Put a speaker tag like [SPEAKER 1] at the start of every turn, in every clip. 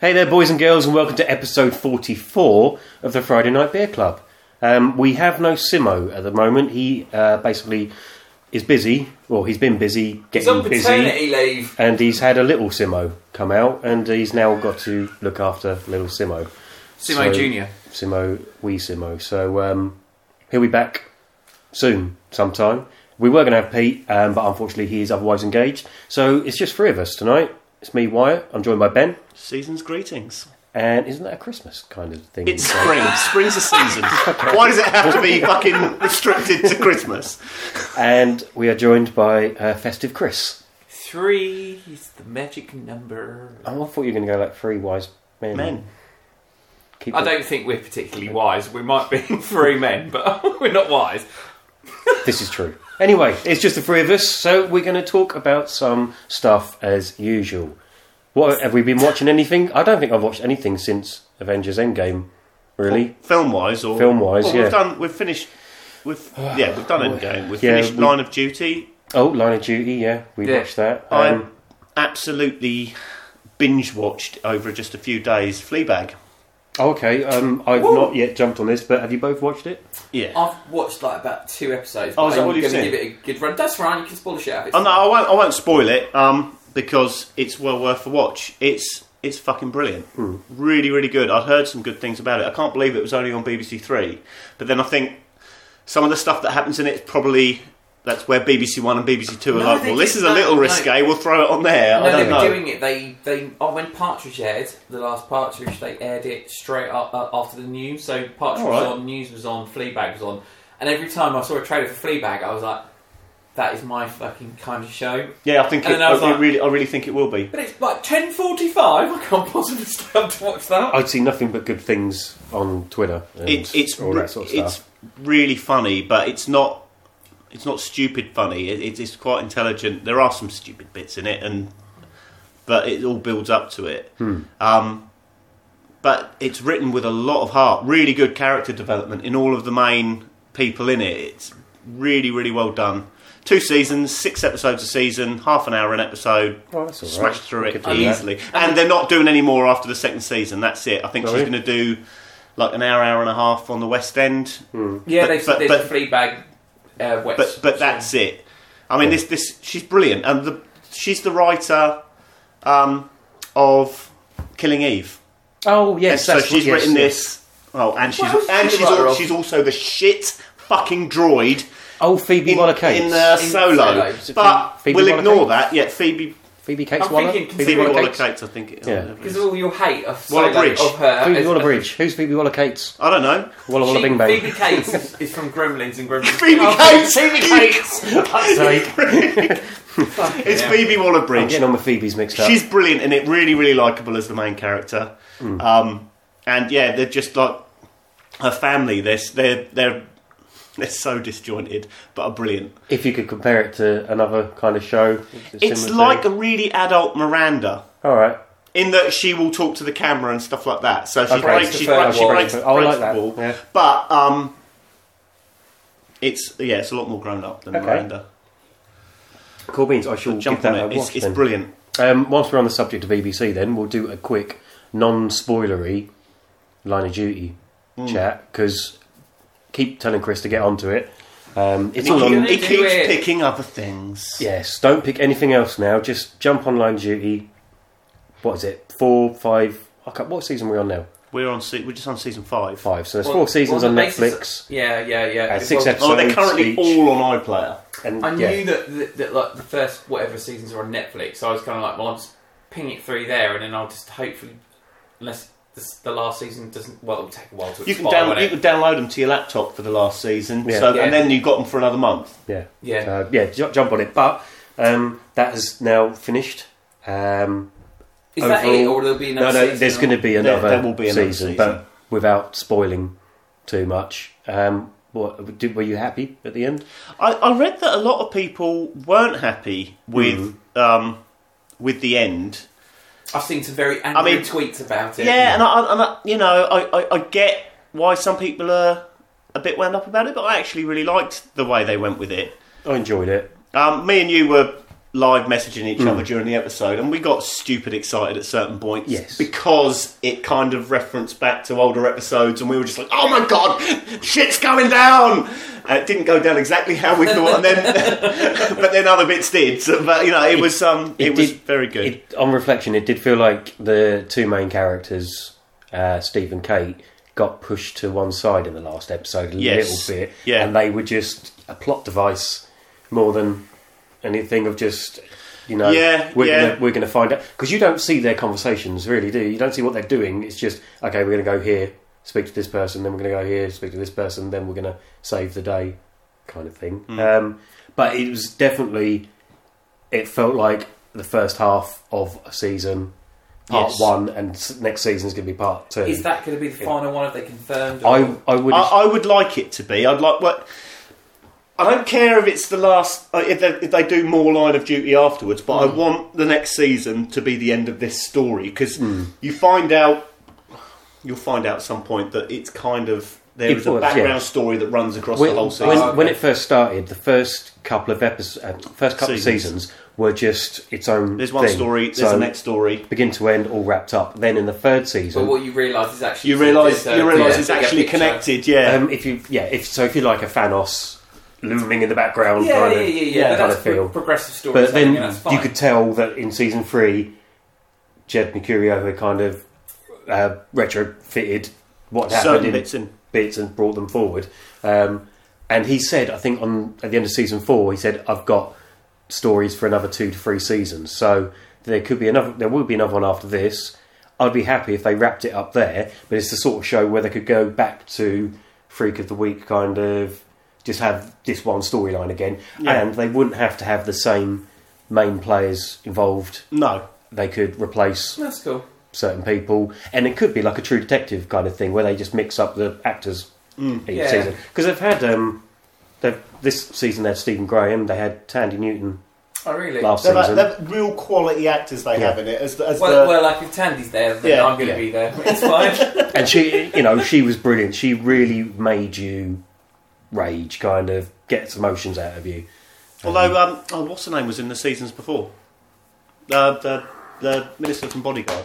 [SPEAKER 1] Hey there, boys and girls, and welcome to episode 44 of the Friday Night Beer Club. Um, we have no Simo at the moment. He uh, basically is busy, well, he's been busy
[SPEAKER 2] He's on
[SPEAKER 1] getting busy,
[SPEAKER 2] paternity leave.
[SPEAKER 1] and he's had a little Simo come out, and he's now got to look after little Simo.
[SPEAKER 3] Simo
[SPEAKER 1] So-
[SPEAKER 3] Junior.
[SPEAKER 1] Simo, wee Simo. So um, he'll be back soon, sometime. We were going to have Pete, um, but unfortunately he is otherwise engaged. So it's just three of us tonight. It's me, Wyatt. I'm joined by Ben.
[SPEAKER 4] Season's greetings.
[SPEAKER 1] And isn't that a Christmas kind of thing?
[SPEAKER 4] It's spring. Spring's a season. Why does it have to be fucking restricted to Christmas?
[SPEAKER 1] and we are joined by uh, Festive Chris.
[SPEAKER 2] Three is the magic number.
[SPEAKER 1] Oh, I thought you were going to go like three wise men.
[SPEAKER 4] Men.
[SPEAKER 1] Keep
[SPEAKER 2] I don't think we're particularly wise. We might be three men, but we're not wise.
[SPEAKER 1] This is true. Anyway, it's just the three of us, so we're going to talk about some stuff as usual. What have we been watching? Anything? I don't think I've watched anything since Avengers Endgame. Really?
[SPEAKER 4] Film wise or
[SPEAKER 1] Film wise,
[SPEAKER 4] Well,
[SPEAKER 1] yeah.
[SPEAKER 4] We've done we've finished we've yeah, we've done Endgame. We've
[SPEAKER 1] Yeah,
[SPEAKER 4] finished
[SPEAKER 1] we-
[SPEAKER 4] Line of Duty.
[SPEAKER 1] Oh, Line of Duty. Yeah, we
[SPEAKER 2] Yeah.
[SPEAKER 1] watched that.
[SPEAKER 4] I
[SPEAKER 1] Um,
[SPEAKER 4] absolutely binge watched over just a few days Fleabag.
[SPEAKER 1] oh, okay. Um, I've
[SPEAKER 2] Woo.
[SPEAKER 1] not yet jumped on this, but have you both watched it?
[SPEAKER 4] Yeah.
[SPEAKER 2] I've watched like about two episodes.
[SPEAKER 4] Oh,
[SPEAKER 2] But
[SPEAKER 4] is that
[SPEAKER 2] I'm
[SPEAKER 4] what you've
[SPEAKER 2] gonna
[SPEAKER 4] seen?
[SPEAKER 2] give it a good run. That's right. You can spoil the shit out of it.
[SPEAKER 4] Oh no, I won't I won't spoil it, um, because it's well worth a watch. It's it's fucking brilliant.
[SPEAKER 2] Hmm.
[SPEAKER 4] Really, really good. I'd heard some good things about it. I can't believe it was only on BBC Three. But then I think some of the stuff that happens in it is probably that's where BBC One and BBC Two are
[SPEAKER 2] No,
[SPEAKER 4] like,
[SPEAKER 2] they
[SPEAKER 4] well, this
[SPEAKER 2] just
[SPEAKER 4] is a
[SPEAKER 2] don't-
[SPEAKER 4] little
[SPEAKER 2] no.
[SPEAKER 4] risque. We'll throw it on there. I
[SPEAKER 2] No,
[SPEAKER 4] don't
[SPEAKER 2] they were
[SPEAKER 4] know.
[SPEAKER 2] doing it. They they oh, when Partridge aired the last Partridge, they aired it straight up, uh, after the news. So Partridge
[SPEAKER 4] All right.
[SPEAKER 2] was on, news was on, Fleabag was on, and every time I saw a trailer for Fleabag, I was like, that is my fucking kind of show.
[SPEAKER 4] yeah, I think
[SPEAKER 2] And
[SPEAKER 4] it,
[SPEAKER 2] then I
[SPEAKER 4] I,
[SPEAKER 2] was like-
[SPEAKER 4] really, I really think it will be.
[SPEAKER 2] But it's like ten forty five. I can't possibly stay up to watch that.
[SPEAKER 1] I'd see nothing but good things on Twitter. And
[SPEAKER 4] It, it's
[SPEAKER 1] all
[SPEAKER 4] re-
[SPEAKER 1] that sort of
[SPEAKER 4] it's
[SPEAKER 1] stuff.
[SPEAKER 4] really funny, but it's not it's not stupid funny. It, it, it's quite intelligent. There are some stupid bits in it, and but it all builds up to it.
[SPEAKER 1] Hmm.
[SPEAKER 4] Um, but it's written with a lot of heart. Really good character development in all of the main people in it. It's really really well done. Two seasons, six episodes a season, half an hour an episode.
[SPEAKER 1] Well, that's all right.
[SPEAKER 4] Smashed through
[SPEAKER 1] We
[SPEAKER 4] it
[SPEAKER 1] could do that.
[SPEAKER 4] easily, and they're not doing any more after the second season. That's it. I think
[SPEAKER 1] Sorry?
[SPEAKER 4] she's going to do like an hour, hour and a half on the West End.
[SPEAKER 2] Yeah,
[SPEAKER 4] But-
[SPEAKER 2] they
[SPEAKER 4] but-
[SPEAKER 2] said there's
[SPEAKER 4] but-
[SPEAKER 2] a Fleabag uh, West.
[SPEAKER 4] But but that's it. I mean, this this she's brilliant, and the she's the writer um, of Killing Eve.
[SPEAKER 1] Oh yes,
[SPEAKER 4] so
[SPEAKER 1] that's
[SPEAKER 4] she's
[SPEAKER 1] yes,
[SPEAKER 4] written
[SPEAKER 1] yes.
[SPEAKER 4] this. Oh, and she's
[SPEAKER 2] else is
[SPEAKER 4] and
[SPEAKER 2] she
[SPEAKER 4] she's
[SPEAKER 2] the writer
[SPEAKER 4] al-
[SPEAKER 2] of?
[SPEAKER 4] she's also the shit fucking droid
[SPEAKER 1] Oh, Phoebe
[SPEAKER 4] in,
[SPEAKER 1] Waller-Cates.
[SPEAKER 4] in, uh,
[SPEAKER 2] Solo.
[SPEAKER 4] solo.
[SPEAKER 2] Is
[SPEAKER 1] it
[SPEAKER 4] But
[SPEAKER 1] Phoebe- Phoebe
[SPEAKER 4] we'll ignore
[SPEAKER 1] Waller-Cates?
[SPEAKER 4] that. Yeah, Phoebe
[SPEAKER 1] Phoebe Cates
[SPEAKER 2] I'm
[SPEAKER 1] Waller.
[SPEAKER 2] thinking
[SPEAKER 1] Phoebe
[SPEAKER 4] Phoebe
[SPEAKER 2] Waller-Cates.
[SPEAKER 4] Waller Cates. I think. it-
[SPEAKER 1] Yeah.
[SPEAKER 2] because all your hate of
[SPEAKER 4] Waller
[SPEAKER 2] Solo-
[SPEAKER 4] Bridge.
[SPEAKER 2] of her.
[SPEAKER 1] Phoebe
[SPEAKER 2] is-
[SPEAKER 1] Waller Bridge. Who's Phoebe Waller Cates?
[SPEAKER 4] I don't know.
[SPEAKER 1] Walla Walla
[SPEAKER 2] She-
[SPEAKER 1] Bing Bang.
[SPEAKER 2] Phoebe Cates is- is from Gremlins and Gremlins.
[SPEAKER 4] Phoebe
[SPEAKER 2] Oh,
[SPEAKER 4] Cates!
[SPEAKER 2] Phoebe Cates.
[SPEAKER 1] Sorry,
[SPEAKER 2] Fucking
[SPEAKER 4] It's
[SPEAKER 2] hell.
[SPEAKER 4] Phoebe Waller
[SPEAKER 1] I'm
[SPEAKER 4] Bridge.
[SPEAKER 1] getting on with Phoebe's mixed up.
[SPEAKER 4] She's brilliant in it, really, really likable as the main character.
[SPEAKER 1] Hmm.
[SPEAKER 4] Um, and yeah, they're just like her family. They're they're they're, they're so disjointed, but are brilliant.
[SPEAKER 1] If you could compare it to another kind of show,
[SPEAKER 4] It's like a really adult Miranda.
[SPEAKER 1] all right.
[SPEAKER 4] In that she will talk to the camera and stuff like that. So she
[SPEAKER 1] Okay.
[SPEAKER 4] breaks,
[SPEAKER 2] Breaks
[SPEAKER 4] she
[SPEAKER 2] the third
[SPEAKER 4] breaks, she
[SPEAKER 2] wall.
[SPEAKER 4] breaks,
[SPEAKER 1] Oh, I
[SPEAKER 4] breaks
[SPEAKER 1] like
[SPEAKER 4] the
[SPEAKER 1] that.
[SPEAKER 4] wall.
[SPEAKER 1] Yeah.
[SPEAKER 4] But um, it's yeah, it's a lot more grown up than
[SPEAKER 1] Okay.
[SPEAKER 4] Miranda.
[SPEAKER 1] Cool beans. I shall
[SPEAKER 4] Jump
[SPEAKER 1] give that
[SPEAKER 4] on
[SPEAKER 1] a
[SPEAKER 4] it.
[SPEAKER 1] watch.
[SPEAKER 4] It's, it's
[SPEAKER 1] then.
[SPEAKER 4] brilliant.
[SPEAKER 1] Um, whilst we're on the subject of BBC, then we'll do a quick non-spoilery line of duty chat because keep telling Chris to get onto it. Um, it's
[SPEAKER 4] It,
[SPEAKER 1] all
[SPEAKER 2] keep-
[SPEAKER 1] on
[SPEAKER 2] gonna
[SPEAKER 4] it
[SPEAKER 2] do
[SPEAKER 4] keeps
[SPEAKER 2] it.
[SPEAKER 4] picking other things.
[SPEAKER 1] Yes, don't pick anything else now. Just jump on line duty. What is it? Four, five. I can't, what season are we on now?
[SPEAKER 4] We're on. se- We're just on season five.
[SPEAKER 1] Five. So there's
[SPEAKER 2] Well,
[SPEAKER 1] four seasons
[SPEAKER 2] well,
[SPEAKER 1] on
[SPEAKER 2] the basis-
[SPEAKER 1] Netflix.
[SPEAKER 2] Yeah, yeah, yeah.
[SPEAKER 1] Uh, six
[SPEAKER 2] Well,
[SPEAKER 1] episodes.
[SPEAKER 4] Oh, they're currently
[SPEAKER 1] each.
[SPEAKER 4] all on iPlayer.
[SPEAKER 1] And
[SPEAKER 2] I
[SPEAKER 1] yeah.
[SPEAKER 2] knew that, that, that like the first whatever seasons are on Netflix, so I was kind of like, well, I'll just ping it through there, and then I'll just hopefully, unless this, the last season doesn't, well, it'll take a while to
[SPEAKER 4] You can,
[SPEAKER 2] expire,
[SPEAKER 4] down,
[SPEAKER 2] won't
[SPEAKER 4] you
[SPEAKER 2] it?
[SPEAKER 4] can download them to your laptop for the last season,
[SPEAKER 1] Yeah.
[SPEAKER 4] so,
[SPEAKER 2] Yeah.
[SPEAKER 4] and then you got them for another month.
[SPEAKER 1] Yeah.
[SPEAKER 2] Yeah.
[SPEAKER 1] So, yeah, ju- jump on it. But um, that is now finished. Um,
[SPEAKER 2] Is that
[SPEAKER 1] overall-
[SPEAKER 2] it, or will there be
[SPEAKER 1] no,
[SPEAKER 2] another?
[SPEAKER 1] no, there's going to be another,
[SPEAKER 4] there will be another
[SPEAKER 1] season,
[SPEAKER 4] season.
[SPEAKER 1] but without spoiling too much. Um, what, did, were you happy at the end?
[SPEAKER 4] I, I read that a lot of people weren't happy with um, with the end.
[SPEAKER 2] I've seen some very angry
[SPEAKER 4] mean-
[SPEAKER 2] tweets about
[SPEAKER 4] Yeah,
[SPEAKER 2] it.
[SPEAKER 4] and, I, and I, you know, I, I, I get why some people are a bit wound up about it, but I actually really liked the way they went with it.
[SPEAKER 1] I enjoyed it.
[SPEAKER 4] Um, me and you were live messaging each
[SPEAKER 1] Mm.
[SPEAKER 4] other during the episode, and we got stupid excited at certain points
[SPEAKER 1] Yes.
[SPEAKER 4] because it kind of referenced back to older episodes, and we were just like, "Oh my god, shit's going down!" Uh, it didn't go down exactly how we thought, and then but then other bits did. So, but you know, it, was um, it,
[SPEAKER 1] it
[SPEAKER 4] was
[SPEAKER 1] did-
[SPEAKER 4] very good.
[SPEAKER 1] It, on reflection, it did feel like the two main characters, uh, Steve and Kate, got pushed to one side in the last episode a
[SPEAKER 4] Yes.
[SPEAKER 1] little bit,
[SPEAKER 4] Yeah.
[SPEAKER 1] and they were just a plot device more than anything of just. You know,
[SPEAKER 4] Yeah,
[SPEAKER 1] we're
[SPEAKER 4] yeah.
[SPEAKER 1] Gonna, we're going to find out because you don't see their conversations, really, do you? You don't see what they're doing. It's just okay. We're going to go here, speak to this person, then we're going to go here, speak to this person, then we're going to save the day, kind of thing.
[SPEAKER 4] Mm.
[SPEAKER 1] Um, but it was definitely it felt like the first half of a season, part
[SPEAKER 4] Yes.
[SPEAKER 1] one, and s- next season's going to be part two.
[SPEAKER 2] Is that going to be the final one? Have they confirmed? or-
[SPEAKER 1] I I would
[SPEAKER 4] I, I would like it to be. I'd like what. I don't care if it's the last. uh, If they, if they do more Line of Duty afterwards, but
[SPEAKER 1] Hmm.
[SPEAKER 4] I want the next season to be the end of this story because
[SPEAKER 1] Hmm.
[SPEAKER 4] you find out. You'll find out at some point that it's kind of there
[SPEAKER 1] It
[SPEAKER 4] is a
[SPEAKER 1] was,
[SPEAKER 4] background
[SPEAKER 1] yeah.
[SPEAKER 4] story that runs across
[SPEAKER 1] when,
[SPEAKER 4] the whole season.
[SPEAKER 1] when,
[SPEAKER 2] Oh, okay.
[SPEAKER 1] when it first started, the first couple of episodes, uh, first couple
[SPEAKER 4] Seasons.
[SPEAKER 1] of seasons were just its own.
[SPEAKER 4] there's one
[SPEAKER 1] thing.
[SPEAKER 4] story. There's
[SPEAKER 1] so
[SPEAKER 4] the next story.
[SPEAKER 1] begin to end, all wrapped up. Then in the third
[SPEAKER 2] But
[SPEAKER 1] season,
[SPEAKER 2] what you realise is actually
[SPEAKER 4] You realise.
[SPEAKER 2] uh,
[SPEAKER 4] You realise
[SPEAKER 2] yeah,
[SPEAKER 4] it's
[SPEAKER 2] bigger
[SPEAKER 4] actually
[SPEAKER 2] picture.
[SPEAKER 4] connected. Yeah.
[SPEAKER 1] um, if you yeah, if so, if you like a Thanos looming in the background,
[SPEAKER 2] Yeah,
[SPEAKER 1] kind
[SPEAKER 2] yeah, yeah,
[SPEAKER 1] of,
[SPEAKER 2] yeah.
[SPEAKER 1] kind
[SPEAKER 2] but
[SPEAKER 1] of
[SPEAKER 2] that's pro-
[SPEAKER 1] feel.
[SPEAKER 2] progressive story.
[SPEAKER 1] But then
[SPEAKER 2] that's fine.
[SPEAKER 1] you could tell that in season three, Jed Mercurio had kind of uh, retrofitted what had happened
[SPEAKER 4] certain
[SPEAKER 1] in
[SPEAKER 4] bits and
[SPEAKER 1] bits and brought them forward. Um, and he said, I think on at the end of season four, he said, "I've got stories for another two to three seasons, so there could be another. There will be another one after this. I'd be happy if they wrapped it up there, but it's the sort of show where they could go back to Freak of the Week, kind of just have this one storyline again,
[SPEAKER 4] Yeah.
[SPEAKER 1] and they wouldn't have to have the same main players involved.
[SPEAKER 4] no.
[SPEAKER 1] They could replace
[SPEAKER 2] That's cool.
[SPEAKER 1] certain people, and it could be like a True Detective kind of thing where they just mix up the actors
[SPEAKER 4] Mm,
[SPEAKER 1] each
[SPEAKER 2] Yeah.
[SPEAKER 1] season because they've had um, they've, this season they had Stephen Graham, they had Tandy Newton
[SPEAKER 2] Oh, really?
[SPEAKER 1] last
[SPEAKER 4] They're,
[SPEAKER 1] season.
[SPEAKER 4] like, they're real quality acters they
[SPEAKER 1] Yeah.
[SPEAKER 4] have in it. As, the- as
[SPEAKER 2] Well,
[SPEAKER 4] the,
[SPEAKER 2] well, like if Tandy's there, then
[SPEAKER 4] Yeah.
[SPEAKER 2] I'm going to
[SPEAKER 1] Yeah.
[SPEAKER 2] be there. It's fine.
[SPEAKER 1] and she, you know, she was brilliant. She really made you rage, kind of gets emotions out of you.
[SPEAKER 4] Although, um, oh, what's her name was in the seasons before? Uh, the the minister from Bodyguard,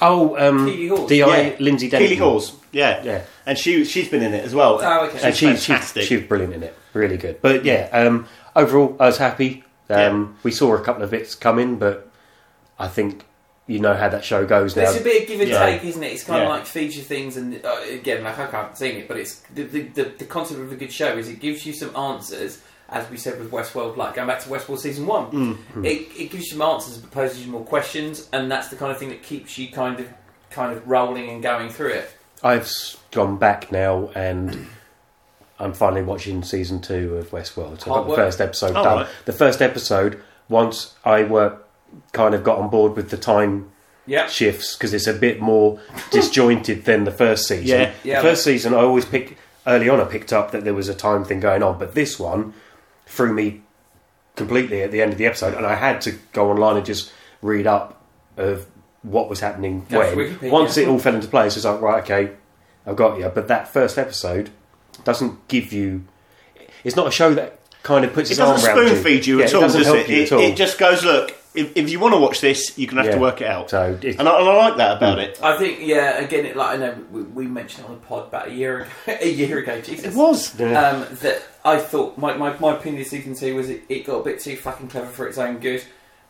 [SPEAKER 1] Oh, um,
[SPEAKER 2] Keely Hawes.
[SPEAKER 1] Di
[SPEAKER 4] Yeah.
[SPEAKER 1] Lindsay Denton.
[SPEAKER 4] Keely Hawes. Yeah,
[SPEAKER 1] Yeah.
[SPEAKER 4] and she she's been in it as well.
[SPEAKER 2] Oh, okay.
[SPEAKER 1] and
[SPEAKER 4] She's
[SPEAKER 1] she, she,
[SPEAKER 4] fantastic.
[SPEAKER 1] she was brilliant in it, really good. But yeah, um, overall, I was happy. Um, We saw a couple of bits come in, but I think you know how that show goes now.
[SPEAKER 2] It's a bit of give and
[SPEAKER 4] Yeah.
[SPEAKER 2] take, isn't it? It's kind
[SPEAKER 4] Yeah.
[SPEAKER 2] of like feature things, and uh, again, like I haven't seen it, but it's the, the, the, the concept of a good show is it gives you some answers, as we said with Westworld, like going back to Westworld season one.
[SPEAKER 4] Hmm.
[SPEAKER 2] It, it gives you some answers, but poses you more questions, and that's the kind of thing that keeps you kind of kind of rolling and going through it.
[SPEAKER 1] I've s- gone back now and I'm finally watching season two of Westworld. So I've got
[SPEAKER 2] Hard
[SPEAKER 1] the
[SPEAKER 2] work.
[SPEAKER 1] first episode
[SPEAKER 4] All
[SPEAKER 1] done.
[SPEAKER 4] right.
[SPEAKER 1] The first episode, once I were kind of got on board with the time
[SPEAKER 2] Yeah.
[SPEAKER 1] shifts because it's a bit more disjointed than the first season.
[SPEAKER 4] Yeah.
[SPEAKER 2] Yeah.
[SPEAKER 1] The first season, I always pick early on. I picked up that there was a time thing going on, but this one threw me completely at the end of the episode, and I had to go online and just read up of what was happening
[SPEAKER 2] Go for
[SPEAKER 1] when.
[SPEAKER 2] Wikipedia.
[SPEAKER 1] Once it all fell into place, it's like right, okay, I've got you. But that first episode doesn't give you. It's not a show that kind of puts
[SPEAKER 4] It
[SPEAKER 1] its arm
[SPEAKER 4] doesn't
[SPEAKER 1] around you.
[SPEAKER 4] spoon feed you
[SPEAKER 1] Yeah,
[SPEAKER 4] at all,
[SPEAKER 1] doesn't
[SPEAKER 4] does
[SPEAKER 1] help
[SPEAKER 4] it?
[SPEAKER 1] you
[SPEAKER 4] It,
[SPEAKER 1] at all.
[SPEAKER 4] it just goes, look, if, if you want to watch this, you're going to have
[SPEAKER 1] Yeah.
[SPEAKER 4] to work it out.
[SPEAKER 1] so it,
[SPEAKER 4] And I, and I like that about it.
[SPEAKER 2] I think, yeah, again, it, like I know we, we mentioned it on the pod about a year ago, a year ago, Jesus.
[SPEAKER 4] It was.
[SPEAKER 1] yeah.
[SPEAKER 2] um, that I thought my, my, my opinion of season two was it, it got a bit too fucking clever for its own good,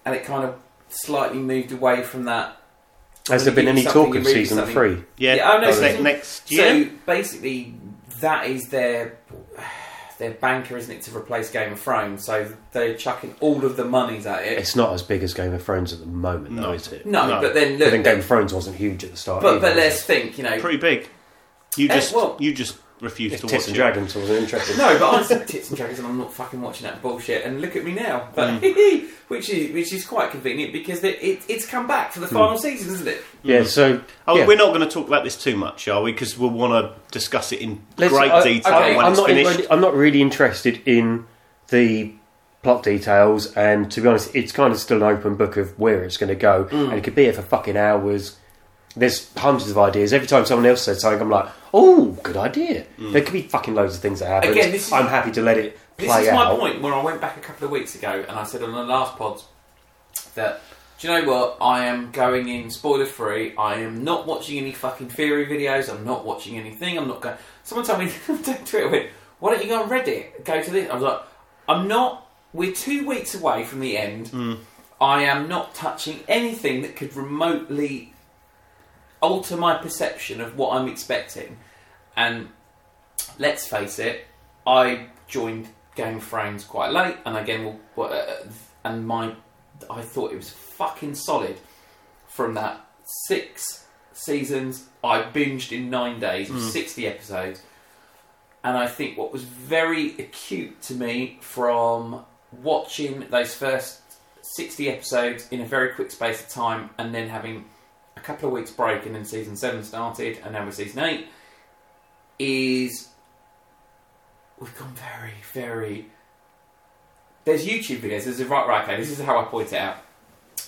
[SPEAKER 2] and it kind of slightly moved away from that.
[SPEAKER 1] Has there
[SPEAKER 2] When
[SPEAKER 1] been any
[SPEAKER 2] you do something,
[SPEAKER 1] talk
[SPEAKER 2] you
[SPEAKER 1] of
[SPEAKER 2] read
[SPEAKER 1] season
[SPEAKER 2] something.
[SPEAKER 1] three?
[SPEAKER 4] Yeah,
[SPEAKER 2] Yeah, I know,
[SPEAKER 4] it's ne-
[SPEAKER 2] season-
[SPEAKER 4] next year.
[SPEAKER 2] So basically, that is their their banker, isn't it, to replace Game of Thrones? So they're chucking all of the monies at it.
[SPEAKER 1] It's not as big as Game of Thrones at the moment,
[SPEAKER 4] No.
[SPEAKER 1] though, is it?
[SPEAKER 2] No,
[SPEAKER 4] no.
[SPEAKER 2] but then
[SPEAKER 1] I
[SPEAKER 2] look,
[SPEAKER 1] think Game of Thrones wasn't huge at the start.
[SPEAKER 2] but
[SPEAKER 1] either,
[SPEAKER 2] but
[SPEAKER 1] was it?
[SPEAKER 2] let's think, you know,
[SPEAKER 4] Pretty big. You
[SPEAKER 2] Eh,
[SPEAKER 4] just
[SPEAKER 2] well-
[SPEAKER 4] you just refused
[SPEAKER 1] It's
[SPEAKER 4] to
[SPEAKER 1] Tits
[SPEAKER 4] watch
[SPEAKER 1] and
[SPEAKER 4] it.
[SPEAKER 1] Dragons, I wasn't interested.
[SPEAKER 2] No, but I said tits and dragons, and I'm not fucking watching that bullshit. And look at me now, but
[SPEAKER 1] Mm.
[SPEAKER 2] which is which is quite convenient because it, it, it's come back for
[SPEAKER 1] Mm.
[SPEAKER 2] the final season, isn't it?
[SPEAKER 1] Yeah, so
[SPEAKER 4] Oh,
[SPEAKER 1] yeah.
[SPEAKER 4] We're not going to talk about this too much, are we? Because we'll want to discuss it in
[SPEAKER 1] Let's-
[SPEAKER 4] great
[SPEAKER 1] I-
[SPEAKER 4] detail
[SPEAKER 2] uh, okay,
[SPEAKER 4] when
[SPEAKER 1] I'm
[SPEAKER 4] it's
[SPEAKER 1] not
[SPEAKER 4] finished.
[SPEAKER 1] really, I'm not really interested in the plot details, and to be honest, it's kind of still an open book of where it's going to go,
[SPEAKER 2] Mm.
[SPEAKER 1] and it could be here for fucking hours. There's hundreds of ideas. Every time someone else says something, I'm like, "Oh, good idea." There could be fucking loads of things that happen.
[SPEAKER 2] Mm. Again, this is-
[SPEAKER 1] I'm happy to let it
[SPEAKER 2] This
[SPEAKER 1] play
[SPEAKER 2] is
[SPEAKER 1] out.
[SPEAKER 2] my point where I went back a couple of weeks ago and I said on the last pod that, do you know what? I am going in spoiler free. I am not watching any fucking theory videos. I'm not watching anything. I'm not going. Someone told me on Twitter, went, why don't you go on Reddit? Go to this. I was like, I'm not. We're two weeks away from the end.
[SPEAKER 1] Mm.
[SPEAKER 2] I am not touching anything that could remotely alter my perception of what I'm expecting. And let's face it, I joined Game of Thrones quite late, and again, well, well, uh, and my I thought it was fucking solid. From that six seasons, I binged in nine days, it was sixty episodes, and I think what was very acute to me from watching those first sixty episodes in a very quick space of time, and then having a couple of weeks break, and then season seven started, and now we're season eight is we've gone very, very. There's YouTube videos. There's a right, right. Okay, this is how I point it out.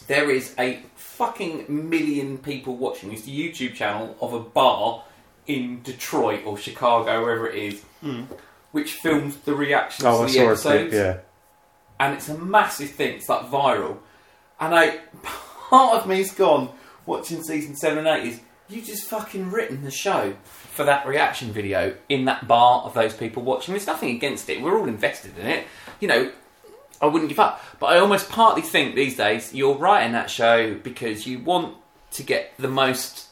[SPEAKER 2] There is a fucking million people watching this YouTube channel of a bar in Detroit or Chicago, wherever it is, which films the reactions
[SPEAKER 1] Hmm. Oh, I
[SPEAKER 2] to the
[SPEAKER 1] saw a
[SPEAKER 2] episodes
[SPEAKER 1] clip. Yeah,
[SPEAKER 2] and it's a massive thing. It's like viral, and I part of me's gone watching season seven and eight is you just fucking written the show for that reaction video in that bar of those people watching. There's nothing against it. We're all invested in it. You know, I wouldn't give up. But I almost partly think these days you're writing that show because you want to get the most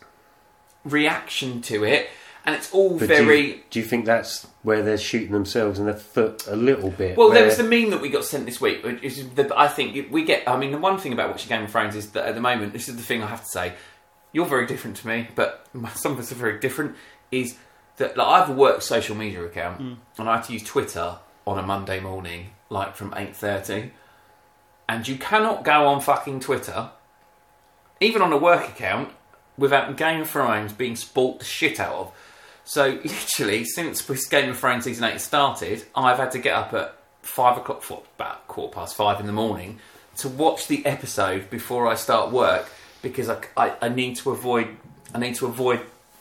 [SPEAKER 2] reaction to it. And it's all
[SPEAKER 1] But do,
[SPEAKER 2] very
[SPEAKER 1] you, do you think that's where they're shooting themselves in the foot a little bit?
[SPEAKER 2] Well, there
[SPEAKER 1] where-
[SPEAKER 2] was the meme that we got sent this week. Which is the, I think we get. I mean, the one thing about watching Game of Thrones is that at the moment, this is the thing I have to say. You're very different to me, but some of us are very different. Is that like, I have a work social media account, and I have to use Twitter on a Monday morning, like from eight thirty, and you cannot go on fucking Twitter, even on a work account, without Game of Thrones being sport the shit out of. So literally, since this Game of Thrones season eight started, I've had to get up at five o'clock, for about quarter past five in the morning, to watch the episode before I start work because I, I, I need to avoid I need to avoid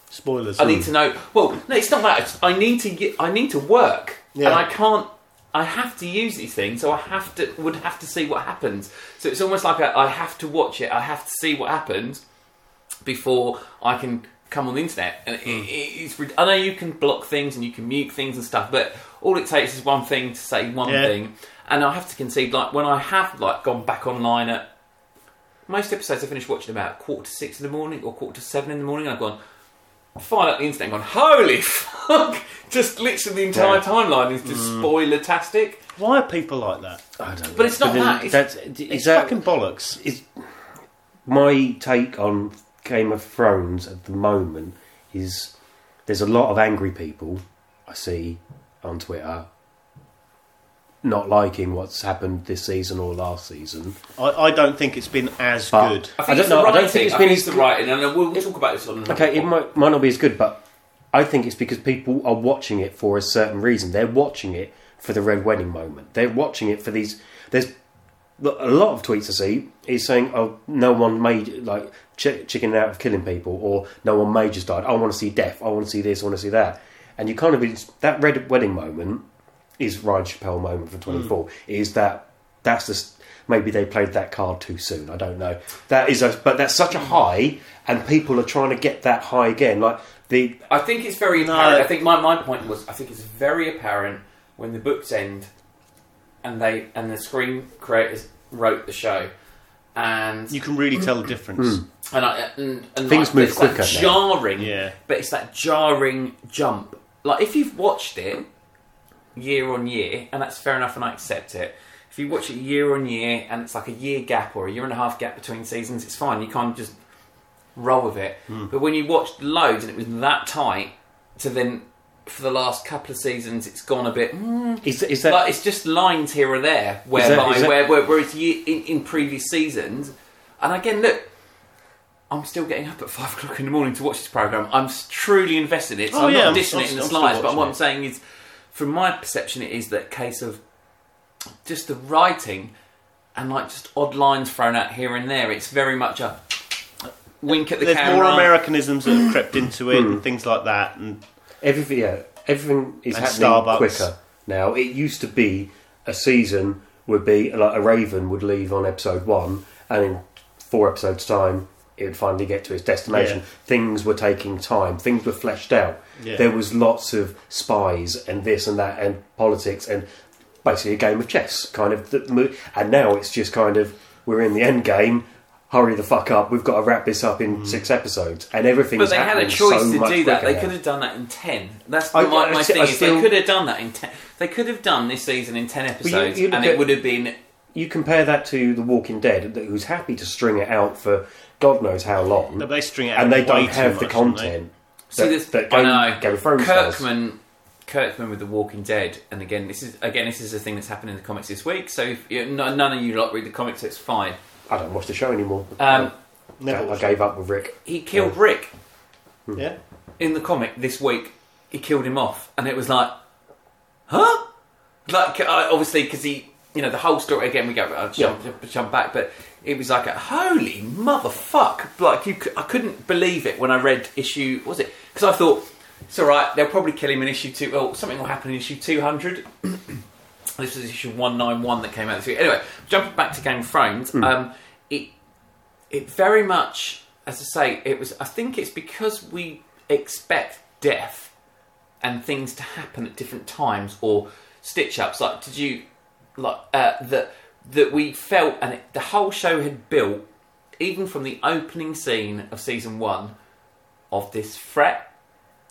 [SPEAKER 4] Spoilers.
[SPEAKER 2] I need to know. Well, no, it's not that. It's, I need to. Get, I need to work, and
[SPEAKER 4] Yeah.
[SPEAKER 2] I can't. I have to use these things, so I have to. Would have to see what happens. So it's almost like a, I have to watch it. I have to see what happens before I can come on the internet. And it,
[SPEAKER 4] Hmm.
[SPEAKER 2] it, it's. rid- I know you can block things and you can mute things and stuff, but all it takes is one thing to say one
[SPEAKER 4] Yeah.
[SPEAKER 2] thing. And I have to concede, like when I have like gone back online at most episodes I finish watching about quarter to six in the morning or quarter to seven in the morning, and I've gone fired up the internet and gone, holy fuck! Just literally the entire
[SPEAKER 1] Yeah. Mm.
[SPEAKER 2] timeline is just spoiler-tastic.
[SPEAKER 4] Why are people like that?
[SPEAKER 1] I don't know.
[SPEAKER 2] But it's not
[SPEAKER 1] then
[SPEAKER 2] that,
[SPEAKER 1] That's,
[SPEAKER 2] it's-
[SPEAKER 4] It's
[SPEAKER 1] is that
[SPEAKER 4] fucking bollocks.
[SPEAKER 1] is my take on Game of Thrones at the moment is there's a lot of angry people I see on Twitter not liking what's happened this season or last season.
[SPEAKER 4] I, I don't think it's been as
[SPEAKER 1] But-
[SPEAKER 4] good.
[SPEAKER 2] I think
[SPEAKER 1] don't
[SPEAKER 2] it's the
[SPEAKER 1] know, I don't
[SPEAKER 2] writing.
[SPEAKER 1] think it's
[SPEAKER 2] I
[SPEAKER 1] been
[SPEAKER 2] think it's
[SPEAKER 1] as-
[SPEAKER 2] the writing, and we'll talk about this on another
[SPEAKER 1] Okay, it
[SPEAKER 2] pod.
[SPEAKER 1] might might not be as good, but I think it's because people are watching it for a certain reason. They're watching it for the red wedding moment. They're watching it for these. There's a lot of tweets I see is saying, "Oh, no one made like ch- chicken out of killing people," or "No one made just died." I want to see death. I want to see this. I want to see that. And you kind of it's- that red wedding moment is Ryan Chappelle moment for 24. Is that that's just maybe they played that card too soon. I don't know. That is a but that's such a high, and people are trying to get that high again. Like the
[SPEAKER 2] I think it's very
[SPEAKER 4] No.
[SPEAKER 2] apparent. I think my, my point was I think it's very apparent when the books end and they and the screen creators wrote the show and
[SPEAKER 4] You can really tell the difference.
[SPEAKER 1] Hmm.
[SPEAKER 2] and, I, and, and
[SPEAKER 1] Things
[SPEAKER 2] like,
[SPEAKER 1] move
[SPEAKER 2] it's
[SPEAKER 1] quicker
[SPEAKER 2] That
[SPEAKER 1] now.
[SPEAKER 2] jarring,
[SPEAKER 4] Yeah.
[SPEAKER 2] But it's that jarring jump. Like if you've watched it year on year, and that's fair enough, and I accept it. If you watch it year on year, and it's like a year gap or a year and a half gap between seasons, it's fine. You can't just roll with it. But when you watched loads and it was that tight, to then for the last couple of seasons, it's gone a bit.
[SPEAKER 1] is is that
[SPEAKER 2] Like it's just lines here or there, whereby
[SPEAKER 1] is that-
[SPEAKER 2] where, where, where it's ye in, in previous seasons. And again, look, I'm still getting up at five o'clock in the morning to watch this program. I'm s- truly invested in it. So
[SPEAKER 4] Oh,
[SPEAKER 2] I'm
[SPEAKER 4] yeah,
[SPEAKER 2] not
[SPEAKER 4] I'm-
[SPEAKER 2] dissing
[SPEAKER 4] I'm
[SPEAKER 2] it in the
[SPEAKER 4] still- I'm still
[SPEAKER 2] slightest. But
[SPEAKER 4] watching
[SPEAKER 2] what I'm
[SPEAKER 4] it.
[SPEAKER 2] saying is, from my perception, it is that case of just the writing and like just odd lines thrown out here and there. It's very much a wink at the
[SPEAKER 4] There's
[SPEAKER 2] camera.
[SPEAKER 4] more Americanisms that
[SPEAKER 1] Hmm.
[SPEAKER 4] have crept into it and things like that. And
[SPEAKER 1] everything? Yeah, everything is
[SPEAKER 4] And
[SPEAKER 1] happening
[SPEAKER 4] Starbucks.
[SPEAKER 1] quicker now. It used to be a season would be like a Raven would leave on episode one, and in four episodes' time, it would finally get to its destination.
[SPEAKER 4] Yeah.
[SPEAKER 1] Things were taking time. Things were fleshed out.
[SPEAKER 4] Yeah.
[SPEAKER 1] There was lots of spies and this and that and politics and basically a game of chess kind of. that mo- And now it's just kind of we're in the end game. Hurry the fuck up! We've got to wrap this up in six episodes, and everything.
[SPEAKER 2] Mm. But they had a choice to do that. They
[SPEAKER 1] now.
[SPEAKER 2] could have done that in ten. That's the,
[SPEAKER 1] I-
[SPEAKER 2] my,
[SPEAKER 1] I
[SPEAKER 2] my
[SPEAKER 1] st-
[SPEAKER 2] thing
[SPEAKER 1] I
[SPEAKER 2] is
[SPEAKER 1] still-
[SPEAKER 2] they could have done that in ten. They could have done this season in ten
[SPEAKER 1] you-
[SPEAKER 2] episodes,
[SPEAKER 1] you look
[SPEAKER 2] and it
[SPEAKER 1] at-
[SPEAKER 2] would have been
[SPEAKER 1] You compare that to The Walking Dead, that- who's happy to string it out for God knows how long,
[SPEAKER 4] But they string it out
[SPEAKER 1] and they
[SPEAKER 4] way
[SPEAKER 1] don't
[SPEAKER 4] too
[SPEAKER 1] have the
[SPEAKER 4] much, don't they?
[SPEAKER 1] content.
[SPEAKER 2] See
[SPEAKER 1] that-
[SPEAKER 2] this,
[SPEAKER 1] that
[SPEAKER 2] I
[SPEAKER 1] Game-
[SPEAKER 2] know.
[SPEAKER 1] Game of Thrones does.
[SPEAKER 2] Kirkman, Kirkman with The Walking Dead, and again, this is again, this is a thing that's happened in the comics this week. So if you, no, none of you lot read the comics, so it's fine.
[SPEAKER 1] I don't watch the show anymore.
[SPEAKER 2] Um,
[SPEAKER 1] I,
[SPEAKER 4] Never
[SPEAKER 1] I
[SPEAKER 4] was.
[SPEAKER 1] gave up with Rick.
[SPEAKER 2] he killed
[SPEAKER 1] Yeah.
[SPEAKER 2] Rick
[SPEAKER 4] Yeah.
[SPEAKER 2] in the comic this week. He killed him off, and it was like, huh? Like uh, obviously because he, you know, the whole story again. We go, I'll jump, jump back, but it was like a holy motherfuck. Like you, c- I couldn't believe it when I read issue. Was it? Because I thought. It's all right. They'll probably kill him in issue two. Well, something will happen in issue two hundred. this is issue one nine one that came out this week. Anyway, jumping back to Game of Thrones, um, it it very much, as I say, it was. I think it's because we expect death and things to happen at different times or stitch ups. Like, did you like uh, that? That we felt, and it, the whole show had built, even from the opening scene of season one, of this threat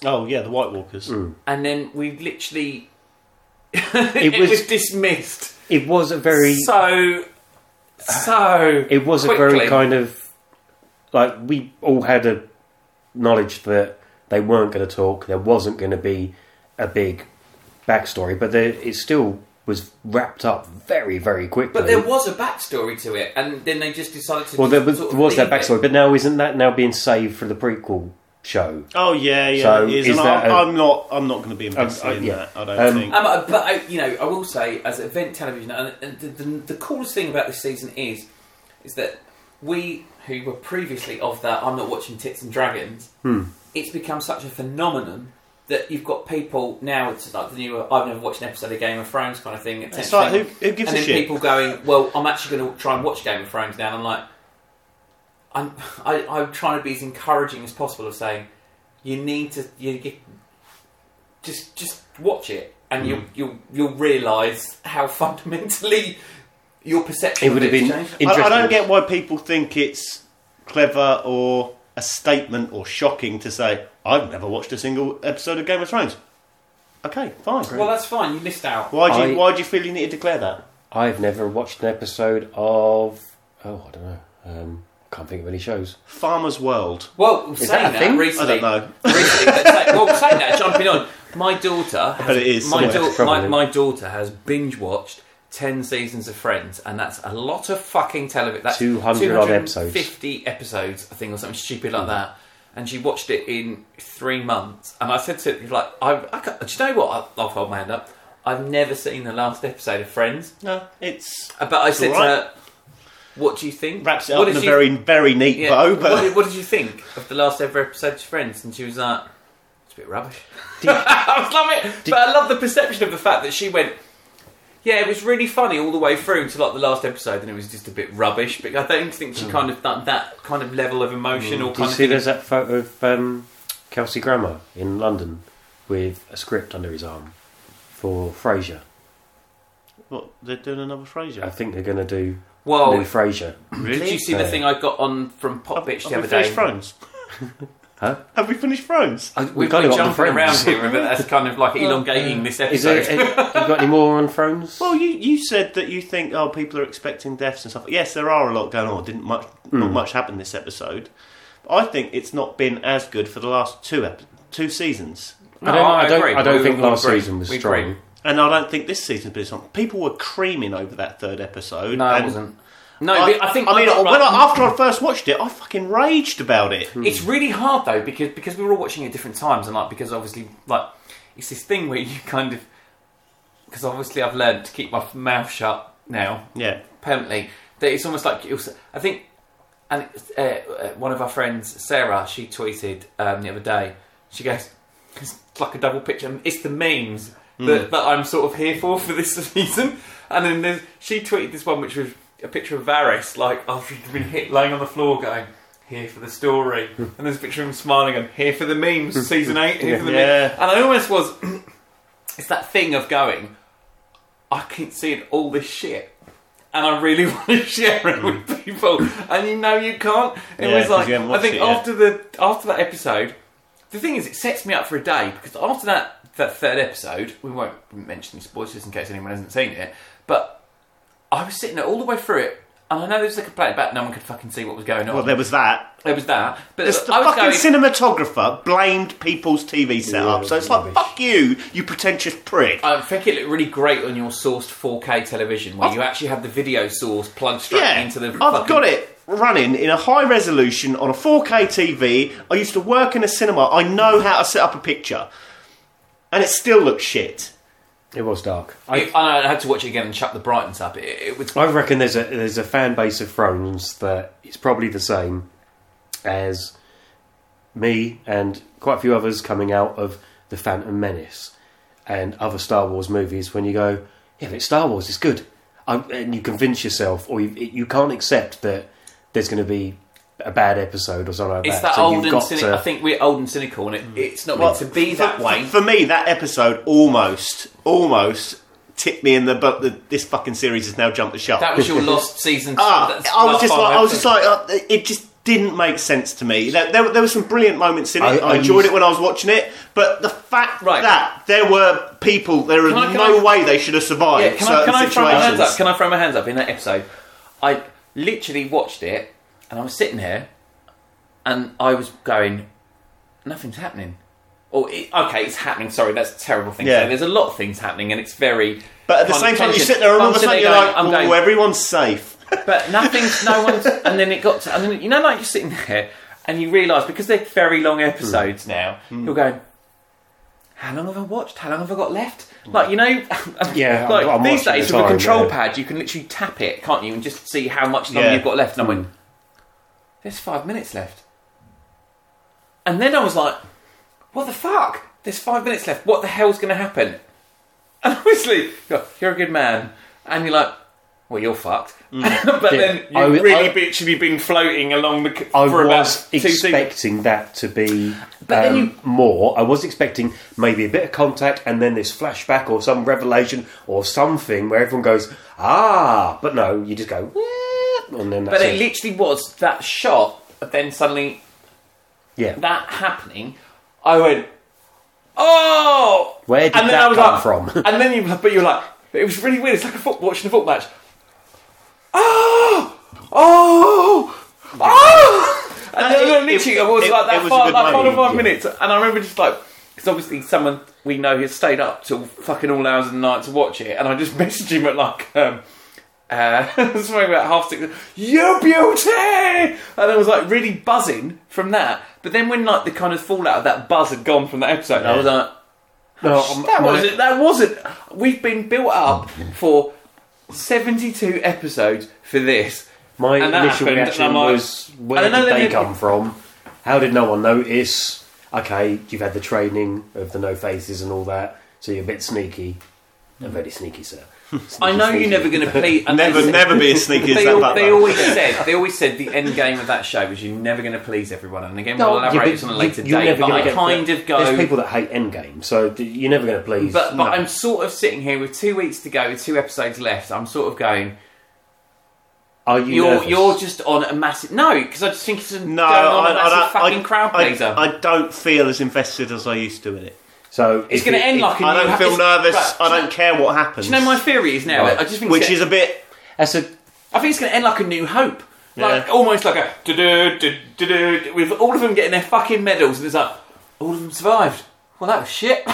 [SPEAKER 4] Oh yeah, the White Walkers.
[SPEAKER 1] Hmm.
[SPEAKER 2] and then we literally
[SPEAKER 1] It
[SPEAKER 2] it,
[SPEAKER 1] was-
[SPEAKER 2] was, dismissed
[SPEAKER 1] It was a very,
[SPEAKER 2] so so
[SPEAKER 1] it was a very
[SPEAKER 2] quickly.
[SPEAKER 1] kind of like we all had a knowledge that they weren't going to talk. There wasn't going to be a big backstory, but there, it still was wrapped up very, very quickly.
[SPEAKER 2] but there was a backstory to it and then they just decided to
[SPEAKER 1] Well, there was,
[SPEAKER 2] sort
[SPEAKER 1] there
[SPEAKER 2] of
[SPEAKER 1] was that
[SPEAKER 2] leave it.
[SPEAKER 1] backstory, but now isn't that now being saved for the prequel show?
[SPEAKER 4] Oh yeah, yeah.
[SPEAKER 1] So,
[SPEAKER 4] it is,
[SPEAKER 1] is
[SPEAKER 4] and
[SPEAKER 1] that
[SPEAKER 4] I'm,
[SPEAKER 1] a-
[SPEAKER 4] I'm not. I'm not going to be invested
[SPEAKER 1] Um, uh,
[SPEAKER 4] in
[SPEAKER 1] yeah.
[SPEAKER 4] that. I don't
[SPEAKER 1] Um,
[SPEAKER 4] think.
[SPEAKER 2] Um, but, but I, you know, I will say, as event television, and, and the, the, the coolest thing about this season is, is that we who were previously of that "I'm not watching tits and dragons,"
[SPEAKER 1] Hmm.
[SPEAKER 2] it's become such a phenomenon that you've got people now. It's like the new "I've never watched an episode of Game of Thrones" kind of thing.
[SPEAKER 4] It's like, who- who
[SPEAKER 2] and
[SPEAKER 4] gives a
[SPEAKER 2] then
[SPEAKER 4] shit?
[SPEAKER 2] people going, "Well, I'm actually going to try and watch Game of Thrones now." And I'm like, I'm, I, I'm trying to be as encouraging as possible of saying, you need to you, you just just watch it, and
[SPEAKER 1] Mm.
[SPEAKER 2] you'll you'll you'll realise how fundamentally your perception
[SPEAKER 1] It would have
[SPEAKER 2] of it's
[SPEAKER 1] been
[SPEAKER 2] changed.
[SPEAKER 1] interesting.
[SPEAKER 4] I, I don't get why people think it's clever or a statement or shocking to say I've never watched a single episode of Game of Thrones. Okay, fine.
[SPEAKER 2] Well, that's fine. You missed out.
[SPEAKER 4] why do you,
[SPEAKER 1] I-
[SPEAKER 4] why do you feel you need to declare that?
[SPEAKER 1] I've never watched an episode of oh, I don't know. Um, can't think of any shows.
[SPEAKER 4] Farmer's World.
[SPEAKER 2] Well,
[SPEAKER 1] that a
[SPEAKER 2] saying that,
[SPEAKER 1] thing? I
[SPEAKER 4] I
[SPEAKER 2] recently,
[SPEAKER 4] don't know.
[SPEAKER 2] recently but say, well, saying that, jumping on, my daughter, has,
[SPEAKER 4] bet it is
[SPEAKER 2] my,
[SPEAKER 4] somewhere.
[SPEAKER 2] dau- my,
[SPEAKER 1] Probably.
[SPEAKER 2] my daughter has binge watched. 10 seasons of Friends, and that's a lot of fucking television. That's
[SPEAKER 1] 200 odd episodes.
[SPEAKER 2] 50 episodes, I think, or something stupid like that. And she watched it in three months. And I said to her, like, I, I can't- do you know what? I'll, I'll hold my hand up. I've never seen the last episode of Friends. Uh,
[SPEAKER 4] No, it's
[SPEAKER 2] But I said
[SPEAKER 4] all right.
[SPEAKER 2] to her, what do you think?
[SPEAKER 4] wraps it
[SPEAKER 2] What
[SPEAKER 4] up in
[SPEAKER 2] did
[SPEAKER 4] a
[SPEAKER 2] you-
[SPEAKER 4] very very neat
[SPEAKER 2] yeah,
[SPEAKER 4] bow. But
[SPEAKER 2] what, did, what did you think of the last ever episode of Friends? And she was like, it's a bit rubbish. I was loving it. but I love the perception of the fact that she went, yeah, it was really funny all the way through to like the last episode, and it was just a bit rubbish. But I don't think she kind of that, that kind of level of emotion or
[SPEAKER 1] Do Hmm. you
[SPEAKER 2] kind
[SPEAKER 1] see
[SPEAKER 2] of.
[SPEAKER 1] there's that photo of um, Kelsey Grammer in London with a script under his arm for Frasier?
[SPEAKER 4] What, they're doing another
[SPEAKER 1] I
[SPEAKER 4] Frasier.
[SPEAKER 1] think they're going to do
[SPEAKER 2] Well,
[SPEAKER 1] new Frasier.
[SPEAKER 4] Really?
[SPEAKER 2] did you see the
[SPEAKER 1] Yeah.
[SPEAKER 2] thing I got on from Pop Bitch the
[SPEAKER 4] Have we
[SPEAKER 2] other day?
[SPEAKER 4] finished Thrones?
[SPEAKER 1] Huh?
[SPEAKER 4] Have we finished Thrones?
[SPEAKER 1] I-
[SPEAKER 2] We've
[SPEAKER 1] kinda
[SPEAKER 2] been
[SPEAKER 1] got the
[SPEAKER 2] jumping around
[SPEAKER 1] Friends.
[SPEAKER 2] here, but that's kind of like elongating this episode.
[SPEAKER 1] Is there? eh, you got any more on Thrones?
[SPEAKER 4] Well, you, you said that you think oh people are expecting deaths and stuff. Yes, there are a lot going on. Didn't much
[SPEAKER 2] Hmm.
[SPEAKER 4] not much happen this episode. But I think it's not been as good for the last two ep- two seasons,
[SPEAKER 1] I don't.
[SPEAKER 2] No,
[SPEAKER 1] I,
[SPEAKER 2] Oh, I
[SPEAKER 1] don't.
[SPEAKER 2] agree.
[SPEAKER 1] I don't
[SPEAKER 2] We-
[SPEAKER 1] think
[SPEAKER 2] we
[SPEAKER 1] last
[SPEAKER 2] agree.
[SPEAKER 1] season was
[SPEAKER 2] We
[SPEAKER 1] strong.
[SPEAKER 2] agree.
[SPEAKER 4] and I don't think this season's been something. People were creaming over that third episode.
[SPEAKER 2] No,
[SPEAKER 4] and
[SPEAKER 2] it wasn't. No,
[SPEAKER 4] I,
[SPEAKER 2] but I think
[SPEAKER 4] I mean,
[SPEAKER 2] I'm-
[SPEAKER 4] when I, after I first watched it, I fucking raged about it.
[SPEAKER 2] It's really hard though because because we were all watching it at different times and like because obviously like it's this thing where you kind of because obviously I've learned to keep my f- mouth shut now
[SPEAKER 4] Yeah,
[SPEAKER 2] permanently that it's almost like it was, I think and it's, uh, uh, one of our friends Sarah she tweeted um, the other day she goes it's like a double picture it's the memes that, that I'm sort of here for for this season. And then there's, she tweeted this one, which was a picture of Varys, like after he'd been hit, laying on the floor, going. Here for the story, and there's a picture of him smiling, and here for the memes, season eight, here for the
[SPEAKER 4] Yeah.
[SPEAKER 2] memes. And I almost was, it's that thing of going, I keep seeing all this shit, and I really want to share it with people, and you know you can't. It
[SPEAKER 4] Hmm. Yeah,
[SPEAKER 2] was
[SPEAKER 4] 'cause
[SPEAKER 2] like
[SPEAKER 4] you haven't
[SPEAKER 2] I think
[SPEAKER 4] watched it yet.
[SPEAKER 2] after the after that episode, the thing is, it sets me up for a day because after that that third episode, we won't mention the spoilers just in case anyone hasn't seen it, but I was sitting there all the way through it. And I know there was a complaint about no one could fucking see what was going on.
[SPEAKER 4] Well, there was that.
[SPEAKER 2] there was that, but
[SPEAKER 4] It's the
[SPEAKER 2] I was
[SPEAKER 4] fucking
[SPEAKER 2] going,
[SPEAKER 4] cinematographer blamed people's TV setup,
[SPEAKER 1] Yeah,
[SPEAKER 4] so it's like,
[SPEAKER 1] rubbish.
[SPEAKER 4] fuck you, you pretentious prick.
[SPEAKER 2] I think it looked really great on your sourced 4K television where you actually have the video source plugged straight
[SPEAKER 4] yeah,
[SPEAKER 2] into the.
[SPEAKER 4] I've
[SPEAKER 2] fucking-
[SPEAKER 4] got it running in a high resolution on a 4K TV. I used to work in a cinema. I know how to set up a picture, and it still looks shit.
[SPEAKER 1] It was dark. I,
[SPEAKER 2] I, and I had to watch it again and shut the brightness up. It, it was
[SPEAKER 4] Oh,
[SPEAKER 1] I reckon there's a there's a fan base of Thrones that is probably the same as me and quite a few others coming out of the Phantom Menace and other Star Wars movies. When you go, yeah, but it's Star Wars, it's good, I, and you convince yourself, or you, you can't accept that there's going to be a bad episode or something like
[SPEAKER 2] it's
[SPEAKER 1] that.
[SPEAKER 2] that
[SPEAKER 1] So
[SPEAKER 2] old
[SPEAKER 1] you've
[SPEAKER 2] and
[SPEAKER 1] got
[SPEAKER 2] cynical.
[SPEAKER 1] to-
[SPEAKER 2] I think we're old and cynical, and it,
[SPEAKER 4] Hmm.
[SPEAKER 2] it's not meant to be
[SPEAKER 4] for-
[SPEAKER 2] that
[SPEAKER 4] for,
[SPEAKER 2] way.
[SPEAKER 4] For me, that episode almost, almost tipped me in the butt that this fucking series has now jumped the shark.
[SPEAKER 2] that was your lost season.
[SPEAKER 4] Ah,
[SPEAKER 2] that's
[SPEAKER 4] I was
[SPEAKER 2] last
[SPEAKER 4] just
[SPEAKER 2] five
[SPEAKER 4] like, I was just
[SPEAKER 2] episodes.
[SPEAKER 4] like, uh, it just didn't make sense to me. There, there, were- there were some brilliant moments in it.
[SPEAKER 1] I-
[SPEAKER 4] I,
[SPEAKER 1] I
[SPEAKER 4] enjoyed
[SPEAKER 1] used-
[SPEAKER 4] it when I was watching it, but the fact
[SPEAKER 2] Right.
[SPEAKER 4] that there were people, there is
[SPEAKER 2] Can I- can
[SPEAKER 4] no
[SPEAKER 2] I-
[SPEAKER 4] way they should have survived
[SPEAKER 2] Yeah, can I,
[SPEAKER 4] certain
[SPEAKER 2] can I throw my hands up?
[SPEAKER 4] situations.
[SPEAKER 2] Can I throw my hands up in that episode? I literally watched it, and I was sitting here, and I was going, nothing's happening. Or it, okay, it's happening. Sorry, that's a terrible thing.
[SPEAKER 4] Yeah.
[SPEAKER 2] So there's a lot of things happening, and it's very.
[SPEAKER 4] But at the
[SPEAKER 2] kind of
[SPEAKER 4] same time, you
[SPEAKER 2] tension.
[SPEAKER 4] sit there and
[SPEAKER 2] But
[SPEAKER 4] all
[SPEAKER 2] I'm
[SPEAKER 4] of a sudden
[SPEAKER 2] sitting
[SPEAKER 4] you're
[SPEAKER 2] there
[SPEAKER 4] like,
[SPEAKER 2] going- I'm
[SPEAKER 4] oh,
[SPEAKER 2] going,
[SPEAKER 4] everyone's safe.
[SPEAKER 2] but nothing's no one's and then it got to and then you know like you're sitting there and you realise because they're very long episodes
[SPEAKER 1] Hmm.
[SPEAKER 2] now you're going how long have I watched how long have I got left like you know
[SPEAKER 1] Yeah,
[SPEAKER 2] like
[SPEAKER 1] I'm- I'm
[SPEAKER 2] these
[SPEAKER 1] watching
[SPEAKER 2] days
[SPEAKER 1] the
[SPEAKER 2] with a
[SPEAKER 1] time,
[SPEAKER 2] control
[SPEAKER 1] yeah.
[SPEAKER 2] pad you can literally tap it can't you and just see how much longer
[SPEAKER 4] Yeah.
[SPEAKER 2] you've got left and I
[SPEAKER 1] Hmm.
[SPEAKER 2] went there's five minutes left and then I was like what the fuck there's five minutes left what the hell's going to happen and obviously you're, you're a good man and you're like well, you're fucked. Mm. but
[SPEAKER 1] Yeah.
[SPEAKER 2] then you
[SPEAKER 1] I w-
[SPEAKER 2] really
[SPEAKER 1] I-
[SPEAKER 2] bitch if you've been floating along the c-
[SPEAKER 1] I was
[SPEAKER 2] for about two seasons.
[SPEAKER 1] expecting that to be
[SPEAKER 2] But then
[SPEAKER 1] um,
[SPEAKER 2] you-
[SPEAKER 1] more. I was expecting maybe a bit of contact and then this flashback or some revelation or something where everyone goes, ah, but no, you just go, "What?" and then that's
[SPEAKER 2] But
[SPEAKER 1] it.
[SPEAKER 2] it literally was that shot, but then suddenly
[SPEAKER 1] yeah.
[SPEAKER 2] that happening. I went, oh!
[SPEAKER 1] Where did that come from?
[SPEAKER 2] like, and then you, but you were like, it was really weird. It's like a foot, watching a football match. Oh, oh, oh! And
[SPEAKER 4] it-
[SPEAKER 2] then
[SPEAKER 4] it-
[SPEAKER 2] literally, I was
[SPEAKER 4] it-
[SPEAKER 2] like
[SPEAKER 4] it
[SPEAKER 2] that
[SPEAKER 4] was a
[SPEAKER 2] far,
[SPEAKER 4] good
[SPEAKER 2] like five or
[SPEAKER 4] moment,
[SPEAKER 2] five
[SPEAKER 4] yeah.
[SPEAKER 2] minutes, and I remember just like. Because obviously, someone we know has stayed up till fucking all hours of the night to watch it, and I just messaged him at like um, uh, something about half six. You beauty! And I was like really buzzing from that. But then when like the kind of fallout of that buzz had gone from that episode, I was like,
[SPEAKER 1] No, I'm-
[SPEAKER 2] that
[SPEAKER 1] Um, my-
[SPEAKER 2] wasn't. That wasn't. We've been built up for seventy-two episodes for this.
[SPEAKER 1] My
[SPEAKER 2] And that
[SPEAKER 1] initial
[SPEAKER 2] happened,
[SPEAKER 1] reaction
[SPEAKER 2] and I'm like-
[SPEAKER 1] was,
[SPEAKER 2] I
[SPEAKER 1] where
[SPEAKER 2] don't know,
[SPEAKER 1] did
[SPEAKER 2] they
[SPEAKER 1] they
[SPEAKER 2] did-
[SPEAKER 1] come from? How did no one notice? Okay, you've had the training of the no faces and all that, so you're a bit sneaky. I'm very sneaky, sir.
[SPEAKER 2] I
[SPEAKER 1] Sneaky,
[SPEAKER 2] know
[SPEAKER 1] sneaky.
[SPEAKER 2] you're never going to please. and
[SPEAKER 4] Never,
[SPEAKER 2] they-
[SPEAKER 4] never be as sneaky as
[SPEAKER 2] They,
[SPEAKER 4] that
[SPEAKER 2] al- they
[SPEAKER 4] butler.
[SPEAKER 2] always said they always said the end game of that show was you're never going to please everyone, and again we'll
[SPEAKER 1] yeah,
[SPEAKER 2] elaborate
[SPEAKER 1] but
[SPEAKER 2] this on a
[SPEAKER 1] you-
[SPEAKER 2] later
[SPEAKER 1] you're
[SPEAKER 2] date.
[SPEAKER 1] never
[SPEAKER 2] But
[SPEAKER 1] gonna
[SPEAKER 2] I
[SPEAKER 1] get-
[SPEAKER 2] kind of go.
[SPEAKER 1] There's people that hate Endgame, so you're never going to please.
[SPEAKER 2] But, but
[SPEAKER 1] no.
[SPEAKER 2] I'm sort of sitting here with two weeks to go, with two episodes left. I'm sort of going.
[SPEAKER 1] Are you
[SPEAKER 2] You're
[SPEAKER 1] nervous?
[SPEAKER 2] you're just on a massive no because I just think it's a, going
[SPEAKER 4] No,
[SPEAKER 2] on
[SPEAKER 4] I,
[SPEAKER 2] a
[SPEAKER 4] I
[SPEAKER 2] massive
[SPEAKER 4] don't,
[SPEAKER 2] fucking
[SPEAKER 4] I,
[SPEAKER 2] crowd
[SPEAKER 4] I-
[SPEAKER 2] pleaser.
[SPEAKER 4] I don't feel as invested as I used to in it.
[SPEAKER 1] so
[SPEAKER 2] it's
[SPEAKER 1] if
[SPEAKER 2] going
[SPEAKER 1] it-
[SPEAKER 2] to end
[SPEAKER 1] if-
[SPEAKER 2] like a
[SPEAKER 4] I
[SPEAKER 2] new
[SPEAKER 4] don't
[SPEAKER 2] ha-
[SPEAKER 4] feel
[SPEAKER 2] it's-
[SPEAKER 4] nervous.
[SPEAKER 2] right, do you
[SPEAKER 4] I don't
[SPEAKER 2] know-
[SPEAKER 4] care what happens.
[SPEAKER 2] Do you know my theory is now?
[SPEAKER 1] Right.
[SPEAKER 2] I just think
[SPEAKER 4] which
[SPEAKER 2] it's-
[SPEAKER 4] is a bit
[SPEAKER 1] that's a
[SPEAKER 2] I think it's going to end like a New Hope, like
[SPEAKER 4] Yeah.
[SPEAKER 2] almost like a do do do do with all of them getting their fucking medals, and it's like all of them survived. Well, that was shit.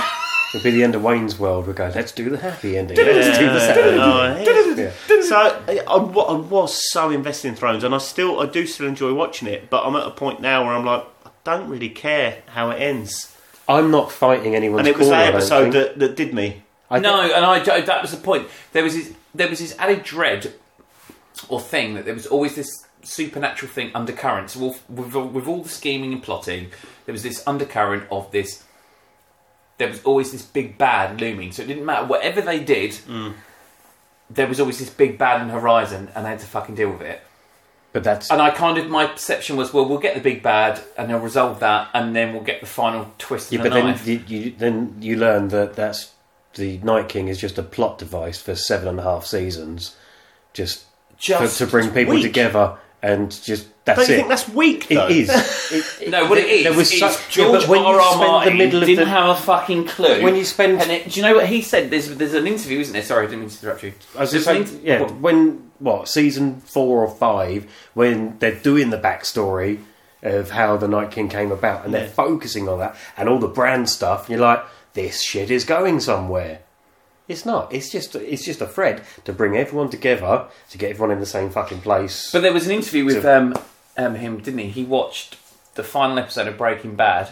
[SPEAKER 1] it'd be the end of Wayne's World. We're going. Let's do the happy ending. Let's do the sad ending.
[SPEAKER 4] Yeah. Oh, yeah.
[SPEAKER 1] Yeah.
[SPEAKER 4] So I, I wa- I was so invested in Thrones, and I still, I do still enjoy watching it. But I'm at a point now where I'm like, I don't really care how it ends.
[SPEAKER 1] I'm not fighting anyone's
[SPEAKER 4] And it was
[SPEAKER 1] corner, I
[SPEAKER 4] that
[SPEAKER 1] don't
[SPEAKER 4] episode
[SPEAKER 1] think.
[SPEAKER 4] that, that did me.
[SPEAKER 1] I
[SPEAKER 2] no,
[SPEAKER 1] think-
[SPEAKER 2] and I don't- that was the point. There was this, there was this added dread or thing that there was always this supernatural thing undercurrent. So with, with, all- with all the scheming and plotting, there was this undercurrent of this there was always this big bad looming. So it didn't matter whatever they did.
[SPEAKER 1] Mm.
[SPEAKER 2] There was always this big bad in horizon, and they had to fucking deal with it.
[SPEAKER 1] But that's
[SPEAKER 2] And I kind of my perception was, well, we'll get the big bad, and they'll resolve that, and then we'll get the final twist.
[SPEAKER 1] yeah,
[SPEAKER 2] Yeah,
[SPEAKER 1] but
[SPEAKER 2] the
[SPEAKER 1] then
[SPEAKER 2] knife.
[SPEAKER 1] you, you then you learn that that's the Night King is just a plot device for seven and a half seasons, just for,
[SPEAKER 2] just
[SPEAKER 1] to bring people
[SPEAKER 4] weak.
[SPEAKER 1] together and just that's
[SPEAKER 4] Don't you
[SPEAKER 1] it.
[SPEAKER 4] think that's weak? Though?
[SPEAKER 1] it is. It-
[SPEAKER 2] No, what it is,
[SPEAKER 1] There was
[SPEAKER 2] is
[SPEAKER 1] such-
[SPEAKER 2] George
[SPEAKER 1] yeah, but when you
[SPEAKER 2] R. R.
[SPEAKER 1] spend the
[SPEAKER 2] Martin
[SPEAKER 1] middle of
[SPEAKER 2] didn't
[SPEAKER 1] the-
[SPEAKER 2] have a fucking clue.
[SPEAKER 1] When you spend-
[SPEAKER 2] and it, do you know what he said? There's there's an interview, isn't there? Sorry, I didn't mean to interrupt you.
[SPEAKER 1] I was just
[SPEAKER 2] There's an
[SPEAKER 1] saying,
[SPEAKER 2] inter-
[SPEAKER 1] yeah,
[SPEAKER 2] what-
[SPEAKER 1] when what season four or five when they're doing the backstory of how the Night King came about and they're
[SPEAKER 4] Yeah.
[SPEAKER 1] focusing on that and all the brand stuff, you're like, this shit is going somewhere. It's not. It's just it's just a thread to bring everyone together to get everyone in the same fucking place.
[SPEAKER 2] But there was an interview with um, um, him, didn't he? He watched the final episode of Breaking Bad,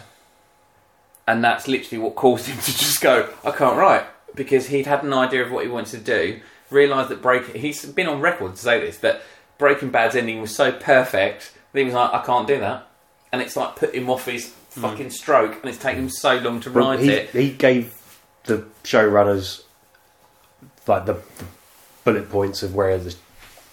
[SPEAKER 2] and that's literally what caused him to just go, "I can't write," because he'd had an idea of what he wanted to do. Realised that break. He's been on record to say this that Breaking Bad's ending was so perfect that he was like, "I can't do that," and it's like put him off his fucking stroke, and it's taken him so long to
[SPEAKER 1] Hmm. Well,
[SPEAKER 2] write
[SPEAKER 1] he,
[SPEAKER 2] it.
[SPEAKER 1] he gave the showrunners like the, the bullet points of where the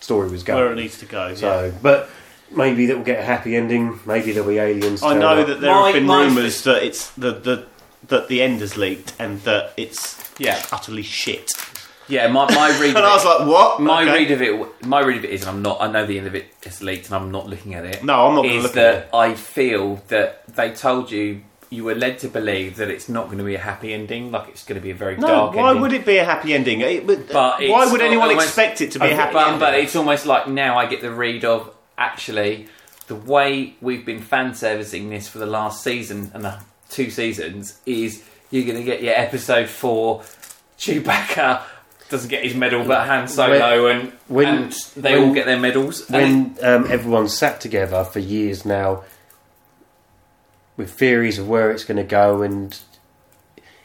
[SPEAKER 1] story was going.
[SPEAKER 4] Where it needs to go. yeah.
[SPEAKER 1] So, but maybe that will get a happy ending. Maybe there'll be aliens.
[SPEAKER 4] I
[SPEAKER 1] turn
[SPEAKER 4] know
[SPEAKER 1] up.
[SPEAKER 4] that there
[SPEAKER 2] My-
[SPEAKER 4] have been
[SPEAKER 2] my-
[SPEAKER 4] rumours that it's the, the that the end is leaked and that it's
[SPEAKER 2] Yeah.
[SPEAKER 4] utterly shit.
[SPEAKER 2] Yeah, my my read.
[SPEAKER 4] And I was like, what?
[SPEAKER 2] my
[SPEAKER 4] Okay.
[SPEAKER 2] read of it, my read of it is, and I'm not. I know the end of it is leaked, and I'm not looking at it.
[SPEAKER 4] No, I'm not going to
[SPEAKER 2] is
[SPEAKER 4] look
[SPEAKER 2] that
[SPEAKER 4] at it.
[SPEAKER 2] I feel that they told you you were led to believe that it's not going to be a happy ending, like it's going to be a very
[SPEAKER 4] No,
[SPEAKER 2] dark
[SPEAKER 4] why
[SPEAKER 2] ending.
[SPEAKER 4] would it be a happy ending? It would-
[SPEAKER 2] But it's
[SPEAKER 4] why would anyone
[SPEAKER 2] almost-
[SPEAKER 4] expect it to be a happy
[SPEAKER 2] but,
[SPEAKER 4] ending?
[SPEAKER 2] but it's almost like now I get the read of actually the way we've been fan servicing this for the last season and the two seasons is you're going to get your episode four Chewbacca doesn't get his medal but Han Solo and,
[SPEAKER 1] when-
[SPEAKER 2] and they
[SPEAKER 1] when-
[SPEAKER 2] all get their medals and it-
[SPEAKER 1] when um, everyone's sat together for years now with theories of where it's going to go and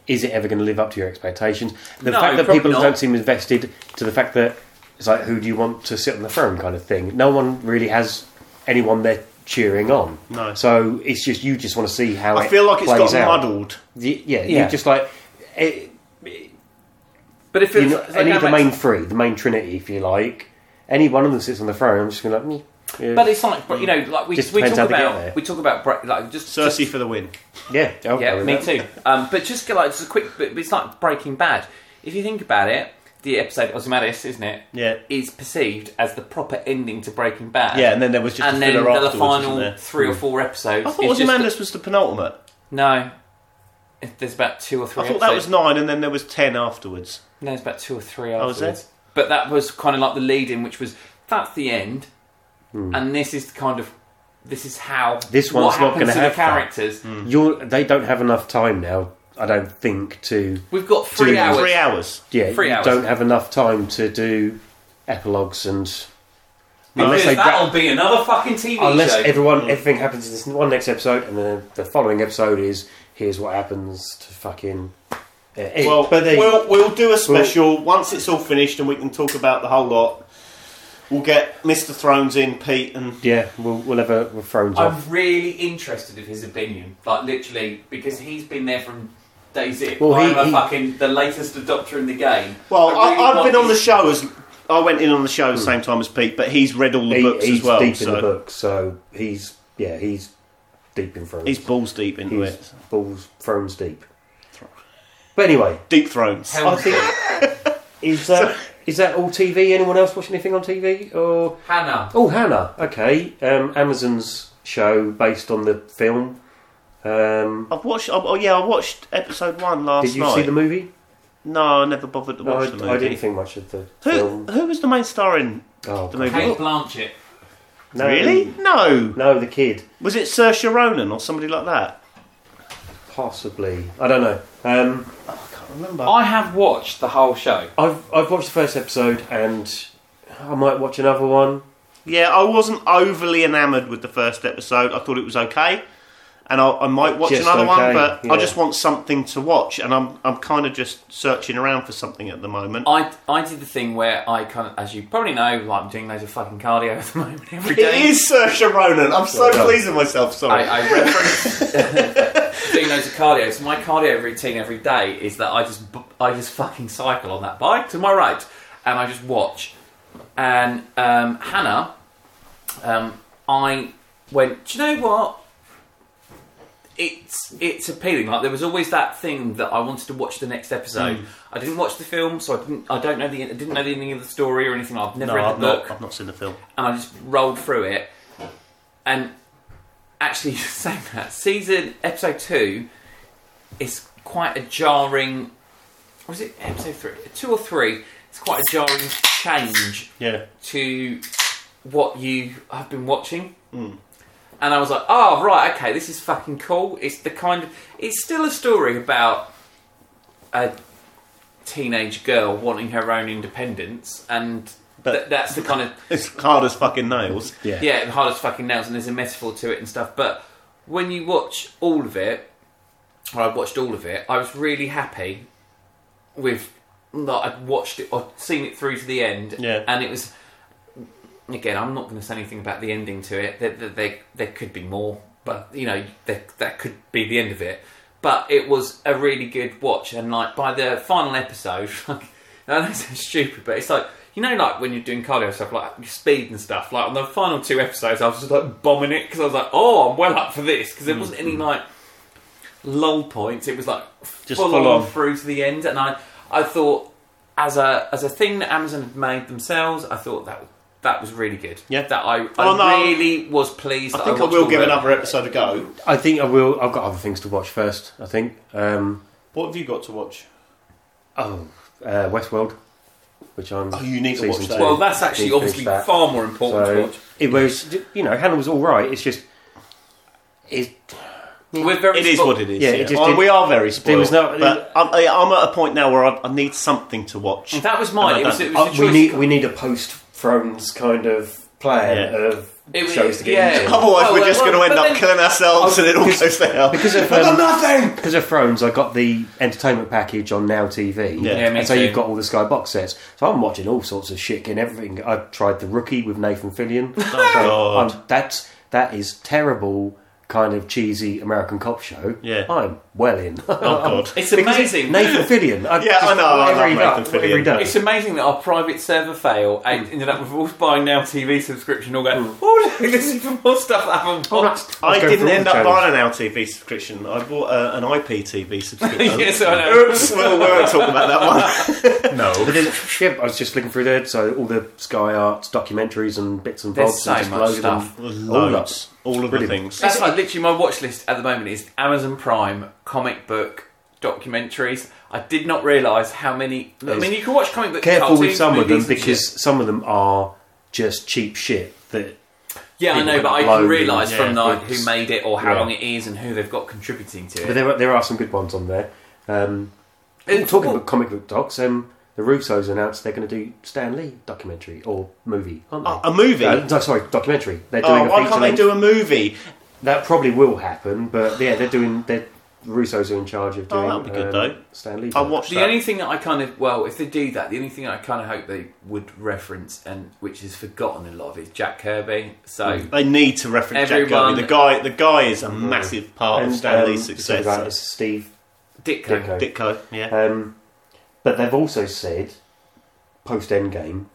[SPEAKER 1] is it ever going to live up to your expectations? The
[SPEAKER 2] No,
[SPEAKER 1] fact that
[SPEAKER 2] probably
[SPEAKER 1] people
[SPEAKER 2] not.
[SPEAKER 1] don't seem invested to the fact that it's like who do you want to sit on the throne kind of thing. No one really has anyone they're cheering on.
[SPEAKER 4] No.
[SPEAKER 1] So it's just you just want to see how
[SPEAKER 4] I
[SPEAKER 1] it
[SPEAKER 4] feel like it's
[SPEAKER 1] plays
[SPEAKER 4] got
[SPEAKER 1] out.
[SPEAKER 4] muddled.
[SPEAKER 1] Y- Yeah,
[SPEAKER 2] Yeah.
[SPEAKER 1] you're just like it,
[SPEAKER 2] but if
[SPEAKER 1] you
[SPEAKER 2] it's
[SPEAKER 1] know,
[SPEAKER 2] it's like
[SPEAKER 1] any
[SPEAKER 2] going
[SPEAKER 1] of the
[SPEAKER 2] back to-
[SPEAKER 1] main three, the main trinity, if you like, any one of them sits on the throne. I'm just going to like, "Meh, yeah.
[SPEAKER 2] But it's like you know, like we,
[SPEAKER 1] Just
[SPEAKER 2] we talk
[SPEAKER 1] depends how they get
[SPEAKER 2] about
[SPEAKER 1] there.
[SPEAKER 2] we talk about bre- like just
[SPEAKER 4] Cersei for the win.
[SPEAKER 1] Yeah, I'll go
[SPEAKER 2] yeah,
[SPEAKER 1] with
[SPEAKER 2] me
[SPEAKER 1] that.
[SPEAKER 2] too. Um, but just get, like just a quick, but it's like Breaking Bad. If you think about it, the episode Ozymandias, isn't it,
[SPEAKER 4] Yeah.
[SPEAKER 2] is perceived as the proper ending to Breaking Bad.
[SPEAKER 4] Yeah, and then there was just a
[SPEAKER 2] and then
[SPEAKER 4] filler
[SPEAKER 2] the,
[SPEAKER 4] afterwards, wasn't
[SPEAKER 2] final
[SPEAKER 4] there?
[SPEAKER 2] three or four episodes.
[SPEAKER 4] I thought
[SPEAKER 2] is just
[SPEAKER 4] Ozymandias was the penultimate.
[SPEAKER 2] the- no, there's about two or three.
[SPEAKER 4] I thought that
[SPEAKER 2] episodes.
[SPEAKER 4] was nine, and then there was ten afterwards.
[SPEAKER 2] No, it's about two or three
[SPEAKER 4] Oh, is
[SPEAKER 2] afterwards. But that was kind of like the lead in, which was that's the end,
[SPEAKER 4] Hmm.
[SPEAKER 2] and this is the kind of this is how
[SPEAKER 1] This
[SPEAKER 2] what
[SPEAKER 1] one's not
[SPEAKER 2] happens
[SPEAKER 1] gonna
[SPEAKER 2] to
[SPEAKER 1] have
[SPEAKER 2] the
[SPEAKER 1] that.
[SPEAKER 2] characters.
[SPEAKER 4] Hmm.
[SPEAKER 1] Mm. You're, they don't have enough time now. I don't think to
[SPEAKER 2] We've got three
[SPEAKER 1] Two-
[SPEAKER 2] hours.
[SPEAKER 4] Three hours.
[SPEAKER 1] yeah.
[SPEAKER 2] Three
[SPEAKER 1] you
[SPEAKER 2] hours.
[SPEAKER 1] don't have enough time to do epilogues and
[SPEAKER 2] Because
[SPEAKER 1] unless they
[SPEAKER 2] that'll
[SPEAKER 1] wrap-
[SPEAKER 2] be another fucking TV
[SPEAKER 1] unless
[SPEAKER 2] show. Mm.
[SPEAKER 1] everyone everything happens in this one next episode and then the following episode is here's what happens to fucking. Uh, it-
[SPEAKER 4] Well,
[SPEAKER 1] but they,
[SPEAKER 4] we'll we'll do a special once it's all finished, and we can talk about the whole lot. We'll get Mr. Thrones in, Pete, and
[SPEAKER 1] yeah, we'll, we'll have a we'll thrones off.
[SPEAKER 2] I'm really interested of his opinion, like literally, because he's been there from day zero.
[SPEAKER 1] Well, he-
[SPEAKER 2] I'm a
[SPEAKER 1] he-
[SPEAKER 2] fucking the latest adopter in the game.
[SPEAKER 4] well,
[SPEAKER 2] I
[SPEAKER 4] I
[SPEAKER 2] really
[SPEAKER 4] I've
[SPEAKER 2] want
[SPEAKER 4] been on the
[SPEAKER 2] his-
[SPEAKER 4] show as I went in on the show at the same time as Pete, but he's read all the
[SPEAKER 1] Hmm. He-
[SPEAKER 4] books
[SPEAKER 1] he's
[SPEAKER 4] as well,
[SPEAKER 1] deep in the
[SPEAKER 4] so
[SPEAKER 1] book, so he's yeah, he's deep in thrones.
[SPEAKER 4] he's balls deep into
[SPEAKER 1] He's
[SPEAKER 4] it.
[SPEAKER 1] balls thrones deep. But anyway,
[SPEAKER 4] Deep Thrones.
[SPEAKER 1] I
[SPEAKER 2] Helms Deep.
[SPEAKER 1] think is that is that all TV? Anyone else watching anything on TV? Or
[SPEAKER 2] Hannah.
[SPEAKER 1] oh, Hannah. Okay, um, Amazon's show based on the film. Um,
[SPEAKER 4] I've watched. Oh oh, yeah, I watched episode one last
[SPEAKER 1] did you
[SPEAKER 4] night.
[SPEAKER 1] see the movie?
[SPEAKER 4] No, I never bothered to
[SPEAKER 1] No, I,
[SPEAKER 4] watch the movie.
[SPEAKER 1] I didn't think much of the
[SPEAKER 4] Who
[SPEAKER 1] film.
[SPEAKER 4] who was the main star in
[SPEAKER 1] Oh,
[SPEAKER 4] the movie?
[SPEAKER 2] Kate Blanchett.
[SPEAKER 1] no,
[SPEAKER 4] Really? No.
[SPEAKER 1] No, the kid.
[SPEAKER 4] Was it Saoirse Ronan or somebody like that?
[SPEAKER 1] Possibly. I don't know. Um,
[SPEAKER 4] I can't remember.
[SPEAKER 2] I have watched the whole show.
[SPEAKER 1] I've I've watched the first episode and I might watch another one.
[SPEAKER 4] Yeah, I wasn't overly enamoured with the first episode. I thought it was okay, and I, I might watch
[SPEAKER 1] Just
[SPEAKER 4] another one,
[SPEAKER 1] okay,
[SPEAKER 4] but
[SPEAKER 1] yeah.
[SPEAKER 4] I just want something to watch, and I'm I'm kind of just searching around for something at the moment.
[SPEAKER 2] I, I did the thing where I kind of, as you probably know, like I'm doing loads of fucking cardio at the moment every
[SPEAKER 4] It
[SPEAKER 2] day.
[SPEAKER 4] is Saoirse Ronan. I'm so
[SPEAKER 1] Well done.
[SPEAKER 4] pleased with myself. Sorry.
[SPEAKER 2] I, I reference. doing loads of cardio. So my cardio routine every day is that I just b- I just fucking cycle on that bike to my right, and I just watch. And um, Hannah, um, I went. Do you know what? It's it's appealing. Like there was always that thing that I wanted to watch the next
[SPEAKER 4] Hmm.
[SPEAKER 2] episode. I didn't watch the film, so I didn't. I don't know the. I didn't know the ending of the story or anything. I've never
[SPEAKER 4] No,
[SPEAKER 2] read
[SPEAKER 4] I've
[SPEAKER 2] the book
[SPEAKER 4] not, I've not seen the film.
[SPEAKER 2] and I just rolled through it. And actually, saying that, season episode two is quite a jarring. Was it episode three? Two or three? It's quite a jarring change
[SPEAKER 4] Yeah.
[SPEAKER 2] to what you have been watching. And I was like, oh, right, okay, this is fucking cool. It's the kind of. It's still a story about a teenage girl wanting her own independence, and
[SPEAKER 4] But-
[SPEAKER 2] th- that's the kind of
[SPEAKER 4] It's hard as fucking nails.
[SPEAKER 1] Yeah.
[SPEAKER 2] yeah, and hard as fucking nails, and there's a metaphor to it and stuff. But when you watch all of it, or I watched all of it, I was really happy with that I'd watched it, I'd seen it through to the end,
[SPEAKER 4] Yeah.
[SPEAKER 2] and it was. Again, I'm not going to say anything about the ending to it. There, there, there, there could be more, but you know, there, that could be the end of it. But it was a really good watch, and like by the final episode, like, I know it sounds stupid, but it's like you know, like when you're doing cardio stuff, like your speed and stuff. Like on the final two episodes, I was just like bombing it because I was like, oh, I'm well up for this because there wasn't any like lull points. It was like
[SPEAKER 4] Just
[SPEAKER 2] full,
[SPEAKER 4] full
[SPEAKER 2] on,
[SPEAKER 4] on.
[SPEAKER 2] through to the end, and I I thought as a as a thing that Amazon had made themselves, I thought that that was really good.
[SPEAKER 4] Yeah.
[SPEAKER 2] that I,
[SPEAKER 4] Oh, no.
[SPEAKER 2] I really was pleased.
[SPEAKER 4] I
[SPEAKER 2] that
[SPEAKER 4] think I
[SPEAKER 2] watched
[SPEAKER 4] will
[SPEAKER 2] all
[SPEAKER 4] give
[SPEAKER 2] of it.
[SPEAKER 4] another episode a go.
[SPEAKER 1] I think I will. I've got other things to watch first. I think. Um,
[SPEAKER 4] What have you got to watch?
[SPEAKER 1] oh, uh, Westworld, which I'm.
[SPEAKER 4] Oh, you need to
[SPEAKER 1] season
[SPEAKER 4] watch that.
[SPEAKER 1] two.
[SPEAKER 2] Well, that's actually
[SPEAKER 1] Need to
[SPEAKER 2] obviously
[SPEAKER 1] finish that.
[SPEAKER 2] far more important to
[SPEAKER 1] So
[SPEAKER 2] watch.
[SPEAKER 1] it was, you know, Hannah was all right. It's just, it,
[SPEAKER 2] We're very
[SPEAKER 4] It is
[SPEAKER 2] spo-
[SPEAKER 4] what it is.
[SPEAKER 1] Yeah, it just
[SPEAKER 4] Well,
[SPEAKER 1] did-
[SPEAKER 4] Oh, we are very spoiled.
[SPEAKER 1] there was no-
[SPEAKER 4] but I'm, I- I'm at a point now where I, I need something to watch.
[SPEAKER 2] That was mine.
[SPEAKER 4] And
[SPEAKER 2] It
[SPEAKER 4] I
[SPEAKER 2] was,
[SPEAKER 4] don't-
[SPEAKER 2] it was
[SPEAKER 1] uh,
[SPEAKER 2] a
[SPEAKER 1] we
[SPEAKER 2] choice.
[SPEAKER 1] need we need a post Thrones kind of plan
[SPEAKER 4] Yeah.
[SPEAKER 1] of
[SPEAKER 2] It was-
[SPEAKER 1] shows to get
[SPEAKER 2] yeah.
[SPEAKER 1] into.
[SPEAKER 4] Otherwise,
[SPEAKER 2] Oh,
[SPEAKER 4] we're
[SPEAKER 2] well,
[SPEAKER 4] just
[SPEAKER 2] well,
[SPEAKER 4] going to end
[SPEAKER 2] but
[SPEAKER 4] up
[SPEAKER 2] then-
[SPEAKER 4] killing ourselves, and it all goes to hell.
[SPEAKER 1] because of,
[SPEAKER 4] I've
[SPEAKER 1] um,
[SPEAKER 4] got nothing.
[SPEAKER 1] Because of Thrones, I got the entertainment package on Now TV.
[SPEAKER 4] Yeah.
[SPEAKER 2] Yeah, me
[SPEAKER 1] and so
[SPEAKER 2] too.
[SPEAKER 1] you've got all the Sky box sets. So I'm watching all sorts of shit and everything. I tried The Rookie with Nathan Fillion.
[SPEAKER 4] Oh,
[SPEAKER 1] So
[SPEAKER 4] God.
[SPEAKER 1] I'm- that's that is terrible kind of cheesy American cop show.
[SPEAKER 4] Yeah.
[SPEAKER 1] I'm well in.
[SPEAKER 4] Oh God.
[SPEAKER 2] It's amazing.
[SPEAKER 1] Nathan Fillion. I
[SPEAKER 4] Yeah, I
[SPEAKER 1] just-
[SPEAKER 4] know, I
[SPEAKER 1] whatever
[SPEAKER 4] love
[SPEAKER 1] he
[SPEAKER 4] Nathan
[SPEAKER 1] does, whatever he
[SPEAKER 4] Fillion.
[SPEAKER 1] does.
[SPEAKER 2] It's amazing that our private server failed and ended up with all buying now TV subscription all
[SPEAKER 4] Hmm.
[SPEAKER 2] going, oh look, this is for more stuff I haven't
[SPEAKER 4] Oh,
[SPEAKER 2] watched.
[SPEAKER 1] Let's
[SPEAKER 4] I
[SPEAKER 1] Oh, go
[SPEAKER 4] didn't
[SPEAKER 1] through all
[SPEAKER 4] end
[SPEAKER 1] the
[SPEAKER 4] up
[SPEAKER 1] channels.
[SPEAKER 4] buying an LTV subscription. I bought uh, an IPTV subscription.
[SPEAKER 2] yes, I know.
[SPEAKER 4] Oops, well, we won't talk about that one. no.
[SPEAKER 1] But there's- yeah, I was just looking through there, so all the Sky Arts documentaries and bits and
[SPEAKER 2] There's
[SPEAKER 1] bobs.
[SPEAKER 2] so
[SPEAKER 1] and just
[SPEAKER 2] much
[SPEAKER 1] loads of them.
[SPEAKER 2] stuff.
[SPEAKER 4] Loads. All of the
[SPEAKER 1] Brilliant.
[SPEAKER 4] things.
[SPEAKER 2] That's like literally my watch list at the moment is Amazon Prime, comic book, documentaries. I did not realise how many. I mean, you can watch comic book.
[SPEAKER 1] Careful with
[SPEAKER 2] cartoons,
[SPEAKER 1] some of them
[SPEAKER 2] movies and
[SPEAKER 1] because
[SPEAKER 2] shit.
[SPEAKER 1] some of them are just cheap shit that
[SPEAKER 2] yeah, I know,
[SPEAKER 1] people
[SPEAKER 2] but I
[SPEAKER 1] load
[SPEAKER 2] can
[SPEAKER 1] them,
[SPEAKER 2] realise
[SPEAKER 4] yeah,
[SPEAKER 2] from like who
[SPEAKER 1] it's-
[SPEAKER 2] made it or how
[SPEAKER 1] yeah.
[SPEAKER 2] long it is and who they've got contributing to
[SPEAKER 1] But
[SPEAKER 2] it.
[SPEAKER 1] there are, there are some good ones on there. Um,
[SPEAKER 2] It's
[SPEAKER 1] talking
[SPEAKER 2] cool.
[SPEAKER 1] about comic book docs, um, the Russos announced they're going to do Stan Lee documentary or movie, aren't they?
[SPEAKER 4] A- a movie?
[SPEAKER 1] Uh, no, sorry, documentary. They're doing
[SPEAKER 4] Oh,
[SPEAKER 1] a
[SPEAKER 4] why
[SPEAKER 1] feature
[SPEAKER 4] can't they
[SPEAKER 1] length.
[SPEAKER 4] do a movie?
[SPEAKER 1] That probably will happen, but yeah, they're doing. They're, the Russos are in charge of
[SPEAKER 4] Oh,
[SPEAKER 1] doing.
[SPEAKER 4] that'd be good,
[SPEAKER 1] um,
[SPEAKER 4] though.
[SPEAKER 1] Stan Lee.
[SPEAKER 4] I
[SPEAKER 1] doc.
[SPEAKER 4] watched
[SPEAKER 2] The
[SPEAKER 4] that.
[SPEAKER 2] only thing that I kind of well, if they do that, the only thing I kind of hope they would reference and which is forgotten a lot of is Jack Kirby.
[SPEAKER 1] Hmm.
[SPEAKER 2] So
[SPEAKER 4] They need to reference Jack
[SPEAKER 2] Everyone-
[SPEAKER 4] Kirby. The guy, the guy is a massive part
[SPEAKER 1] Mm. And,
[SPEAKER 4] of Stan
[SPEAKER 1] um,
[SPEAKER 4] Lee's
[SPEAKER 1] talking about
[SPEAKER 4] success.
[SPEAKER 1] is Steve
[SPEAKER 2] Ditko,
[SPEAKER 1] Ditko.
[SPEAKER 4] Ditko, yeah.
[SPEAKER 1] Um, but they've also said, post Endgame,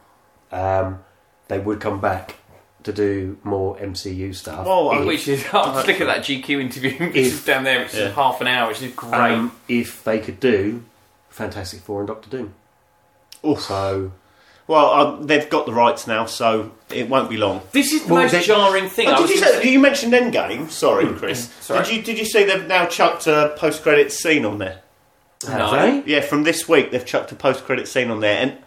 [SPEAKER 1] um, they would come back to do more MCU stuff.
[SPEAKER 4] Well, I-
[SPEAKER 1] if-
[SPEAKER 2] which is oh, just look at that GQ interview, which is,
[SPEAKER 1] If-
[SPEAKER 2] down there, which
[SPEAKER 4] yeah.
[SPEAKER 2] is half an hour, which is great.
[SPEAKER 1] um, if they could do Fantastic Four and Doctor Doom. Also,
[SPEAKER 4] Well, um, they've got the rights now, so it won't be long.
[SPEAKER 2] this is the
[SPEAKER 1] well,
[SPEAKER 2] most
[SPEAKER 1] they-
[SPEAKER 2] jarring thing. I
[SPEAKER 4] Oh,
[SPEAKER 2] was
[SPEAKER 4] did you,
[SPEAKER 2] gonna
[SPEAKER 4] say, you mentioned Endgame. Sorry, Chris.
[SPEAKER 2] Sorry.
[SPEAKER 4] Did you did you see they've now chucked a post credit scene on there?
[SPEAKER 1] have
[SPEAKER 2] No.
[SPEAKER 1] they?
[SPEAKER 4] Yeah, from this week they've chucked a post credit scene on there, and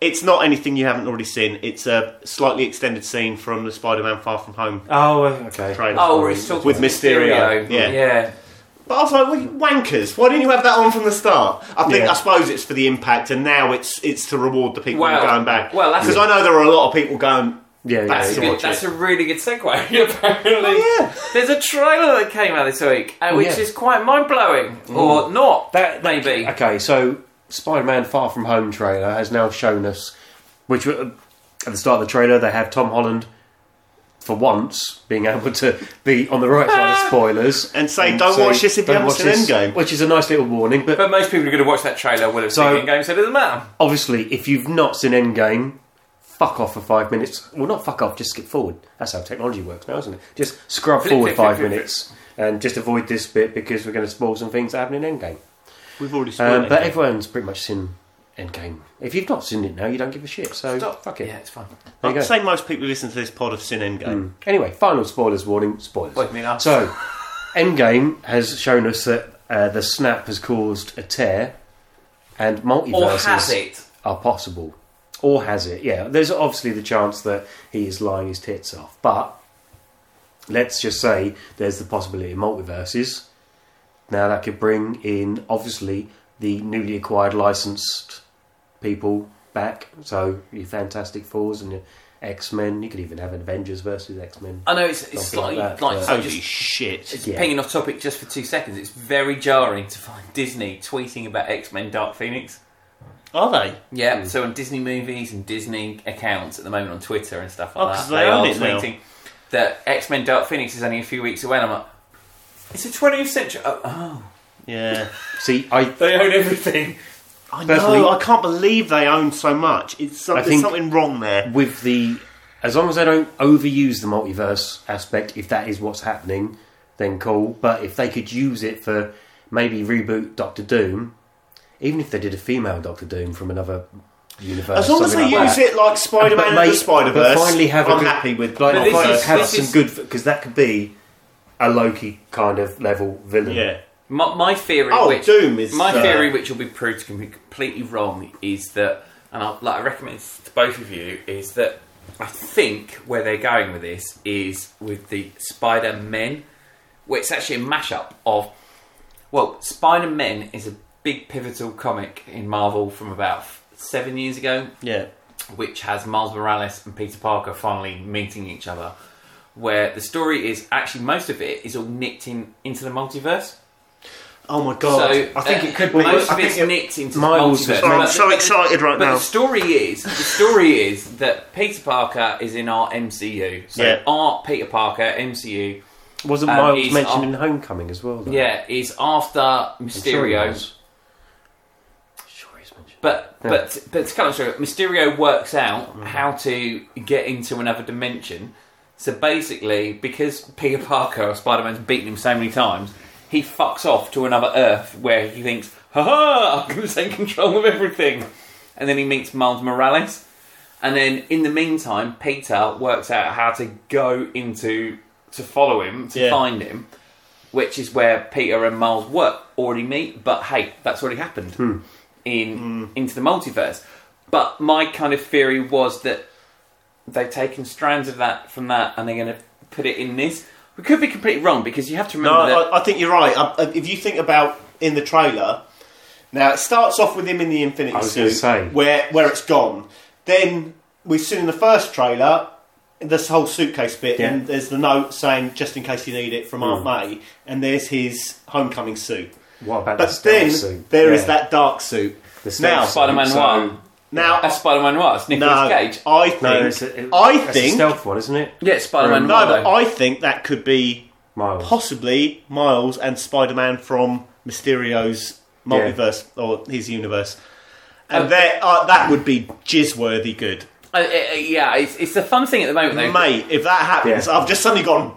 [SPEAKER 4] it's not anything you haven't already seen. It's a slightly extended scene from the Spider Man Far From Home
[SPEAKER 1] Oh, okay.
[SPEAKER 4] trailer.
[SPEAKER 2] Oh, where he's talking
[SPEAKER 4] With
[SPEAKER 2] to
[SPEAKER 4] Mysterio, yeah.
[SPEAKER 2] yeah.
[SPEAKER 4] But I was like, well, you wankers, why didn't you have that on from the start? I think
[SPEAKER 1] Yeah.
[SPEAKER 4] I suppose it's for the impact, and now it's it's to reward the people
[SPEAKER 2] Well,
[SPEAKER 4] who are going back.
[SPEAKER 2] well, that's-
[SPEAKER 4] because I know there are a lot of people going.
[SPEAKER 1] Yeah, yeah,
[SPEAKER 4] That's
[SPEAKER 1] yeah.
[SPEAKER 4] good.
[SPEAKER 2] Good,
[SPEAKER 4] watch
[SPEAKER 2] that's
[SPEAKER 4] it.
[SPEAKER 2] a really good segue. Apparently,
[SPEAKER 4] Oh, yeah.
[SPEAKER 2] there's a trailer that came out this week, uh,
[SPEAKER 1] Oh,
[SPEAKER 2] which
[SPEAKER 1] yeah. Mm.
[SPEAKER 2] is quite mind blowing, or not?
[SPEAKER 1] That-
[SPEAKER 2] maybe.
[SPEAKER 1] Okay, so Spider-Man: Far From Home uh, trailer has now shown us, which were- at the start of the trailer they have Tom Holland for once, being able to be on the right side of spoilers
[SPEAKER 4] And say, "Don't watch this if you
[SPEAKER 1] "Don't
[SPEAKER 4] haven't
[SPEAKER 1] watch
[SPEAKER 4] seen
[SPEAKER 1] this,"
[SPEAKER 4] Endgame.
[SPEAKER 1] Which is a nice little warning, but
[SPEAKER 2] But most people are going to watch that trailer will have
[SPEAKER 1] So-
[SPEAKER 2] seen Endgame, so it doesn't matter.
[SPEAKER 1] obviously, if you've not seen Endgame, fuck off for five minutes. Well, not fuck off, just skip forward. That's how technology works now, isn't it? Just scrub
[SPEAKER 2] Flip,
[SPEAKER 1] forward
[SPEAKER 2] flip, flip,
[SPEAKER 1] five
[SPEAKER 2] flip, flip.
[SPEAKER 1] minutes and just avoid this bit because we're going to spoil some things that happen in Endgame.
[SPEAKER 4] We've already spoiled
[SPEAKER 1] Um, but
[SPEAKER 4] it.
[SPEAKER 1] everyone's pretty much seen Endgame. If you've not seen it now, you don't give a shit. So Oh, fuck it.
[SPEAKER 2] Yeah, it's fine.
[SPEAKER 1] There you go. Hmm.
[SPEAKER 4] I'd say most people who listen to this pod have seen Endgame.
[SPEAKER 1] Anyway, final spoilers warning. Spoilers.
[SPEAKER 2] Wait, me now.
[SPEAKER 1] So, Endgame has shown us that uh, the snap has caused a tear, and
[SPEAKER 2] Or
[SPEAKER 1] multiverses
[SPEAKER 2] has it?
[SPEAKER 1] are possible. Or has it? Yeah, there's obviously the chance that he is lying his tits off, but let's just say there's the possibility of multiverses. Now that could bring in obviously the newly acquired licensed people back. So your Fantastic Fours and your X Men. You could even have Avengers versus X Men.
[SPEAKER 2] I know it's, it's
[SPEAKER 1] Something
[SPEAKER 2] slightly
[SPEAKER 1] like
[SPEAKER 2] like,
[SPEAKER 1] that, but-
[SPEAKER 2] so
[SPEAKER 4] Holy
[SPEAKER 2] just
[SPEAKER 4] shit.
[SPEAKER 2] It's
[SPEAKER 1] Yeah.
[SPEAKER 2] pinging off topic just for two seconds. It's very jarring to find Disney tweeting about X Men Dark Phoenix.
[SPEAKER 4] Are they?
[SPEAKER 2] Yeah, so on Disney movies and Disney accounts at the moment on Twitter and stuff
[SPEAKER 4] Oh,
[SPEAKER 2] like
[SPEAKER 4] 'cause
[SPEAKER 2] that,
[SPEAKER 4] they own it now.
[SPEAKER 2] that X Men Dark Phoenix is only a few weeks away. And I'm like, it's the 20th century. Oh, oh.
[SPEAKER 4] Yeah.
[SPEAKER 1] See, I
[SPEAKER 2] they own everything.
[SPEAKER 4] I
[SPEAKER 1] Personally-
[SPEAKER 4] know. I can't believe they own so much. It's some,
[SPEAKER 1] I
[SPEAKER 4] there's
[SPEAKER 1] think-
[SPEAKER 4] something wrong there.
[SPEAKER 1] with the as long as they don't overuse the multiverse aspect, if that is what's happening, then cool. But if they could use it for maybe reboot Doctor Doom, even if they did a female Doctor Doom from another universe,
[SPEAKER 4] As long as they
[SPEAKER 1] something like
[SPEAKER 4] use
[SPEAKER 1] that.
[SPEAKER 4] it like Spider-Man and,
[SPEAKER 1] make-
[SPEAKER 4] the Spider-Verse,
[SPEAKER 1] but finally have a
[SPEAKER 4] I'm
[SPEAKER 1] good-
[SPEAKER 4] happy with.
[SPEAKER 1] like,
[SPEAKER 2] But this
[SPEAKER 1] finally
[SPEAKER 2] is-
[SPEAKER 1] have
[SPEAKER 2] this
[SPEAKER 1] some
[SPEAKER 2] is-
[SPEAKER 1] good because that could be a Loki kind of level villain.
[SPEAKER 4] yeah.
[SPEAKER 2] My, my theory,
[SPEAKER 4] Oh,
[SPEAKER 2] which
[SPEAKER 4] Doom is,
[SPEAKER 2] my
[SPEAKER 4] uh,
[SPEAKER 2] theory, which will be proved to be completely wrong, is that, and I'll, like, I recommend this to both of you, is that I think where they're going with this is with the Spider Men, where it's actually a mashup of, well, Spider Men is a big pivotal comic in Marvel from about seven years ago,
[SPEAKER 4] Yeah.
[SPEAKER 2] which has Miles Morales and Peter Parker finally meeting each other, where the story is actually most of it is all nicked in into the multiverse.
[SPEAKER 4] Oh my
[SPEAKER 2] So
[SPEAKER 4] god. I think
[SPEAKER 2] uh,
[SPEAKER 4] it could be.
[SPEAKER 2] Most
[SPEAKER 4] I
[SPEAKER 2] of
[SPEAKER 4] think
[SPEAKER 2] it's
[SPEAKER 4] it,
[SPEAKER 2] nicked into
[SPEAKER 1] Miles
[SPEAKER 2] the multiverse.
[SPEAKER 1] was-
[SPEAKER 4] Oh, I'm
[SPEAKER 2] But-
[SPEAKER 4] so
[SPEAKER 2] but-
[SPEAKER 4] excited right
[SPEAKER 2] But
[SPEAKER 4] now.
[SPEAKER 2] the story is the story is that Peter Parker is in our MCU. So
[SPEAKER 4] Yeah.
[SPEAKER 2] our Peter Parker MCU,
[SPEAKER 1] Wasn't
[SPEAKER 2] Um,
[SPEAKER 1] Miles
[SPEAKER 2] he's
[SPEAKER 1] mentioned
[SPEAKER 2] on-
[SPEAKER 1] in Homecoming as well? Though?
[SPEAKER 2] yeah, is after
[SPEAKER 1] I'm sure he
[SPEAKER 2] Mysterio.
[SPEAKER 1] was. Sure he's mentioned.
[SPEAKER 2] But
[SPEAKER 1] Yeah.
[SPEAKER 2] but but to cut long story, Mysterio works out how to get into another dimension. So basically, because Peter Parker or Spider Man's beaten him so many times, he fucks off to another Earth where he thinks, "Ha ha! I'm going to take control of everything." And then he meets Miles Morales, and then in the meantime, Peter works out how to go into to follow him to
[SPEAKER 4] Yeah.
[SPEAKER 2] find him, which is where Peter and Miles work already meet. But hey, that's already happened in
[SPEAKER 4] Hmm.
[SPEAKER 2] into the multiverse. But my kind of theory was that they've taken strands of that from that and they're going to put it in this. We could be completely wrong because you have to
[SPEAKER 4] No,
[SPEAKER 2] remember that.
[SPEAKER 4] I, I think you're right. I, I- if you think about in the trailer, now it starts off with him in the Infinity
[SPEAKER 1] I was
[SPEAKER 4] Suit,
[SPEAKER 1] gonna say.
[SPEAKER 4] where where it's gone. Then we've seen in the first trailer this whole suitcase bit,
[SPEAKER 1] Yeah. Hmm.
[SPEAKER 4] and there's the note saying just in case you need it from Aunt May, and there's his homecoming suit.
[SPEAKER 1] what about
[SPEAKER 4] But
[SPEAKER 1] the
[SPEAKER 4] then there
[SPEAKER 1] stealth
[SPEAKER 4] is
[SPEAKER 1] suit? Yeah.
[SPEAKER 4] that dark suit.
[SPEAKER 1] The stealth
[SPEAKER 4] now,
[SPEAKER 1] suit,
[SPEAKER 2] Spider-Man one.
[SPEAKER 4] now
[SPEAKER 2] That's Spider-Man Noir. It's Nicolas
[SPEAKER 4] no,
[SPEAKER 2] Cage.
[SPEAKER 4] I think
[SPEAKER 1] No, it's a, it,
[SPEAKER 4] I
[SPEAKER 1] it's a
[SPEAKER 4] think
[SPEAKER 1] stealth one, isn't it?
[SPEAKER 2] Yeah, it's Spider-Man
[SPEAKER 1] Um,
[SPEAKER 2] Noir.
[SPEAKER 4] no, but
[SPEAKER 2] though.
[SPEAKER 4] I think that could be
[SPEAKER 1] Miles.
[SPEAKER 4] possibly Miles and Spider Man from Mysterio's multiverse or his universe. And
[SPEAKER 2] Um,
[SPEAKER 4] there, uh, that would be jizz-worthy good,
[SPEAKER 2] Uh, uh, uh, yeah, it's, it's the fun thing at the moment though.
[SPEAKER 4] mate. If that happens,
[SPEAKER 1] Yeah.
[SPEAKER 4] I've just suddenly gone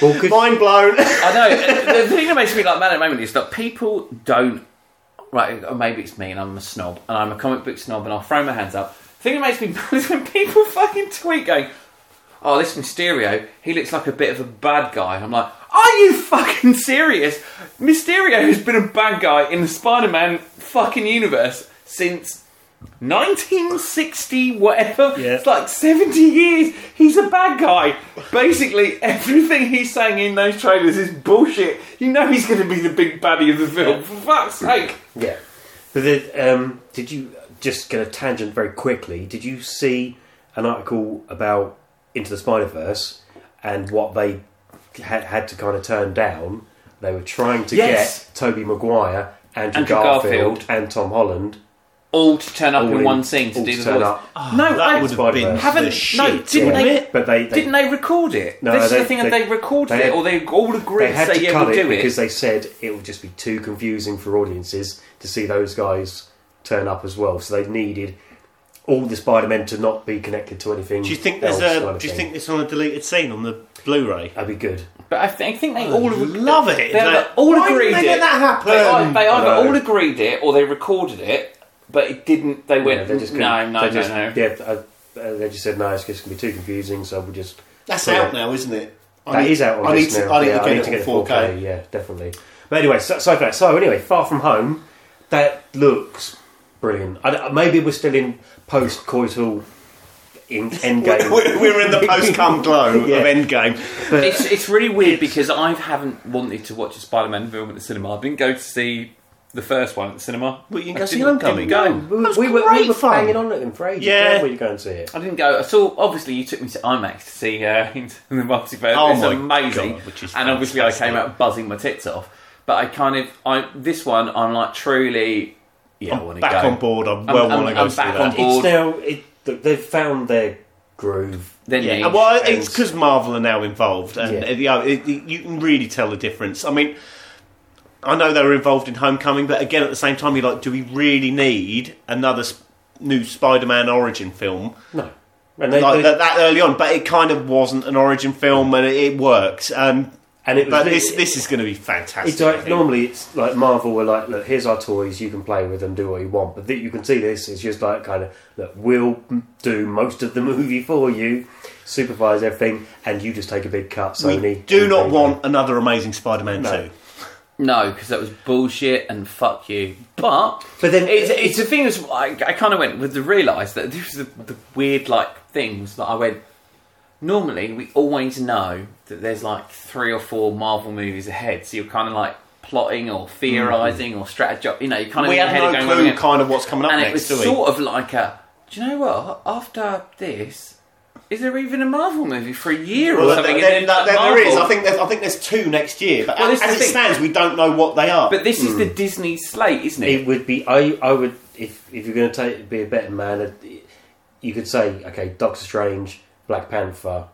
[SPEAKER 1] Well, good-
[SPEAKER 4] mind blown.
[SPEAKER 2] I know. the thing that makes me like mad at the moment is that people don't. Right, or maybe it's me and I'm a snob and I'm a comic book snob and I'll throw my hands up. The thing that makes me mad is when people fucking tweet going, "Oh, this Mysterio, he looks like a bit of a bad guy." I'm like, "Are you fucking serious? Mysterio has been a bad guy in the Spider-Man fucking universe since." 1960, whatever.
[SPEAKER 4] Yeah.
[SPEAKER 2] It's like 70 years. He's a bad guy. Basically, everything he's saying in those trailers is bullshit. You know he's going to be the big baddie of the film. For fuck's sake.
[SPEAKER 1] Yeah. But the, um, did you just get a tangent very quickly? Did you see an article about Into the Spider Verse and what they had, had to kind of turn down? They were trying to
[SPEAKER 2] Yes.
[SPEAKER 1] get Toby Maguire, Andrew,
[SPEAKER 2] Andrew
[SPEAKER 1] Garfield,
[SPEAKER 2] Garfield.
[SPEAKER 1] and Tom Holland,
[SPEAKER 2] all to turn up
[SPEAKER 1] All
[SPEAKER 2] in,
[SPEAKER 1] in,
[SPEAKER 2] one scene to
[SPEAKER 1] all
[SPEAKER 2] do
[SPEAKER 1] to
[SPEAKER 2] the
[SPEAKER 1] turn
[SPEAKER 2] voice. Ah,
[SPEAKER 1] up.
[SPEAKER 2] no,
[SPEAKER 4] that
[SPEAKER 2] I
[SPEAKER 4] would have
[SPEAKER 1] Spider-Man.
[SPEAKER 4] been
[SPEAKER 2] haven't.
[SPEAKER 4] the
[SPEAKER 2] no,
[SPEAKER 4] shit.
[SPEAKER 2] didn't
[SPEAKER 1] yeah.
[SPEAKER 2] they?
[SPEAKER 1] But they, they
[SPEAKER 2] Didn't they record it?
[SPEAKER 1] No,
[SPEAKER 2] this is
[SPEAKER 1] they-
[SPEAKER 2] the thing, they,
[SPEAKER 1] they-
[SPEAKER 2] they recorded
[SPEAKER 1] they-
[SPEAKER 2] it, or they all
[SPEAKER 1] they
[SPEAKER 2] agreed
[SPEAKER 1] had
[SPEAKER 2] to say,
[SPEAKER 1] to
[SPEAKER 2] yeah,
[SPEAKER 1] cut
[SPEAKER 2] we'll
[SPEAKER 1] it
[SPEAKER 2] do it.
[SPEAKER 1] because they said it would just be too confusing for audiences to see those guys turn up as well. So they needed all the Spider-Men to not be connected to anything.
[SPEAKER 4] Do you think
[SPEAKER 1] else,
[SPEAKER 4] there's a?
[SPEAKER 1] kind of
[SPEAKER 4] do you
[SPEAKER 1] thing.
[SPEAKER 4] think it's on a deleted scene on the Blu-ray?
[SPEAKER 1] that'd be good?
[SPEAKER 2] But I, think I think they all
[SPEAKER 4] I
[SPEAKER 2] re-
[SPEAKER 4] love it.
[SPEAKER 2] They
[SPEAKER 4] Like,
[SPEAKER 2] all
[SPEAKER 4] why
[SPEAKER 2] agreed
[SPEAKER 4] didn't they
[SPEAKER 2] it.
[SPEAKER 4] let that happen?
[SPEAKER 2] They, ei- they either
[SPEAKER 1] No.
[SPEAKER 2] all agreed it or they recorded it, but it didn't. They went,
[SPEAKER 1] Yeah, they just
[SPEAKER 2] no,
[SPEAKER 1] couldn't-
[SPEAKER 2] no,
[SPEAKER 1] they
[SPEAKER 2] no,
[SPEAKER 1] just,
[SPEAKER 2] no.
[SPEAKER 1] Yeah, uh, uh, they just said no. It's just gonna be too confusing. So we'll just
[SPEAKER 3] That's
[SPEAKER 1] Yeah.
[SPEAKER 3] out now, isn't it? I
[SPEAKER 1] That
[SPEAKER 3] need-
[SPEAKER 1] is out on
[SPEAKER 3] I need
[SPEAKER 1] this
[SPEAKER 3] to,
[SPEAKER 1] now.
[SPEAKER 3] I need
[SPEAKER 1] yeah,
[SPEAKER 3] to get it on 4K.
[SPEAKER 1] Yeah, definitely. But anyway, so, so for that. So anyway, Far From Home, that looks brilliant. I, don't- maybe we're still in post-coital in endgame.
[SPEAKER 4] We're, we're in the post-cum glow
[SPEAKER 1] Yeah.
[SPEAKER 4] of Endgame.
[SPEAKER 2] It's, it's really weird because I haven't wanted to watch a Spider-Man film at the cinema. I didn't go to see the first one at the cinema.
[SPEAKER 4] Well, you can
[SPEAKER 2] I
[SPEAKER 4] go see
[SPEAKER 2] didn't-
[SPEAKER 4] Homecoming.
[SPEAKER 2] didn't go.
[SPEAKER 1] we,
[SPEAKER 4] That's
[SPEAKER 1] we were, we
[SPEAKER 4] great
[SPEAKER 1] were
[SPEAKER 4] fun.
[SPEAKER 1] banging on at him for ages.
[SPEAKER 4] Yeah.
[SPEAKER 1] were you go and see it?
[SPEAKER 2] I didn't go. I saw. Obviously, you took me to IMAX to see uh, Into the Multiverse.
[SPEAKER 4] Oh
[SPEAKER 2] it's
[SPEAKER 4] my
[SPEAKER 2] amazing.
[SPEAKER 4] God, which is
[SPEAKER 2] and obviously, I
[SPEAKER 4] fantastic.
[SPEAKER 2] came out buzzing my tits off. But I kind of, I this one, I'm like truly, yeah, I want to go.
[SPEAKER 4] Back on board. I well
[SPEAKER 2] I'm-
[SPEAKER 4] want to go
[SPEAKER 2] I'm
[SPEAKER 4] see
[SPEAKER 2] back
[SPEAKER 4] that.
[SPEAKER 2] on
[SPEAKER 1] It's
[SPEAKER 2] board.
[SPEAKER 1] now it, th- they've found their groove.
[SPEAKER 2] Then
[SPEAKER 4] Yeah,
[SPEAKER 2] you-
[SPEAKER 4] well, it's
[SPEAKER 1] and-
[SPEAKER 4] because Marvel are now involved, and
[SPEAKER 1] Yeah.
[SPEAKER 4] uh, yeah, it, it- you can really tell the difference. I mean, I know they were involved in Homecoming, but again, at the same time, you're like, do we really need another sp- new Spider-Man origin film
[SPEAKER 1] No, and they,
[SPEAKER 4] like
[SPEAKER 1] they-
[SPEAKER 4] that, that early on? But it kind of wasn't an origin film, and it, it worked. And
[SPEAKER 1] and it was
[SPEAKER 4] but
[SPEAKER 1] lit-
[SPEAKER 4] this this is going to be fantastic.
[SPEAKER 1] It's
[SPEAKER 4] I
[SPEAKER 1] like
[SPEAKER 4] think.
[SPEAKER 1] normally it's like Marvel were like, look, here's our toys, you can play with them, do what you want. But that you can see this is just like kind of look, we'll do most of the movie for you, supervise everything, and you just take a big cut.
[SPEAKER 4] we
[SPEAKER 1] Sony,
[SPEAKER 4] do
[SPEAKER 1] You
[SPEAKER 4] not
[SPEAKER 1] take
[SPEAKER 4] want another Amazing Spider-Man
[SPEAKER 1] No.
[SPEAKER 4] two.
[SPEAKER 2] No, because that was bullshit and fuck you. But
[SPEAKER 1] it. But then
[SPEAKER 2] it's, it's the thing is, I, I kind of went with the realise that this was the, the weird like things that I went. Normally, we always know that there's like three or four Marvel movies ahead, so you're kind of like plotting or theorising or strategizing. You know, you kind of
[SPEAKER 4] Mm-hmm. We had no clue kind of what's coming up
[SPEAKER 2] and it was
[SPEAKER 4] next. do we?
[SPEAKER 2] sort of like a. Do you know what? After this, is there even a Marvel movie for a year or
[SPEAKER 4] Well,
[SPEAKER 2] something?
[SPEAKER 4] there,
[SPEAKER 2] And
[SPEAKER 4] there-
[SPEAKER 2] then,
[SPEAKER 4] there-
[SPEAKER 2] like,
[SPEAKER 4] there is.
[SPEAKER 2] Marvel-
[SPEAKER 4] I think there's, I think there's two next year, but
[SPEAKER 2] Well,
[SPEAKER 4] as,
[SPEAKER 2] this is
[SPEAKER 4] as
[SPEAKER 2] the
[SPEAKER 4] it
[SPEAKER 2] thing.
[SPEAKER 4] stands, we don't know what they are.
[SPEAKER 2] But this is the
[SPEAKER 4] Hmm.
[SPEAKER 2] Disney slate, isn't
[SPEAKER 1] it would be I I would if if you're going to take be a better man, it- you could say okay, Doctor Strange, Black Panther,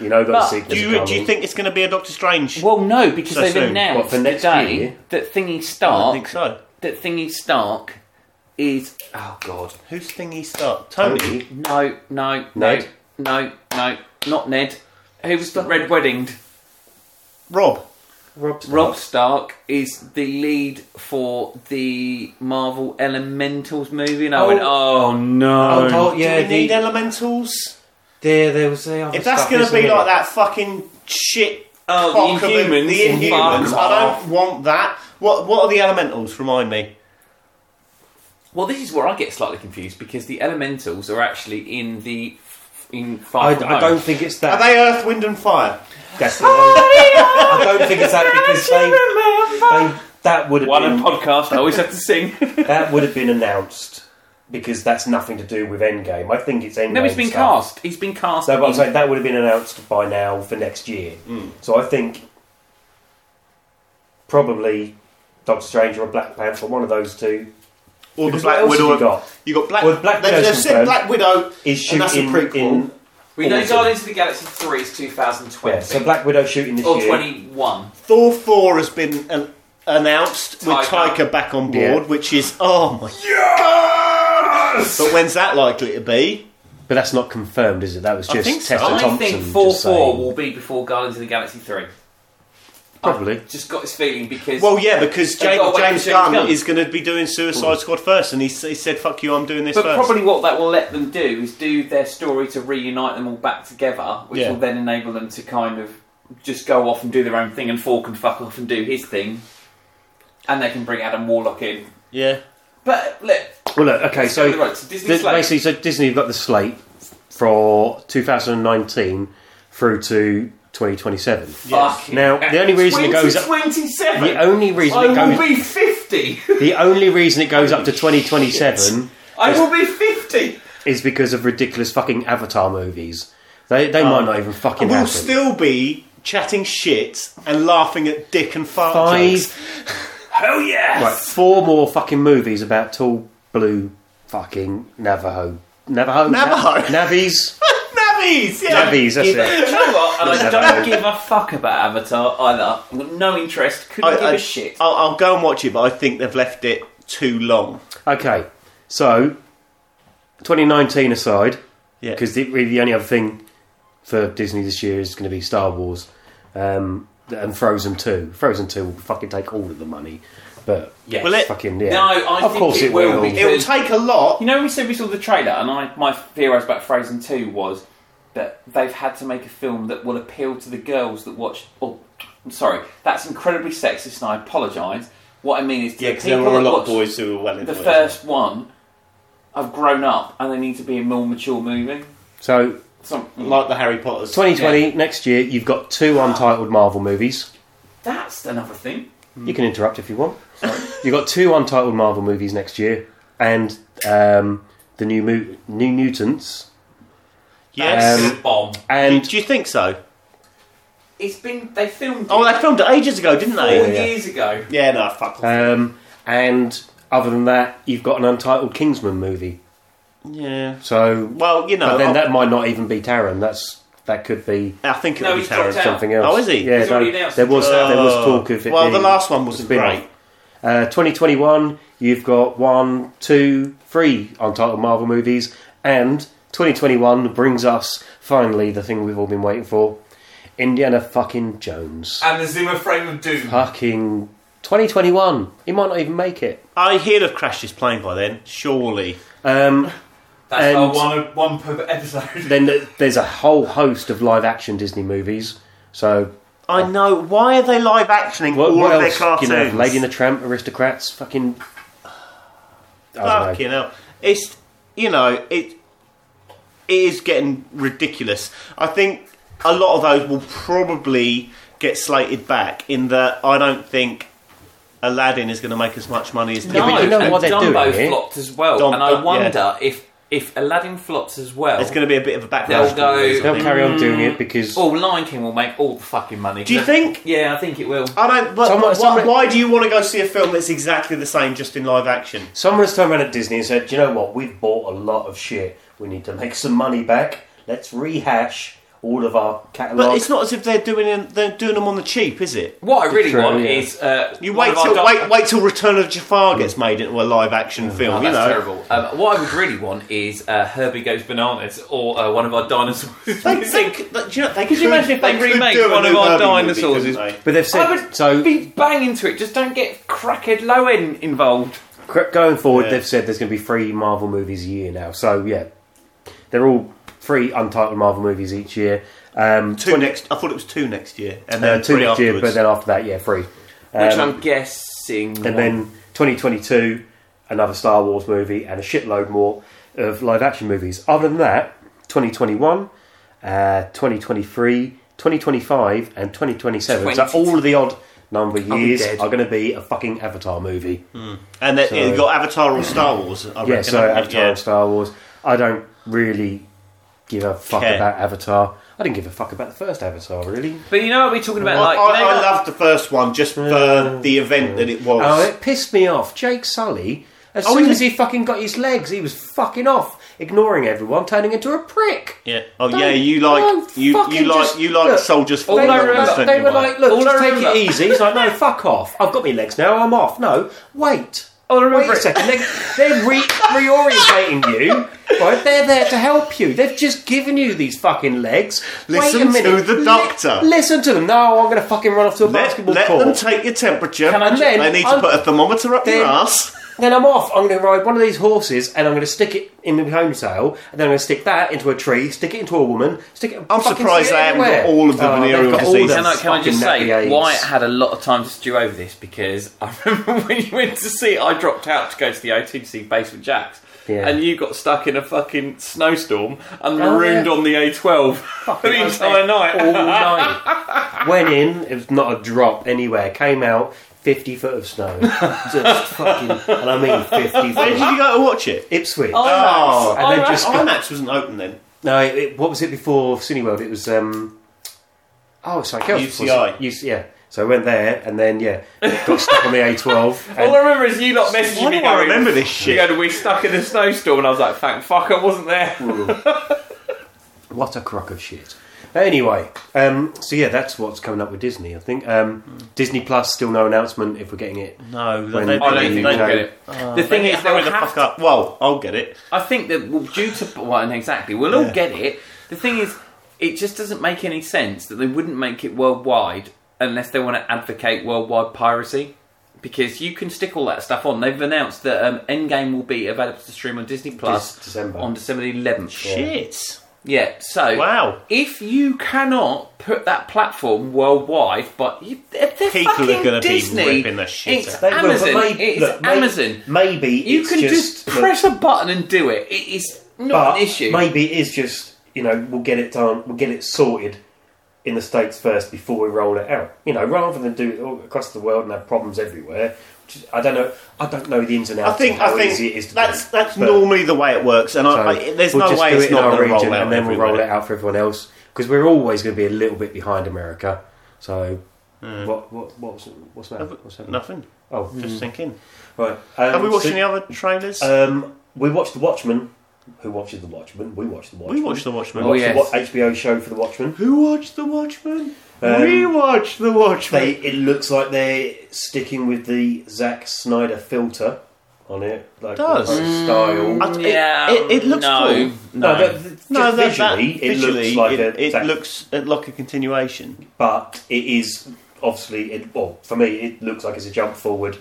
[SPEAKER 1] you know, got
[SPEAKER 2] But
[SPEAKER 1] the sequels
[SPEAKER 4] do
[SPEAKER 1] are
[SPEAKER 4] you do you
[SPEAKER 1] coming.
[SPEAKER 4] think it's going to be a Doctor Strange?
[SPEAKER 2] Well, no, because
[SPEAKER 4] So
[SPEAKER 2] they've
[SPEAKER 4] soon.
[SPEAKER 2] announced
[SPEAKER 1] What, for next
[SPEAKER 2] today
[SPEAKER 1] year?
[SPEAKER 2] that Thingy
[SPEAKER 4] Oh, I don't
[SPEAKER 2] Stark,
[SPEAKER 4] think so.
[SPEAKER 2] that Thingy Stark is. Oh God!
[SPEAKER 4] Who's thingy start? Tony.
[SPEAKER 2] No, no,
[SPEAKER 1] Ned?
[SPEAKER 2] no, no, no, not Ned. Who was the Red Weddinged?
[SPEAKER 4] Rob.
[SPEAKER 1] Rob Stark.
[SPEAKER 2] Rob Stark is the lead for the Marvel Elementals movie, and I
[SPEAKER 1] Oh.
[SPEAKER 2] went, "Oh no!"
[SPEAKER 1] Oh, oh,
[SPEAKER 4] do
[SPEAKER 1] yeah,
[SPEAKER 4] we need
[SPEAKER 1] the,
[SPEAKER 4] elementals?
[SPEAKER 1] there there was the other
[SPEAKER 4] If that's
[SPEAKER 1] stuff,
[SPEAKER 4] going to
[SPEAKER 1] isn't
[SPEAKER 4] be
[SPEAKER 1] it?
[SPEAKER 4] like that fucking shit.
[SPEAKER 2] Oh,
[SPEAKER 4] cock
[SPEAKER 2] the
[SPEAKER 4] of a-
[SPEAKER 2] Inhumans.
[SPEAKER 4] the Inhumans.
[SPEAKER 2] Fuck
[SPEAKER 4] I
[SPEAKER 2] off.
[SPEAKER 4] don't want that. What What are the elementals? Remind me.
[SPEAKER 2] Well, this is where I get slightly confused because the Elementals are actually in the in Far
[SPEAKER 1] I,
[SPEAKER 2] From
[SPEAKER 1] I
[SPEAKER 2] Home.
[SPEAKER 1] don't think it's that.
[SPEAKER 4] Are they Earth, Wind, and Fire?
[SPEAKER 1] That's the one. I don't think it's that because they, they that would
[SPEAKER 2] One in
[SPEAKER 1] have been,
[SPEAKER 2] podcast, I always have to sing.
[SPEAKER 1] that would have been announced because that's nothing to do with Endgame. I think it's Endgame.
[SPEAKER 2] No, he's been
[SPEAKER 1] stuff.
[SPEAKER 2] cast. He's been cast.
[SPEAKER 1] No, but I'm
[SPEAKER 2] in-
[SPEAKER 1] saying that would have been announced by now for next year.
[SPEAKER 4] Hmm.
[SPEAKER 1] So I think probably Doctor Strange or Black Panther, one of those two.
[SPEAKER 4] Or
[SPEAKER 1] Because
[SPEAKER 4] the Black
[SPEAKER 1] what else have
[SPEAKER 4] Widow?
[SPEAKER 1] you got?
[SPEAKER 4] You got Black.
[SPEAKER 1] Well, Black
[SPEAKER 4] they've, they've
[SPEAKER 1] Widow's
[SPEAKER 4] said
[SPEAKER 1] confirmed.
[SPEAKER 4] Black Widow
[SPEAKER 1] Is
[SPEAKER 4] and that's a
[SPEAKER 1] shooting
[SPEAKER 4] prequel.
[SPEAKER 1] in
[SPEAKER 2] we know
[SPEAKER 1] Awesome.
[SPEAKER 2] Guardians of the Galaxy 3 is 2020.
[SPEAKER 1] yeah. So Black Widow shooting this
[SPEAKER 2] or
[SPEAKER 1] year.
[SPEAKER 2] 21.
[SPEAKER 4] Thor four has been an, announced with
[SPEAKER 2] Taika.
[SPEAKER 4] Taika back on board,
[SPEAKER 1] Yeah.
[SPEAKER 4] which is oh my. But when's that likely to be?
[SPEAKER 1] But that's not confirmed, is it? That was
[SPEAKER 4] I
[SPEAKER 1] just
[SPEAKER 4] think so.
[SPEAKER 1] Tessa
[SPEAKER 4] I
[SPEAKER 1] Thompson.
[SPEAKER 2] I think 4
[SPEAKER 1] just saying.
[SPEAKER 2] 4 will be before Guardians of the Galaxy 3.
[SPEAKER 1] probably.
[SPEAKER 2] Just got this feeling because.
[SPEAKER 4] Well, yeah, because
[SPEAKER 2] They've got to
[SPEAKER 4] James,
[SPEAKER 2] wait
[SPEAKER 4] James
[SPEAKER 2] for James
[SPEAKER 4] Gunn
[SPEAKER 2] Gunn.
[SPEAKER 4] is going to be doing Suicide Squad first, and he, s- he said, "Fuck you, I'm doing this
[SPEAKER 2] but
[SPEAKER 4] first."
[SPEAKER 2] probably what that will let them do is do their story to reunite them all back together, which
[SPEAKER 4] Yeah.
[SPEAKER 2] will then enable them to kind of just go off and do their own thing, and Thor can fuck off and do his thing, and they can bring Adam Warlock in.
[SPEAKER 4] Yeah,
[SPEAKER 2] But look,
[SPEAKER 1] Well, look, okay, so
[SPEAKER 2] right, so Disney
[SPEAKER 1] Di-
[SPEAKER 2] slate.
[SPEAKER 1] basically, so Disney have got the slate for 2019 through to 2027.
[SPEAKER 4] Yes.
[SPEAKER 2] fucking
[SPEAKER 1] Now,
[SPEAKER 2] heck.
[SPEAKER 1] the only reason it goes up-
[SPEAKER 2] 2027.
[SPEAKER 1] The only reason
[SPEAKER 2] I
[SPEAKER 1] it
[SPEAKER 2] will
[SPEAKER 1] goes,
[SPEAKER 2] be 50.
[SPEAKER 1] the only reason it goes up to 2027
[SPEAKER 2] I will be 50.
[SPEAKER 1] is because of ridiculous fucking Avatar movies. They they might not even fucking
[SPEAKER 4] Um, we'll
[SPEAKER 1] happen.
[SPEAKER 4] still be chatting shit and laughing at dick and fart
[SPEAKER 1] Five,
[SPEAKER 4] jokes.
[SPEAKER 2] Hell yes.
[SPEAKER 1] right, four more fucking movies about tall blue fucking Navajo. Navajo? Na-
[SPEAKER 4] Navajo.
[SPEAKER 1] Navies?
[SPEAKER 4] Navvies! Yeah!
[SPEAKER 1] Navies, that's
[SPEAKER 2] You know
[SPEAKER 1] it.
[SPEAKER 2] what? And I
[SPEAKER 1] That's
[SPEAKER 2] don't
[SPEAKER 1] right.
[SPEAKER 2] give a fuck about Avatar either. I've got no interest. Couldn't give a shit.
[SPEAKER 4] will I'll go and watch it, but I think they've left it too long.
[SPEAKER 1] Okay, so 2019 aside,
[SPEAKER 4] Yeah.
[SPEAKER 1] because the, really the only other thing for Disney this year is going to be Star Wars um, and Frozen 2. Frozen 2 will fucking take all of the money, but
[SPEAKER 2] Yes.
[SPEAKER 4] Will it?
[SPEAKER 1] fucking yeah.
[SPEAKER 2] No, I
[SPEAKER 1] of
[SPEAKER 2] think
[SPEAKER 1] course
[SPEAKER 2] it will be.
[SPEAKER 4] it will take a lot.
[SPEAKER 2] You know, we said we saw the trailer, and I, my theories about Frozen 2 was that they've had to make a film that will appeal to the girls that watch. Oh, I'm sorry, that's incredibly sexist, and I apologise. What I mean is, to
[SPEAKER 4] Yeah,
[SPEAKER 2] the
[SPEAKER 4] because
[SPEAKER 2] people
[SPEAKER 4] there were a
[SPEAKER 2] that
[SPEAKER 4] lot of
[SPEAKER 2] watch
[SPEAKER 4] boys who were well into
[SPEAKER 2] the
[SPEAKER 4] it.
[SPEAKER 2] first one have grown up, and they need to be a more mature movie.
[SPEAKER 1] So
[SPEAKER 2] Something like
[SPEAKER 4] Like the Harry Potters.
[SPEAKER 1] 2020 next year, you've got two untitled Marvel movies.
[SPEAKER 2] that's another thing.
[SPEAKER 1] You can interrupt if you want. you've got two untitled Marvel movies next year, and um, the new Mu- New Mutants,
[SPEAKER 4] Yes.
[SPEAKER 1] Um,
[SPEAKER 2] bomb.
[SPEAKER 1] and
[SPEAKER 4] Do you think so?
[SPEAKER 2] It's been they filmed.
[SPEAKER 4] Oh,
[SPEAKER 2] it
[SPEAKER 4] they filmed it ages ago, didn't
[SPEAKER 2] four
[SPEAKER 4] they?
[SPEAKER 1] yeah, yeah.
[SPEAKER 2] years ago.
[SPEAKER 4] Yeah, no, fuck off.
[SPEAKER 1] um, and other than that, you've got an untitled Kingsman movie.
[SPEAKER 4] yeah.
[SPEAKER 1] So,
[SPEAKER 4] Well, you know,
[SPEAKER 1] but then
[SPEAKER 4] I,
[SPEAKER 1] that might not even be Taron. That's that could be
[SPEAKER 4] I think it
[SPEAKER 2] No,
[SPEAKER 4] will be
[SPEAKER 2] he's dropped
[SPEAKER 4] Taron.
[SPEAKER 2] out.
[SPEAKER 1] something else.
[SPEAKER 4] Oh, is he?
[SPEAKER 1] Yeah,
[SPEAKER 2] He's
[SPEAKER 1] no,
[SPEAKER 2] already announced
[SPEAKER 1] there
[SPEAKER 2] he's
[SPEAKER 1] was
[SPEAKER 2] dropped
[SPEAKER 1] there was
[SPEAKER 4] Oh.
[SPEAKER 1] talk of it.
[SPEAKER 4] Well, the
[SPEAKER 1] being
[SPEAKER 4] last one
[SPEAKER 1] a
[SPEAKER 4] wasn't
[SPEAKER 1] spin-off.
[SPEAKER 4] great.
[SPEAKER 1] Uh, 2021, you've got one, two, three untitled Marvel movies, and 2021 brings us finally the thing we've all been waiting for: Indiana fucking Jones.
[SPEAKER 4] Uh,
[SPEAKER 2] And the Zimmer frame of doom.
[SPEAKER 1] Fucking 2021. He might not even make it.
[SPEAKER 4] I hear they've crashed his plane by then, surely.
[SPEAKER 1] Um,
[SPEAKER 2] That's
[SPEAKER 1] And-
[SPEAKER 2] our one one per episode.
[SPEAKER 1] then th- there's a whole host of live-action Disney movies. So
[SPEAKER 4] I know. Why are they live actioning
[SPEAKER 1] what,
[SPEAKER 4] all
[SPEAKER 1] what
[SPEAKER 4] of
[SPEAKER 1] else?
[SPEAKER 4] their
[SPEAKER 1] You
[SPEAKER 4] cartoons?
[SPEAKER 1] know, Lady and the Tramp, Aristocrats, fucking. I don't know.
[SPEAKER 4] Fucking hell. It's, you know, it, it is getting ridiculous. I think a lot of those will probably get slated back in that I don't think Aladdin is going to make as much money as
[SPEAKER 1] Yeah,
[SPEAKER 2] no,
[SPEAKER 1] but you know
[SPEAKER 2] and
[SPEAKER 1] what they're
[SPEAKER 2] Dumbo
[SPEAKER 1] doing here?
[SPEAKER 2] flopped as well,
[SPEAKER 4] Dum-
[SPEAKER 2] and I
[SPEAKER 4] Dum-
[SPEAKER 2] wonder if if Aladdin flops as well.
[SPEAKER 4] It's going to be a bit of a backlash.
[SPEAKER 2] They'll go-
[SPEAKER 1] They'll carry on doing
[SPEAKER 4] Mm.
[SPEAKER 1] it because
[SPEAKER 2] Oh, Lion King will make all the fucking money.
[SPEAKER 4] Do you think?
[SPEAKER 2] Yeah, I think it will.
[SPEAKER 4] I don't. But
[SPEAKER 1] Someone-
[SPEAKER 4] why,
[SPEAKER 1] someone-
[SPEAKER 4] why do you want to go see a film that's exactly the same just in live action?
[SPEAKER 1] Someone has turned around at Disney and said, "Do you know what? We've bought a lot of shit. We need to make some money back. Let's rehash all of our
[SPEAKER 4] But
[SPEAKER 1] catalogue."
[SPEAKER 4] it's not as if they're doing them, they're doing them on the cheap, is it?
[SPEAKER 2] What I really
[SPEAKER 1] True,
[SPEAKER 2] want
[SPEAKER 1] yeah.
[SPEAKER 2] is uh,
[SPEAKER 4] You
[SPEAKER 2] one
[SPEAKER 4] wait
[SPEAKER 2] of our
[SPEAKER 4] till
[SPEAKER 2] doc-
[SPEAKER 4] wait wait till Return of Jafar gets made into a live
[SPEAKER 1] Mm,
[SPEAKER 4] action film.
[SPEAKER 2] Oh,
[SPEAKER 4] you
[SPEAKER 2] that's
[SPEAKER 4] know,
[SPEAKER 2] terrible. Um, what I would really want is uh, Herbie Goes Bananas or uh, one of our dinosaurs.
[SPEAKER 4] They, they, c- they- do you know, they could
[SPEAKER 2] you imagine if they
[SPEAKER 4] could
[SPEAKER 2] remake
[SPEAKER 4] do a
[SPEAKER 2] one of
[SPEAKER 4] new
[SPEAKER 2] our
[SPEAKER 4] Herbie movie,
[SPEAKER 2] dinosaurs
[SPEAKER 4] couldn't
[SPEAKER 2] is-
[SPEAKER 4] they?
[SPEAKER 1] but they've
[SPEAKER 2] I
[SPEAKER 1] said
[SPEAKER 2] would
[SPEAKER 1] so.
[SPEAKER 2] be bang into it. Just don't get crackhead Lowen involved.
[SPEAKER 1] cr- Going forward,
[SPEAKER 4] Yeah.
[SPEAKER 1] they've said there's going to be three Marvel movies a year now. So yeah, they're all three untitled Marvel movies each year. Um,
[SPEAKER 4] two next. I thought it was two next year, and
[SPEAKER 1] uh,
[SPEAKER 4] then
[SPEAKER 1] two
[SPEAKER 4] three
[SPEAKER 1] next year, but
[SPEAKER 4] afterwards.
[SPEAKER 1] then after that, yeah, three.
[SPEAKER 2] Which
[SPEAKER 1] Um,
[SPEAKER 2] I'm guessing.
[SPEAKER 1] and then 2022, another Star Wars movie and a shitload more of live action movies. Other than that, 2021, uh, 2023, 2025, and 2027. So
[SPEAKER 2] 20.
[SPEAKER 1] all of the odd number of
[SPEAKER 2] I'll be
[SPEAKER 1] years
[SPEAKER 2] dead. Mm.
[SPEAKER 1] are going to be a fucking Avatar movie.
[SPEAKER 4] and then
[SPEAKER 1] So-
[SPEAKER 4] yeah, you got Avatar or Star Wars. I
[SPEAKER 1] yeah,
[SPEAKER 4] reckon,
[SPEAKER 1] so
[SPEAKER 4] haven't you?
[SPEAKER 1] Avatar and Star Wars. I don't really give a fuck
[SPEAKER 4] Care.
[SPEAKER 1] about Avatar. I didn't give a fuck about the first Avatar, really.
[SPEAKER 2] But you know what we're talking about? like,
[SPEAKER 4] I,
[SPEAKER 2] you know,
[SPEAKER 4] I, I
[SPEAKER 2] like-
[SPEAKER 4] loved the first one just for the event that it was.
[SPEAKER 1] Oh, it pissed me off. Jake Sully, as
[SPEAKER 4] Oh,
[SPEAKER 1] soon
[SPEAKER 4] is
[SPEAKER 1] as he fucking got his legs, he was fucking off, ignoring everyone, turning into a prick.
[SPEAKER 4] yeah. Oh
[SPEAKER 1] Don't-
[SPEAKER 4] yeah, you like
[SPEAKER 1] don't
[SPEAKER 4] you
[SPEAKER 1] fucking
[SPEAKER 4] you like
[SPEAKER 1] just-
[SPEAKER 4] you like
[SPEAKER 1] look,
[SPEAKER 4] soldiers
[SPEAKER 1] They
[SPEAKER 4] falling.
[SPEAKER 1] were,
[SPEAKER 4] on
[SPEAKER 2] remember-
[SPEAKER 4] us,
[SPEAKER 1] like,
[SPEAKER 4] don't
[SPEAKER 1] they
[SPEAKER 4] you,
[SPEAKER 1] were
[SPEAKER 4] Mike?
[SPEAKER 1] like, look,
[SPEAKER 2] All
[SPEAKER 1] just
[SPEAKER 2] I
[SPEAKER 1] take
[SPEAKER 2] remember-
[SPEAKER 1] it easy. He's like, no, fuck off. I've got my legs now. I'm off. No, wait.
[SPEAKER 4] Oh,
[SPEAKER 2] All oh,
[SPEAKER 1] Wait
[SPEAKER 2] I remember
[SPEAKER 1] a
[SPEAKER 2] is-
[SPEAKER 1] second. They're, they're re- reorientating you. Right? They're there to help you. They've just given you these fucking legs.
[SPEAKER 4] Listen
[SPEAKER 1] wait a minute.
[SPEAKER 4] to the
[SPEAKER 1] Li-
[SPEAKER 4] doctor.
[SPEAKER 1] listen to them. No, I'm going to fucking run off to a
[SPEAKER 4] Let,
[SPEAKER 1] basketball
[SPEAKER 4] let
[SPEAKER 1] court.
[SPEAKER 4] them take your temperature.
[SPEAKER 1] Can I ju-
[SPEAKER 4] they need to
[SPEAKER 1] I'll-
[SPEAKER 4] put a thermometer up your
[SPEAKER 1] Then-
[SPEAKER 4] ass.
[SPEAKER 1] Then I'm off. I'm going to ride one of these horses, and I'm going to stick it in my home sale, and then I'm going to stick that into a tree, stick it into a woman, stick it.
[SPEAKER 4] I'm
[SPEAKER 1] fucking
[SPEAKER 4] surprised
[SPEAKER 1] stick it
[SPEAKER 4] they haven't got
[SPEAKER 1] everywhere.
[SPEAKER 4] all of the
[SPEAKER 1] they've
[SPEAKER 4] venereal
[SPEAKER 1] got all the
[SPEAKER 4] diseases.
[SPEAKER 2] Can I, can I just say
[SPEAKER 1] fucking nappy aids.
[SPEAKER 2] why I had a lot of time to stew over this? Because I remember when you went to see it, I dropped out to go to the O2 to see Basement Jacks.
[SPEAKER 1] Yeah.
[SPEAKER 2] And you got stuck in a fucking snowstorm and
[SPEAKER 1] Oh,
[SPEAKER 2] marooned
[SPEAKER 1] yeah.
[SPEAKER 2] on the A12 for
[SPEAKER 1] I
[SPEAKER 2] the
[SPEAKER 1] was
[SPEAKER 2] entire
[SPEAKER 1] there all
[SPEAKER 2] night.
[SPEAKER 1] night. Went in, it was not a drop anywhere. Came out, fifty foot of snow, just fucking, and I mean fifty
[SPEAKER 4] Where did
[SPEAKER 1] foot.
[SPEAKER 4] you go to watch it?
[SPEAKER 1] Ipswich.
[SPEAKER 4] Oh,
[SPEAKER 1] And they
[SPEAKER 2] IMAX.
[SPEAKER 1] just got-
[SPEAKER 4] IMAX wasn't open then.
[SPEAKER 1] No, it, it- what was it before Cineworld? It was um. Oh, sorry, Kelsey.
[SPEAKER 4] UCI.
[SPEAKER 1] yeah, So I went there, and then yeah, got stuck on the A12.
[SPEAKER 2] All
[SPEAKER 1] and-
[SPEAKER 2] I remember is you lot messaging
[SPEAKER 4] Why
[SPEAKER 2] me
[SPEAKER 4] do I
[SPEAKER 2] going,
[SPEAKER 4] remember this
[SPEAKER 2] you
[SPEAKER 4] shit?
[SPEAKER 2] going, we're stuck in a snowstorm, and I was like, thank fuck, I wasn't there.
[SPEAKER 1] What a crock of shit. Anyway, um, so yeah, that's what's coming up with Disney. I think um, Disney Plus still no announcement if we're getting it.
[SPEAKER 4] No,
[SPEAKER 1] When-
[SPEAKER 4] they, they,
[SPEAKER 2] I
[SPEAKER 1] I
[SPEAKER 2] don't
[SPEAKER 1] don't
[SPEAKER 2] think
[SPEAKER 4] they,
[SPEAKER 2] we'll
[SPEAKER 1] know.
[SPEAKER 2] get it.
[SPEAKER 4] Uh,
[SPEAKER 2] the thing is,
[SPEAKER 4] they
[SPEAKER 2] they'll
[SPEAKER 4] the
[SPEAKER 2] have
[SPEAKER 4] fuck up. Well, I'll get it.
[SPEAKER 2] I think that well, due to well, and exactly, we'll all
[SPEAKER 4] Yeah.
[SPEAKER 2] get it. The thing is, it just doesn't make any sense that they wouldn't make it worldwide unless they want to advocate worldwide piracy. Because you can stick all that stuff on. They've announced that um, Endgame will be available to stream on Disney Plus
[SPEAKER 1] Dis- December.
[SPEAKER 2] on December the 11th.
[SPEAKER 4] Shit.
[SPEAKER 2] Yeah, so
[SPEAKER 4] Wow.
[SPEAKER 2] if you cannot put that platform worldwide, but you, they're
[SPEAKER 4] People are
[SPEAKER 2] fucking
[SPEAKER 4] gonna be
[SPEAKER 2] Disney.
[SPEAKER 4] ripping the shit
[SPEAKER 2] It's
[SPEAKER 4] out.
[SPEAKER 1] They will, but
[SPEAKER 2] Amazon.
[SPEAKER 1] may-
[SPEAKER 2] it's
[SPEAKER 1] look, may-
[SPEAKER 2] Amazon.
[SPEAKER 1] Maybe
[SPEAKER 2] You
[SPEAKER 1] it's
[SPEAKER 2] can just,
[SPEAKER 1] look,
[SPEAKER 2] press a button and do it. It is not
[SPEAKER 1] but
[SPEAKER 2] an issue.
[SPEAKER 1] Maybe it is just you know we'll get it done. We'll get it sorted in the states first before we roll it out. You know, rather than do it all across the world and have problems everywhere. Just, I don't know. I don't know the ins and
[SPEAKER 4] I
[SPEAKER 1] outs.
[SPEAKER 4] think
[SPEAKER 1] of how
[SPEAKER 4] I think
[SPEAKER 1] easy it is to
[SPEAKER 4] that's
[SPEAKER 1] do.
[SPEAKER 4] that's
[SPEAKER 1] but-
[SPEAKER 4] normally the way it works, and I,
[SPEAKER 1] So
[SPEAKER 4] I, there's
[SPEAKER 1] we'll
[SPEAKER 4] no
[SPEAKER 1] just
[SPEAKER 4] way
[SPEAKER 1] do
[SPEAKER 4] it's
[SPEAKER 1] it in
[SPEAKER 4] not
[SPEAKER 1] our
[SPEAKER 4] going to roll
[SPEAKER 1] region
[SPEAKER 4] out
[SPEAKER 1] and then we'll
[SPEAKER 4] everywhere.
[SPEAKER 1] roll it out for everyone else because we're always going to be a little bit behind America. So
[SPEAKER 4] Hmm.
[SPEAKER 1] what what what's what's that? What's happening?
[SPEAKER 4] Nothing.
[SPEAKER 1] Oh,
[SPEAKER 4] Just thinking.
[SPEAKER 1] right. Um,
[SPEAKER 4] Have we watched
[SPEAKER 1] so-
[SPEAKER 4] any other trailers?
[SPEAKER 1] Um, we watched The Watchmen. Who watches The Watchmen? We watched The Watchmen.
[SPEAKER 4] we watched The Watchmen.
[SPEAKER 2] Oh,
[SPEAKER 1] Watched
[SPEAKER 2] yes.
[SPEAKER 1] the wa- HBO show for The Watchmen.
[SPEAKER 4] Who watched The Watchmen?
[SPEAKER 1] Um,
[SPEAKER 4] we watched The Watchmen.
[SPEAKER 1] They it looks like they're sticking with the Zack Snyder filter on it, like the
[SPEAKER 4] Does.
[SPEAKER 1] kind of style.
[SPEAKER 4] I- it- it- it looks
[SPEAKER 2] no,
[SPEAKER 4] cool.
[SPEAKER 1] no,
[SPEAKER 2] no.
[SPEAKER 1] but th- just
[SPEAKER 4] no, that, that-
[SPEAKER 1] visually, it
[SPEAKER 4] visually,
[SPEAKER 1] looks like
[SPEAKER 4] it,
[SPEAKER 1] a
[SPEAKER 4] it
[SPEAKER 1] Zack
[SPEAKER 4] looks uh, like a continuation.
[SPEAKER 1] but it is obviously it, well for me it looks like it's a jump forward.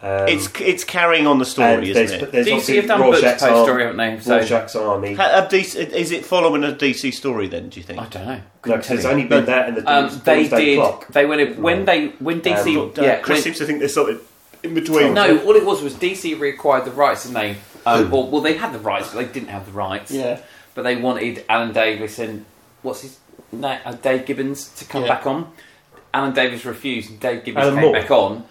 [SPEAKER 1] Um,
[SPEAKER 4] it's it's carrying on the
[SPEAKER 1] and
[SPEAKER 4] story,
[SPEAKER 1] there's,
[SPEAKER 4] isn't it?
[SPEAKER 1] there's
[SPEAKER 2] DC
[SPEAKER 1] obviously
[SPEAKER 2] have done books
[SPEAKER 1] Rorschach's,
[SPEAKER 2] post story,
[SPEAKER 1] arm,
[SPEAKER 2] haven't they? So
[SPEAKER 1] Rorschach's army.
[SPEAKER 4] Ha- a DC is it following a DC story then? Do you think?
[SPEAKER 2] I don't know.
[SPEAKER 1] No,
[SPEAKER 2] Couldn't
[SPEAKER 1] 'cause
[SPEAKER 2] tell
[SPEAKER 1] there's
[SPEAKER 2] you.
[SPEAKER 1] only been that and the
[SPEAKER 2] um, they
[SPEAKER 1] Doomsday
[SPEAKER 2] did.
[SPEAKER 1] clock.
[SPEAKER 2] They when it, when they when DC
[SPEAKER 4] God,
[SPEAKER 2] Uh, yeah
[SPEAKER 4] Chris
[SPEAKER 2] when-
[SPEAKER 4] seems to think there's something in between.
[SPEAKER 2] no all it was was DC reacquired the rights and they um, well, well they had the rights but they didn't have the rights
[SPEAKER 4] Yeah.
[SPEAKER 2] but they wanted Alan Davis and what's his name uh, Dave Gibbons to come
[SPEAKER 4] Yeah.
[SPEAKER 2] back on. Alan Davis refused. and Dave Gibbons
[SPEAKER 1] Alan
[SPEAKER 2] came
[SPEAKER 1] Moore.
[SPEAKER 2] back on.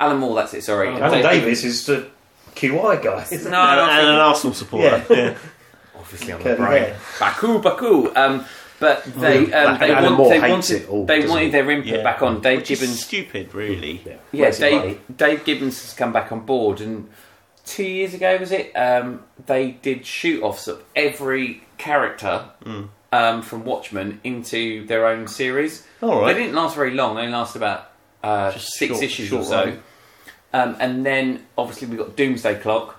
[SPEAKER 2] Alan Moore, that's it. Sorry, And
[SPEAKER 1] Alan
[SPEAKER 2] Dave-
[SPEAKER 1] Davis is the QI guy. isn't
[SPEAKER 2] No, I
[SPEAKER 4] and,
[SPEAKER 2] don't
[SPEAKER 4] and
[SPEAKER 2] think-
[SPEAKER 4] an Arsenal supporter. Yeah.
[SPEAKER 2] obviously I'm
[SPEAKER 1] he?
[SPEAKER 2] a brain. Baku, Baku. Um, but they
[SPEAKER 4] Black
[SPEAKER 2] um, they,
[SPEAKER 1] Adam
[SPEAKER 2] want,
[SPEAKER 1] Oh, Moore
[SPEAKER 2] they
[SPEAKER 1] hates
[SPEAKER 2] wanted
[SPEAKER 1] it all,
[SPEAKER 2] they
[SPEAKER 1] doesn't
[SPEAKER 2] wanted
[SPEAKER 1] he?
[SPEAKER 2] their input
[SPEAKER 4] Yeah.
[SPEAKER 2] back on. Dave
[SPEAKER 4] Which is
[SPEAKER 2] Gibbons,
[SPEAKER 4] stupid, really.
[SPEAKER 1] Yeah,
[SPEAKER 2] yeah,
[SPEAKER 1] Raising
[SPEAKER 2] Dave,
[SPEAKER 1] money.
[SPEAKER 2] Dave Gibbons has come back on board, and two years ago was it? Um, they did shoot offs of every character
[SPEAKER 4] Hmm.
[SPEAKER 2] um, from Watchmen into their own series.
[SPEAKER 4] All right.
[SPEAKER 2] They didn't last very long. They last about uh,
[SPEAKER 4] Just
[SPEAKER 2] six
[SPEAKER 4] short-
[SPEAKER 2] issues
[SPEAKER 4] short
[SPEAKER 2] or so.
[SPEAKER 4] run.
[SPEAKER 2] Um, and then obviously we got Doomsday Clock,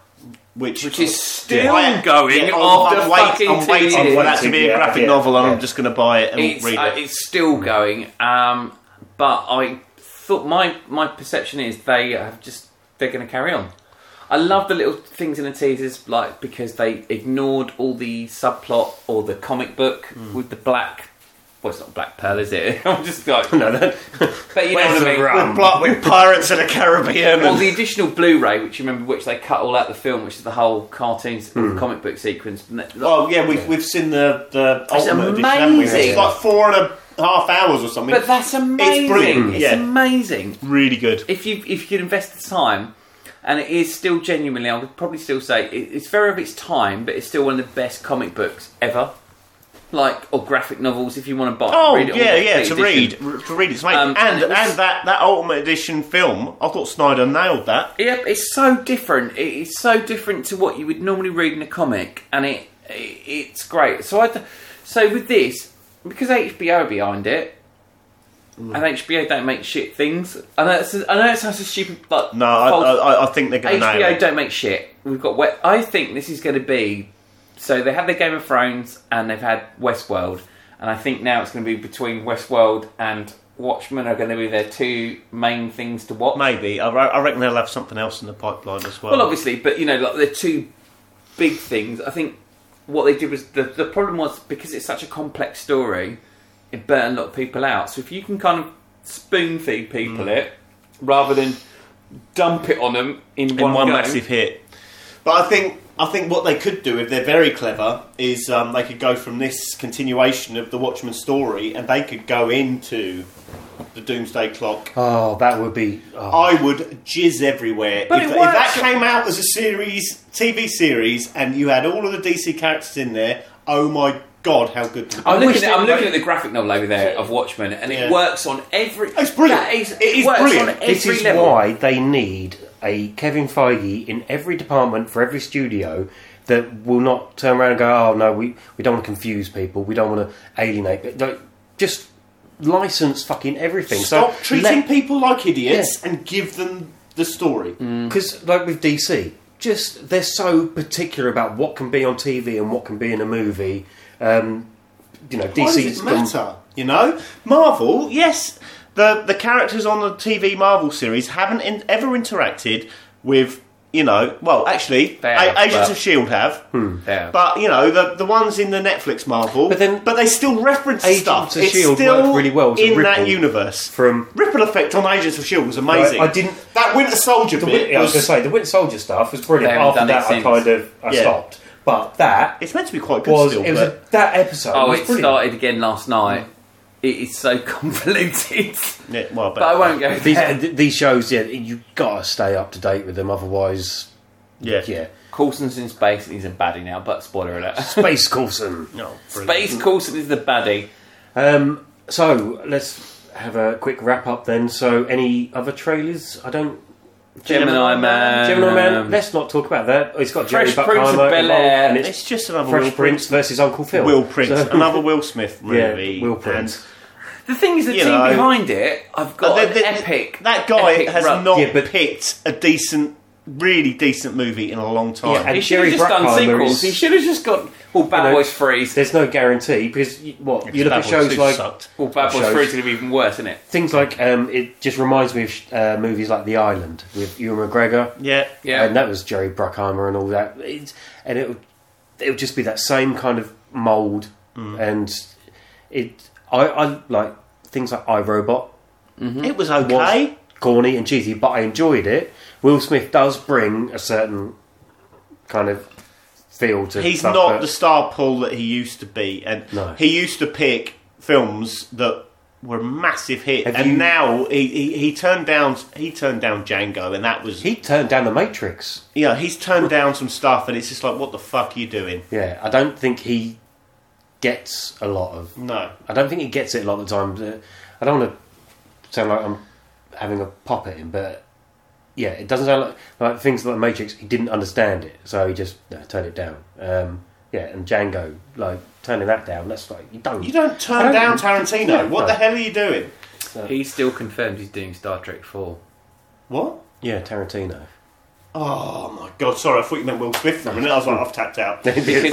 [SPEAKER 4] Which,
[SPEAKER 2] which is still
[SPEAKER 4] Yeah.
[SPEAKER 2] going
[SPEAKER 4] Yeah,
[SPEAKER 2] after
[SPEAKER 4] I'm, wait-
[SPEAKER 2] fucking
[SPEAKER 4] I'm
[SPEAKER 2] two
[SPEAKER 4] waiting
[SPEAKER 2] years.
[SPEAKER 4] for that to be a
[SPEAKER 1] Yeah,
[SPEAKER 4] graphic
[SPEAKER 1] yeah,
[SPEAKER 4] novel, and I'm
[SPEAKER 1] yeah.
[SPEAKER 4] just going to buy it and
[SPEAKER 2] it's,
[SPEAKER 4] read it.
[SPEAKER 2] uh, it's still going. Um, but I thought my my perception is they have just they're going to carry on. I love the little things in the teasers, like because they ignored all the subplot or the comic book
[SPEAKER 4] Hmm.
[SPEAKER 2] with the black. Well, it's not black pearl, is it? I'm just like,
[SPEAKER 1] No, that,
[SPEAKER 2] but you know
[SPEAKER 1] Where's
[SPEAKER 2] what I
[SPEAKER 1] the
[SPEAKER 2] mean.
[SPEAKER 1] rum?
[SPEAKER 4] with, pl- with Pirates of the Caribbean.
[SPEAKER 2] Well,
[SPEAKER 4] And,
[SPEAKER 2] the additional Blu-ray, which you remember, which they cut all out of the film, which is the whole cartoons or
[SPEAKER 4] Hmm.
[SPEAKER 2] comic book sequence. And that-
[SPEAKER 4] oh, yeah, we've, we've seen the, the
[SPEAKER 2] It's
[SPEAKER 4] Ultimate Edition, haven't we?
[SPEAKER 2] amazing.
[SPEAKER 4] It's like four and a half hours or something.
[SPEAKER 2] But that's amazing! It's,
[SPEAKER 4] brilliant, yeah.
[SPEAKER 2] amazing.
[SPEAKER 4] really good.
[SPEAKER 2] if you if you could invest the time, and it is still genuinely, I would probably still say it, it's very of its time, but it's still one of the best comic books ever. Like or graphic novels, if you want to buy.
[SPEAKER 4] Oh
[SPEAKER 2] read it on
[SPEAKER 4] yeah,
[SPEAKER 2] the
[SPEAKER 4] yeah, to
[SPEAKER 2] edition.
[SPEAKER 4] read, r- to read. It's amazing.
[SPEAKER 2] Um, and
[SPEAKER 4] and
[SPEAKER 2] it was-
[SPEAKER 4] and that, that Ultimate Edition film, I thought Snyder nailed that.
[SPEAKER 2] Yep, it's so different. It is so different to what you would normally read in a comic, and it, it it's great. So I, th- so with this, because HBO are behind it,
[SPEAKER 4] Mm.
[SPEAKER 2] and HBO don't make shit things. I know it's, I know it sounds so stupid, but
[SPEAKER 4] No, I,
[SPEAKER 2] false-
[SPEAKER 4] I, I- I think they're going to nail
[SPEAKER 2] HBO
[SPEAKER 4] it.
[SPEAKER 2] don't make shit. We've got. We- I think this is going to be. So they had the Game of Thrones and they've had Westworld, and I think now it's going to be between Westworld and Watchmen are going to be their two main things to watch.
[SPEAKER 4] Maybe I, re- I reckon they'll have something else in the pipeline as well.
[SPEAKER 2] Well, obviously, but you know, like the two big things. I think what they did was the the problem was because it's such a complex story, it burnt a lot of people out. So if you can kind of spoon feed people it rather than dump it on them in,
[SPEAKER 4] in
[SPEAKER 2] one,
[SPEAKER 4] one,
[SPEAKER 2] go,
[SPEAKER 4] massive hit. But I think I think what they could do if they're very clever is um, they could go from this continuation of the Watchmen story and they could go into the Doomsday Clock.
[SPEAKER 1] oh, that would be. Oh,
[SPEAKER 4] I would jizz everywhere
[SPEAKER 2] But
[SPEAKER 4] if,
[SPEAKER 2] it
[SPEAKER 4] tha- if that
[SPEAKER 2] works.
[SPEAKER 4] came out as a series, TV series, and you had all of the DC characters in there. Oh my God, how good! The
[SPEAKER 2] I'm
[SPEAKER 1] I wish
[SPEAKER 2] looking, at,
[SPEAKER 1] they-
[SPEAKER 2] I'm looking at the graphic novel over there of Watchmen, and it
[SPEAKER 4] Yeah.
[SPEAKER 2] works on every.
[SPEAKER 4] It's brilliant.
[SPEAKER 2] That is,
[SPEAKER 4] It is
[SPEAKER 2] works
[SPEAKER 4] brilliant.
[SPEAKER 2] On every
[SPEAKER 1] This is
[SPEAKER 2] level.
[SPEAKER 1] why they need a Kevin Feige in every department for every studio that will not turn around and go, "Oh no, we, we don't want to confuse people. We don't want to alienate." But don't- just license fucking everything.
[SPEAKER 4] Stop
[SPEAKER 1] so
[SPEAKER 4] treating people like idiots and give them the story.
[SPEAKER 1] because like with DC, just they're so particular about what can be on TV and what can be in a movie. Um, you know,
[SPEAKER 4] Why does
[SPEAKER 1] DC's
[SPEAKER 4] it
[SPEAKER 1] gone-
[SPEAKER 4] matter? You know, Marvel. Yes, the the characters on the TV Marvel series haven't in, ever interacted with you know. Well, actually,
[SPEAKER 2] They
[SPEAKER 4] A-
[SPEAKER 2] have,
[SPEAKER 4] Agents
[SPEAKER 2] but-
[SPEAKER 4] of Shield E have,
[SPEAKER 2] Yeah.
[SPEAKER 4] but you know the the ones in the Netflix Marvel.
[SPEAKER 1] Hmm. But then-
[SPEAKER 4] but they still reference
[SPEAKER 1] Agents
[SPEAKER 4] stuff.
[SPEAKER 1] of
[SPEAKER 4] it's
[SPEAKER 1] S.H.I.E.L.D.
[SPEAKER 4] still
[SPEAKER 1] E worked really well as a
[SPEAKER 4] in that
[SPEAKER 1] ripple
[SPEAKER 4] universe.
[SPEAKER 1] from
[SPEAKER 4] Ripple effect on Agents of Shield E was amazing.
[SPEAKER 1] I didn't-
[SPEAKER 4] That Winter Soldier
[SPEAKER 1] The
[SPEAKER 4] bit
[SPEAKER 1] Win- I was
[SPEAKER 4] was.
[SPEAKER 1] going to say the Winter Soldier stuff was brilliant.
[SPEAKER 2] They haven't
[SPEAKER 1] After
[SPEAKER 2] done it
[SPEAKER 1] that, I
[SPEAKER 2] since.
[SPEAKER 1] kind of I
[SPEAKER 4] Yeah.
[SPEAKER 1] stopped. But that
[SPEAKER 4] it's meant to be quite good
[SPEAKER 1] was
[SPEAKER 4] still,
[SPEAKER 1] it was
[SPEAKER 4] but
[SPEAKER 1] a, that episode.
[SPEAKER 2] oh,
[SPEAKER 1] was
[SPEAKER 2] it
[SPEAKER 1] brilliant.
[SPEAKER 2] started again last night. It is so convoluted.
[SPEAKER 4] yeah, well, but,
[SPEAKER 2] but I won't go
[SPEAKER 1] uh, These,
[SPEAKER 2] there.
[SPEAKER 1] th- these shows, yeah, you gotta stay up to date with them, otherwise,
[SPEAKER 4] Yeah,
[SPEAKER 1] yeah.
[SPEAKER 2] Coulson's in space. He's a baddie now, but spoiler alert.
[SPEAKER 1] Space Coulson.
[SPEAKER 4] No, brilliant.
[SPEAKER 2] Space Coulson is the baddie.
[SPEAKER 1] Um, so let's have a quick wrap up then. So, any other trailers? I don't.
[SPEAKER 2] Gemini Man.
[SPEAKER 1] Gemini Man. Let's not talk about that. It's got Jerry
[SPEAKER 2] Um, Fresh Prince of
[SPEAKER 1] Bruckheimer
[SPEAKER 2] Bel-Air.
[SPEAKER 1] involved, and it's
[SPEAKER 4] It's just another
[SPEAKER 1] Fresh
[SPEAKER 4] Will
[SPEAKER 1] Prince versus Uncle Phil.
[SPEAKER 4] Will Prince,
[SPEAKER 1] So-
[SPEAKER 4] another Will Smith
[SPEAKER 1] yeah,
[SPEAKER 4] movie.
[SPEAKER 1] Will Prince.
[SPEAKER 2] The thing is, the
[SPEAKER 4] You
[SPEAKER 2] team
[SPEAKER 4] know.
[SPEAKER 2] behind it, I've
[SPEAKER 4] And-
[SPEAKER 2] got
[SPEAKER 4] but
[SPEAKER 2] an
[SPEAKER 4] the- the-
[SPEAKER 2] epic.
[SPEAKER 4] That guy
[SPEAKER 2] epic
[SPEAKER 4] has
[SPEAKER 2] run.
[SPEAKER 4] not
[SPEAKER 1] Yeah, but-
[SPEAKER 4] picked a decent, really decent movie in a long time.
[SPEAKER 1] Yeah, and-
[SPEAKER 2] He should have
[SPEAKER 1] Jerry
[SPEAKER 2] just done
[SPEAKER 1] Bruckheimer
[SPEAKER 2] sequels.
[SPEAKER 1] is-
[SPEAKER 2] He should have just got well, Bad
[SPEAKER 1] You know,
[SPEAKER 2] Boys Three. is-
[SPEAKER 1] There's no guarantee because you- what you look
[SPEAKER 4] Bad
[SPEAKER 1] at
[SPEAKER 4] Boys
[SPEAKER 1] shows
[SPEAKER 4] 2
[SPEAKER 1] like
[SPEAKER 4] sucked.
[SPEAKER 2] Well, Bad Boys
[SPEAKER 1] shows.
[SPEAKER 2] Three is going to be even worse, isn't it?
[SPEAKER 1] things like um, it just reminds me of uh, movies like The Island with Ewan McGregor.
[SPEAKER 4] Yeah,
[SPEAKER 2] Yeah.
[SPEAKER 1] and that was Jerry Bruckheimer and all that. It's, and it would it would just be that same kind of mold,
[SPEAKER 4] Mm.
[SPEAKER 1] and it I, I like things like iRobot
[SPEAKER 4] it was
[SPEAKER 1] Mm-hmm. was
[SPEAKER 4] okay.
[SPEAKER 1] corny and cheesy, but I enjoyed it. Will Smith does bring a certain kind of feel to.
[SPEAKER 4] He's
[SPEAKER 1] stuff,
[SPEAKER 4] not
[SPEAKER 1] but
[SPEAKER 4] the star pull that he used to be, and
[SPEAKER 1] No.
[SPEAKER 4] he used to pick films that were massive hit,
[SPEAKER 1] Have
[SPEAKER 4] and
[SPEAKER 1] you-
[SPEAKER 4] now he, he, he turned down he turned down Django, and that was
[SPEAKER 1] he turned down the Matrix.
[SPEAKER 4] yeah he's turned down some stuff, and it's just like what the fuck are you doing?
[SPEAKER 1] Yeah, I don't think he gets a lot of
[SPEAKER 4] No,
[SPEAKER 1] I don't think he gets it a lot of the time. Uh, I don't want to sound like I'm having a pop at him, but yeah, it doesn't sound like, like things like Matrix. He didn't understand it, so he just no, turned it down. Um, yeah, and Django, like turning that down. That's like you don't.
[SPEAKER 4] you don't turn
[SPEAKER 1] I
[SPEAKER 4] down
[SPEAKER 1] don't-
[SPEAKER 4] Tarantino.
[SPEAKER 1] Yeah,
[SPEAKER 4] what
[SPEAKER 1] no.
[SPEAKER 4] the hell are you doing?
[SPEAKER 2] He still confirmed he's doing Star Trek Four.
[SPEAKER 4] What?
[SPEAKER 1] Yeah, Tarantino.
[SPEAKER 4] Oh my god, sorry, I thought you meant Will Smith for a minute. I was like, I've tapped out.
[SPEAKER 2] Because basically,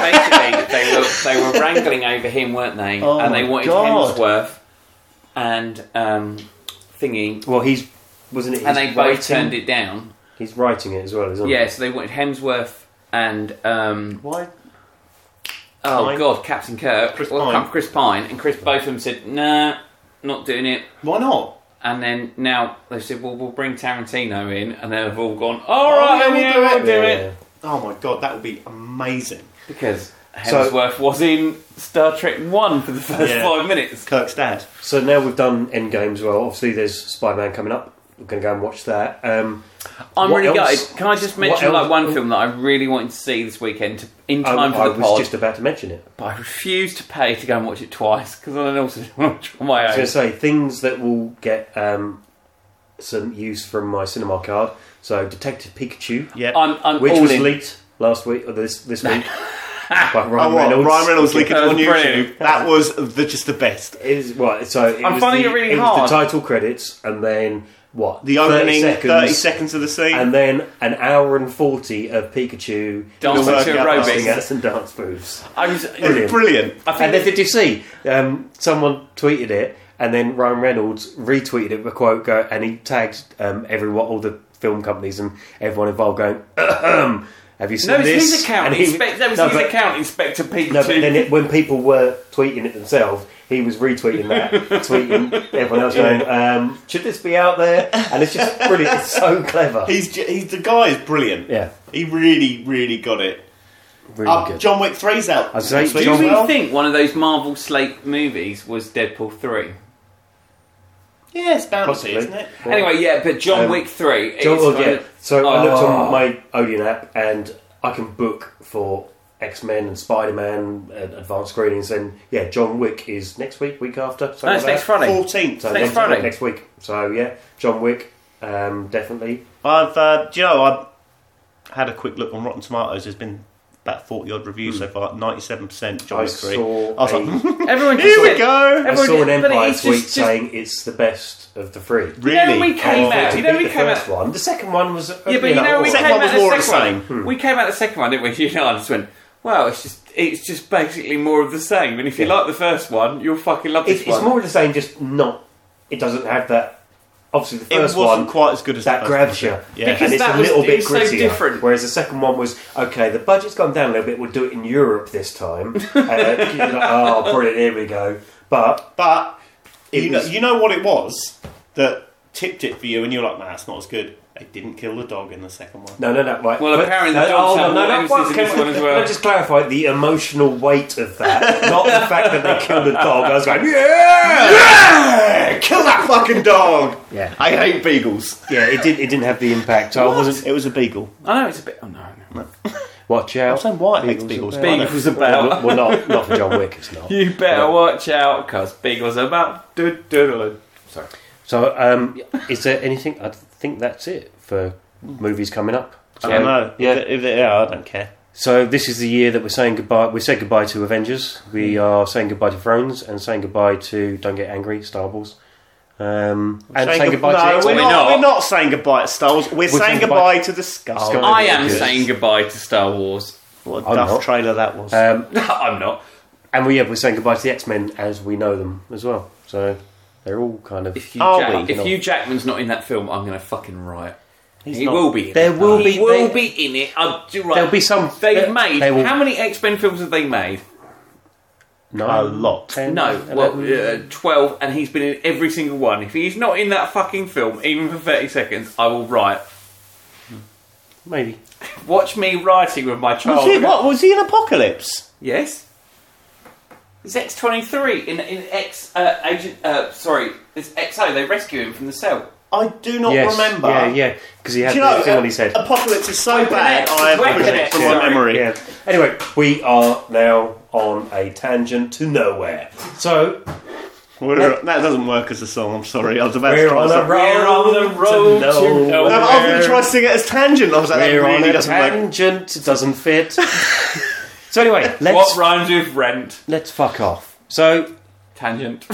[SPEAKER 2] they were, they were wrangling over him, weren't they?
[SPEAKER 4] Oh
[SPEAKER 2] and they
[SPEAKER 4] my
[SPEAKER 2] wanted
[SPEAKER 4] God.
[SPEAKER 2] Hemsworth and um, Thingy,
[SPEAKER 1] well, he's wasn't it?
[SPEAKER 2] and they
[SPEAKER 1] he's
[SPEAKER 2] both
[SPEAKER 1] writing,
[SPEAKER 2] turned it down.
[SPEAKER 1] He's writing it as well, isn't
[SPEAKER 2] Yeah, so they wanted Hemsworth and um,
[SPEAKER 4] Why?
[SPEAKER 2] oh
[SPEAKER 4] Pine.
[SPEAKER 2] god, Captain Kirk,
[SPEAKER 4] Chris
[SPEAKER 2] well,
[SPEAKER 4] Pine.
[SPEAKER 2] Chris Pine, and Chris. Both of them said, "Nah, not doing it."
[SPEAKER 4] Why not?
[SPEAKER 2] And then now they said, "Well, we'll bring Tarantino in," and they've all gone, "All right,
[SPEAKER 4] Oh, yeah,
[SPEAKER 2] yeah,
[SPEAKER 4] we'll
[SPEAKER 2] we'll,
[SPEAKER 4] do it."
[SPEAKER 2] do
[SPEAKER 1] Yeah.
[SPEAKER 2] it."
[SPEAKER 4] Oh my god, that would be amazing.
[SPEAKER 2] Because
[SPEAKER 1] So-
[SPEAKER 2] Hemsworth was in Star Trek 1 for the first
[SPEAKER 4] Yeah.
[SPEAKER 2] five minutes.
[SPEAKER 4] Kirk's dad.
[SPEAKER 1] So now we've done Endgame as well. Obviously, there's Spider-Man coming up. We're going to go and watch that. Um,
[SPEAKER 2] I'm
[SPEAKER 1] What else?
[SPEAKER 2] really gutted. Can I just
[SPEAKER 1] What
[SPEAKER 2] mention
[SPEAKER 1] else? Oh,
[SPEAKER 2] like one film that I really wanted to see this weekend to, in
[SPEAKER 1] I,
[SPEAKER 2] time
[SPEAKER 1] I
[SPEAKER 2] for the
[SPEAKER 1] was
[SPEAKER 2] pod,
[SPEAKER 1] just about to mention it.
[SPEAKER 2] but I refused to pay to go and watch it twice because I also didn't want to on
[SPEAKER 1] I
[SPEAKER 2] my
[SPEAKER 1] was going
[SPEAKER 2] own.
[SPEAKER 1] to say things that will get um, some use from my cinema card. So Detective Pikachu,
[SPEAKER 4] Yeah.
[SPEAKER 2] I'm, I'm
[SPEAKER 1] which
[SPEAKER 2] all
[SPEAKER 1] was
[SPEAKER 2] in.
[SPEAKER 1] leaked last week or this this week by
[SPEAKER 4] Oh,
[SPEAKER 1] Ryan
[SPEAKER 4] what?
[SPEAKER 1] Reynolds.
[SPEAKER 4] Ryan Reynolds leaked it
[SPEAKER 2] That
[SPEAKER 4] on
[SPEAKER 2] was
[SPEAKER 4] YouTube.
[SPEAKER 2] brilliant.
[SPEAKER 4] That was the, just the best.
[SPEAKER 1] It is right. So it
[SPEAKER 2] I'm
[SPEAKER 1] was
[SPEAKER 2] finding
[SPEAKER 1] the,
[SPEAKER 2] it really
[SPEAKER 1] was
[SPEAKER 2] hard.
[SPEAKER 1] the title credits and then what
[SPEAKER 4] The
[SPEAKER 1] 30
[SPEAKER 4] opening 30
[SPEAKER 1] seconds,
[SPEAKER 4] seconds, of the scene.
[SPEAKER 1] and then an hour and forty of Pikachu
[SPEAKER 2] Dancing
[SPEAKER 4] to
[SPEAKER 1] working out
[SPEAKER 4] aerobics.
[SPEAKER 1] dancing at some dance moves.
[SPEAKER 2] I was,
[SPEAKER 4] it's brilliant.
[SPEAKER 2] I
[SPEAKER 1] And
[SPEAKER 2] think
[SPEAKER 1] then did you see? Um, someone tweeted it, and then Ryan Reynolds retweeted it with a quote, go, and he tagged um, everyone, all the film companies, and everyone involved, going, "Have you seen
[SPEAKER 2] no, it's
[SPEAKER 1] this?"
[SPEAKER 2] his account.
[SPEAKER 1] And he-
[SPEAKER 2] Inspect- that was
[SPEAKER 1] no,
[SPEAKER 2] his
[SPEAKER 1] but,
[SPEAKER 2] account, Inspector Pikachu.
[SPEAKER 1] No, but then it, when people were tweeting it themselves, he was retweeting that, tweeting everyone else, going, um, "Should this be out there?" And it's just brilliant. It's so clever.
[SPEAKER 4] He's, ju- he's the guy is brilliant.
[SPEAKER 1] yeah,
[SPEAKER 4] He really, really got it.
[SPEAKER 1] really
[SPEAKER 4] Uh,
[SPEAKER 1] good.
[SPEAKER 4] John Wick 3's out.
[SPEAKER 1] I'd say
[SPEAKER 4] next week
[SPEAKER 2] Do
[SPEAKER 1] John
[SPEAKER 4] as
[SPEAKER 2] we
[SPEAKER 4] well.
[SPEAKER 2] think one of those Marvel slate movies was Deadpool 3?
[SPEAKER 4] Yeah, it's bound
[SPEAKER 1] Possibly.
[SPEAKER 4] to, isn't it?
[SPEAKER 1] Yeah.
[SPEAKER 2] Anyway, yeah, but John
[SPEAKER 1] Um,
[SPEAKER 2] Wick 3.
[SPEAKER 1] John,
[SPEAKER 2] is
[SPEAKER 1] oh,
[SPEAKER 2] kind
[SPEAKER 1] yeah.
[SPEAKER 2] of-
[SPEAKER 1] So I looked
[SPEAKER 2] Oh.
[SPEAKER 1] on my Odeon app and I can book for X Men and Spider Man advanced screenings, and yeah, John Wick is next week, week after. something
[SPEAKER 2] No, it's
[SPEAKER 1] like that.
[SPEAKER 2] next Friday.
[SPEAKER 4] Fourteenth.
[SPEAKER 1] So
[SPEAKER 2] next
[SPEAKER 1] next,
[SPEAKER 2] Friday.
[SPEAKER 1] next week. So yeah, John Wick, um, definitely.
[SPEAKER 4] I've uh, do you know I had a quick look on Rotten Tomatoes. There's been about forty odd reviews so far. Ninety-seven percent.
[SPEAKER 1] Hmm.
[SPEAKER 4] John
[SPEAKER 1] I
[SPEAKER 4] Wick three.
[SPEAKER 1] saw.
[SPEAKER 4] I was
[SPEAKER 1] a-
[SPEAKER 4] like,
[SPEAKER 2] Everyone
[SPEAKER 4] here
[SPEAKER 2] just
[SPEAKER 4] we
[SPEAKER 2] said-
[SPEAKER 4] go.
[SPEAKER 1] I
[SPEAKER 2] Everyone
[SPEAKER 1] saw an
[SPEAKER 2] did- but
[SPEAKER 1] Empire
[SPEAKER 2] it's
[SPEAKER 1] tweet
[SPEAKER 2] just- just-
[SPEAKER 1] saying it's the best of the three.
[SPEAKER 2] You know when we
[SPEAKER 4] Really?
[SPEAKER 2] came
[SPEAKER 1] And
[SPEAKER 2] out.
[SPEAKER 1] to
[SPEAKER 2] You know
[SPEAKER 1] beat
[SPEAKER 2] when we
[SPEAKER 1] the
[SPEAKER 2] came
[SPEAKER 1] first
[SPEAKER 2] out.
[SPEAKER 1] one. The second one was. uh,
[SPEAKER 2] Yeah, but you know, we
[SPEAKER 4] second
[SPEAKER 2] came
[SPEAKER 4] one
[SPEAKER 2] out
[SPEAKER 4] was
[SPEAKER 2] the
[SPEAKER 4] more of the
[SPEAKER 2] second one.
[SPEAKER 1] same. Hmm.
[SPEAKER 2] We came out the second one, didn't we? You know, I just went. Well, it's just it's just basically more of the same. And if you
[SPEAKER 1] Yeah.
[SPEAKER 2] like the first one, you'll fucking love this
[SPEAKER 1] It's,
[SPEAKER 2] one.
[SPEAKER 1] it's more of the same, just not. It doesn't have that. Obviously, the
[SPEAKER 4] It
[SPEAKER 1] first
[SPEAKER 4] wasn't
[SPEAKER 1] one
[SPEAKER 4] quite as good as
[SPEAKER 1] that
[SPEAKER 4] the first
[SPEAKER 1] grabs
[SPEAKER 4] one.
[SPEAKER 1] you.
[SPEAKER 4] Yeah.
[SPEAKER 1] and
[SPEAKER 2] Because
[SPEAKER 1] it's
[SPEAKER 2] that
[SPEAKER 1] a
[SPEAKER 2] was-
[SPEAKER 1] little bit
[SPEAKER 2] it's so
[SPEAKER 1] grittier.
[SPEAKER 2] different.
[SPEAKER 1] Whereas the second one was okay. The budget's gone down a little bit. We'll do it in Europe this time. uh, you're like, oh, brilliant! Here we go. But
[SPEAKER 4] But
[SPEAKER 1] It
[SPEAKER 4] you know,
[SPEAKER 1] was-
[SPEAKER 4] you know what it was that tipped it for you, and you're like, nah, it's not as good. They didn't kill the dog in the second one.
[SPEAKER 1] no, no, no. Right.
[SPEAKER 2] Well,
[SPEAKER 1] But-
[SPEAKER 2] apparently
[SPEAKER 1] no,
[SPEAKER 2] the dogs
[SPEAKER 1] hold on,
[SPEAKER 2] have
[SPEAKER 1] no,
[SPEAKER 2] more
[SPEAKER 1] no,
[SPEAKER 2] emphasis
[SPEAKER 1] what-
[SPEAKER 2] in this
[SPEAKER 1] can-
[SPEAKER 2] one as
[SPEAKER 1] can
[SPEAKER 2] well.
[SPEAKER 1] I just clarify the emotional weight of that, not the fact that they killed the dog. I was going, yeah,
[SPEAKER 4] Yeah! Kill that fucking dog!
[SPEAKER 1] yeah,
[SPEAKER 4] I hate beagles.
[SPEAKER 1] yeah. It didn't. It didn't have the impact. I wasn't.
[SPEAKER 4] It was a beagle.
[SPEAKER 2] I know it's a bit. Oh no, no.
[SPEAKER 1] Watch out.
[SPEAKER 4] I'm saying White hates
[SPEAKER 1] Beagles
[SPEAKER 4] beagles.
[SPEAKER 1] are
[SPEAKER 4] but I
[SPEAKER 2] Beagles
[SPEAKER 4] know.
[SPEAKER 2] about.
[SPEAKER 1] Well, not not for John Wick. It's not.
[SPEAKER 2] You better watch out, cause Beagle's about do- doodling. Sorry.
[SPEAKER 1] So, um, is there anything? I think that's it for movies coming up.
[SPEAKER 4] I
[SPEAKER 1] So,
[SPEAKER 2] Um,
[SPEAKER 4] don't know.
[SPEAKER 1] Yeah.
[SPEAKER 4] If it- if it- yeah, I don't care.
[SPEAKER 1] so this is the year that we're saying goodbye. We said goodbye to Avengers. We are saying goodbye to Thrones and saying goodbye to Don't Get Angry, Star Wars, um, and saying,
[SPEAKER 4] Saying good-
[SPEAKER 1] goodbye to
[SPEAKER 4] no,
[SPEAKER 1] X
[SPEAKER 4] we're
[SPEAKER 1] Men.
[SPEAKER 4] not,
[SPEAKER 2] We're not.
[SPEAKER 4] We're not saying goodbye to Star Wars. We're, saying, goodbye, to the Skull.
[SPEAKER 1] Skull.
[SPEAKER 2] Oh, I am
[SPEAKER 1] Yes.
[SPEAKER 2] saying goodbye to Star Wars.
[SPEAKER 4] What a
[SPEAKER 1] I'm
[SPEAKER 4] duff
[SPEAKER 1] not.
[SPEAKER 4] trailer that was.
[SPEAKER 1] Um,
[SPEAKER 2] I'm not.
[SPEAKER 1] and we, yeah, we're saying goodbye to the X Men as we know them as well. So they're all kind of.
[SPEAKER 2] If you
[SPEAKER 4] Are
[SPEAKER 2] Jack,
[SPEAKER 4] we?
[SPEAKER 2] if you Jackman's not in that film, I'm going to fucking riot.
[SPEAKER 4] He's
[SPEAKER 2] he
[SPEAKER 4] not.
[SPEAKER 2] will be. In
[SPEAKER 1] There
[SPEAKER 2] it.
[SPEAKER 1] will
[SPEAKER 2] he
[SPEAKER 1] be-
[SPEAKER 2] will
[SPEAKER 1] there-
[SPEAKER 2] be in it. I'll do right.
[SPEAKER 1] There'll be some.
[SPEAKER 2] They've
[SPEAKER 1] they-
[SPEAKER 2] made
[SPEAKER 1] they will-
[SPEAKER 2] how many X Men films have they made?
[SPEAKER 1] nine,
[SPEAKER 4] A lot.
[SPEAKER 1] ten,
[SPEAKER 2] No, well,
[SPEAKER 1] 11.
[SPEAKER 2] uh, twelve, and he's been in every single one. If he's not in that fucking film, even for thirty seconds, I will riot.
[SPEAKER 1] maybe.
[SPEAKER 2] Watch me rioting with my
[SPEAKER 4] was,
[SPEAKER 2] child.
[SPEAKER 1] oh,
[SPEAKER 4] he, what, was he in Apocalypse?
[SPEAKER 2] Yes. It's X twenty three in in X uh, agent. Uh, sorry, it's XO. They rescue him from the cell.
[SPEAKER 4] I do not
[SPEAKER 1] yes.
[SPEAKER 4] remember.
[SPEAKER 1] Yeah, yeah. Because he had
[SPEAKER 4] Do you know,
[SPEAKER 1] the thing
[SPEAKER 4] uh,
[SPEAKER 1] on his head.
[SPEAKER 4] Apocalypse is so
[SPEAKER 2] Weapon
[SPEAKER 4] bad,
[SPEAKER 2] X,
[SPEAKER 4] I have
[SPEAKER 2] Weapon
[SPEAKER 4] pushed it
[SPEAKER 2] X,
[SPEAKER 4] from my
[SPEAKER 2] sorry.
[SPEAKER 4] memory.
[SPEAKER 1] Yeah. Anyway, we are now on a tangent to nowhere. So
[SPEAKER 4] We're- that doesn't work as a song, I'm sorry. I was about
[SPEAKER 1] we're
[SPEAKER 4] to
[SPEAKER 1] on a road,
[SPEAKER 2] We're on the road to
[SPEAKER 4] No,
[SPEAKER 2] nowhere.
[SPEAKER 4] but I was going to try to sing it as tangent. I was like,
[SPEAKER 1] We're
[SPEAKER 4] that really
[SPEAKER 1] on a
[SPEAKER 4] doesn't work.
[SPEAKER 1] tangent. It doesn't fit. so anyway, let's
[SPEAKER 2] What rhymes with rent?
[SPEAKER 1] let's fuck off. So
[SPEAKER 2] Tangent.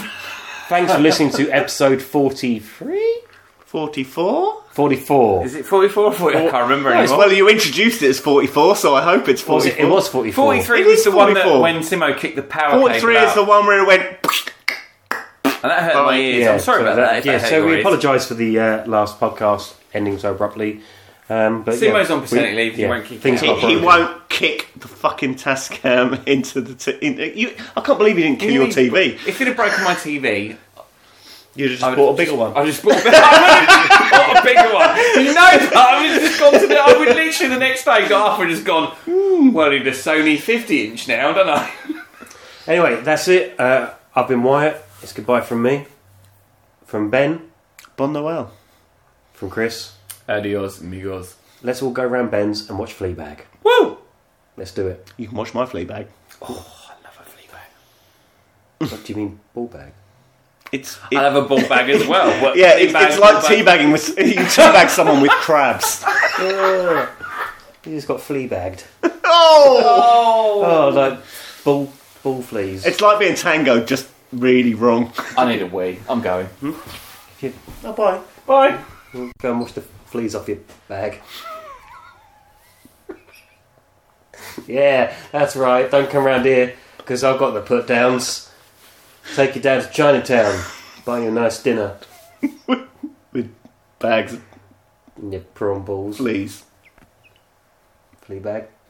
[SPEAKER 1] thanks for listening to episode 43?
[SPEAKER 4] 44?
[SPEAKER 1] 44.
[SPEAKER 2] Is it forty four or forty? I can't remember
[SPEAKER 4] Nice.
[SPEAKER 2] anymore.
[SPEAKER 4] Well, you introduced it as 44, so I hope it's
[SPEAKER 1] Was it,
[SPEAKER 4] 44.
[SPEAKER 1] it was 44.
[SPEAKER 2] Forty three
[SPEAKER 4] It
[SPEAKER 2] was
[SPEAKER 4] is
[SPEAKER 2] the one that
[SPEAKER 4] 44.
[SPEAKER 2] when Simo kicked the power
[SPEAKER 4] 43
[SPEAKER 2] cable
[SPEAKER 4] is
[SPEAKER 2] out.
[SPEAKER 4] the one where it went.
[SPEAKER 2] And that hurt
[SPEAKER 4] Oh,
[SPEAKER 2] my ears. I'm sorry
[SPEAKER 1] so
[SPEAKER 2] about that. if
[SPEAKER 1] yeah,
[SPEAKER 2] that hurt
[SPEAKER 1] so
[SPEAKER 2] your
[SPEAKER 1] we
[SPEAKER 2] ears.
[SPEAKER 1] apologise for the uh, last podcast ending so abruptly. Um, but
[SPEAKER 2] Simo's
[SPEAKER 1] yeah,
[SPEAKER 2] on pathetic
[SPEAKER 1] we-
[SPEAKER 2] leave, he
[SPEAKER 1] yeah,
[SPEAKER 2] won't keep
[SPEAKER 1] things
[SPEAKER 2] it.
[SPEAKER 1] got
[SPEAKER 4] He, he
[SPEAKER 1] broken.
[SPEAKER 4] won't kick the fucking Tascam into the. T- in, you, I can't believe you didn't kill your TV.
[SPEAKER 2] If it had broken my TV,
[SPEAKER 4] You just
[SPEAKER 2] I would
[SPEAKER 4] bought a
[SPEAKER 2] have
[SPEAKER 4] bigger
[SPEAKER 2] just-
[SPEAKER 4] one.
[SPEAKER 2] I just bought, I would have bought a bigger one. You know, that. I would have just gone to the. I would literally the next day got up and just gone. "Hmm, Well, I need a Sony 50 inch now, don't I?
[SPEAKER 1] Anyway, that's it. Uh, I've been Wyatt. It's goodbye from me, from Ben,
[SPEAKER 4] Bon Noel.
[SPEAKER 1] from Chris.
[SPEAKER 2] Adios, amigos.
[SPEAKER 1] Let's all go round Ben's and watch Fleabag.
[SPEAKER 2] Woo!
[SPEAKER 1] Let's do it.
[SPEAKER 4] You can watch my flea bag.
[SPEAKER 2] I love a flea bag.
[SPEAKER 1] What do you mean, ball bag?
[SPEAKER 4] It's.
[SPEAKER 2] I
[SPEAKER 4] it-
[SPEAKER 2] love a ball bag as well. What,
[SPEAKER 4] yeah,
[SPEAKER 2] flea
[SPEAKER 4] it's,
[SPEAKER 2] bag,
[SPEAKER 4] it's like
[SPEAKER 2] ball bag.
[SPEAKER 4] teabagging with. You teabag someone with crabs.
[SPEAKER 1] Oh, you just got flea bagged.
[SPEAKER 4] Oh!
[SPEAKER 2] Oh,
[SPEAKER 1] Oh, like ball, ball fleas.
[SPEAKER 4] It's like being tango, just really wrong.
[SPEAKER 2] I need a wee. I'm going.
[SPEAKER 4] Oh, bye.
[SPEAKER 2] Bye.
[SPEAKER 1] Go and wash the fleas off your bag. yeah, that's right. Don't come round here because I've got the put downs. Take you down to Chinatown, buy you a nice dinner
[SPEAKER 4] With bags,
[SPEAKER 1] and your prawn balls,
[SPEAKER 4] please.
[SPEAKER 1] flea bag.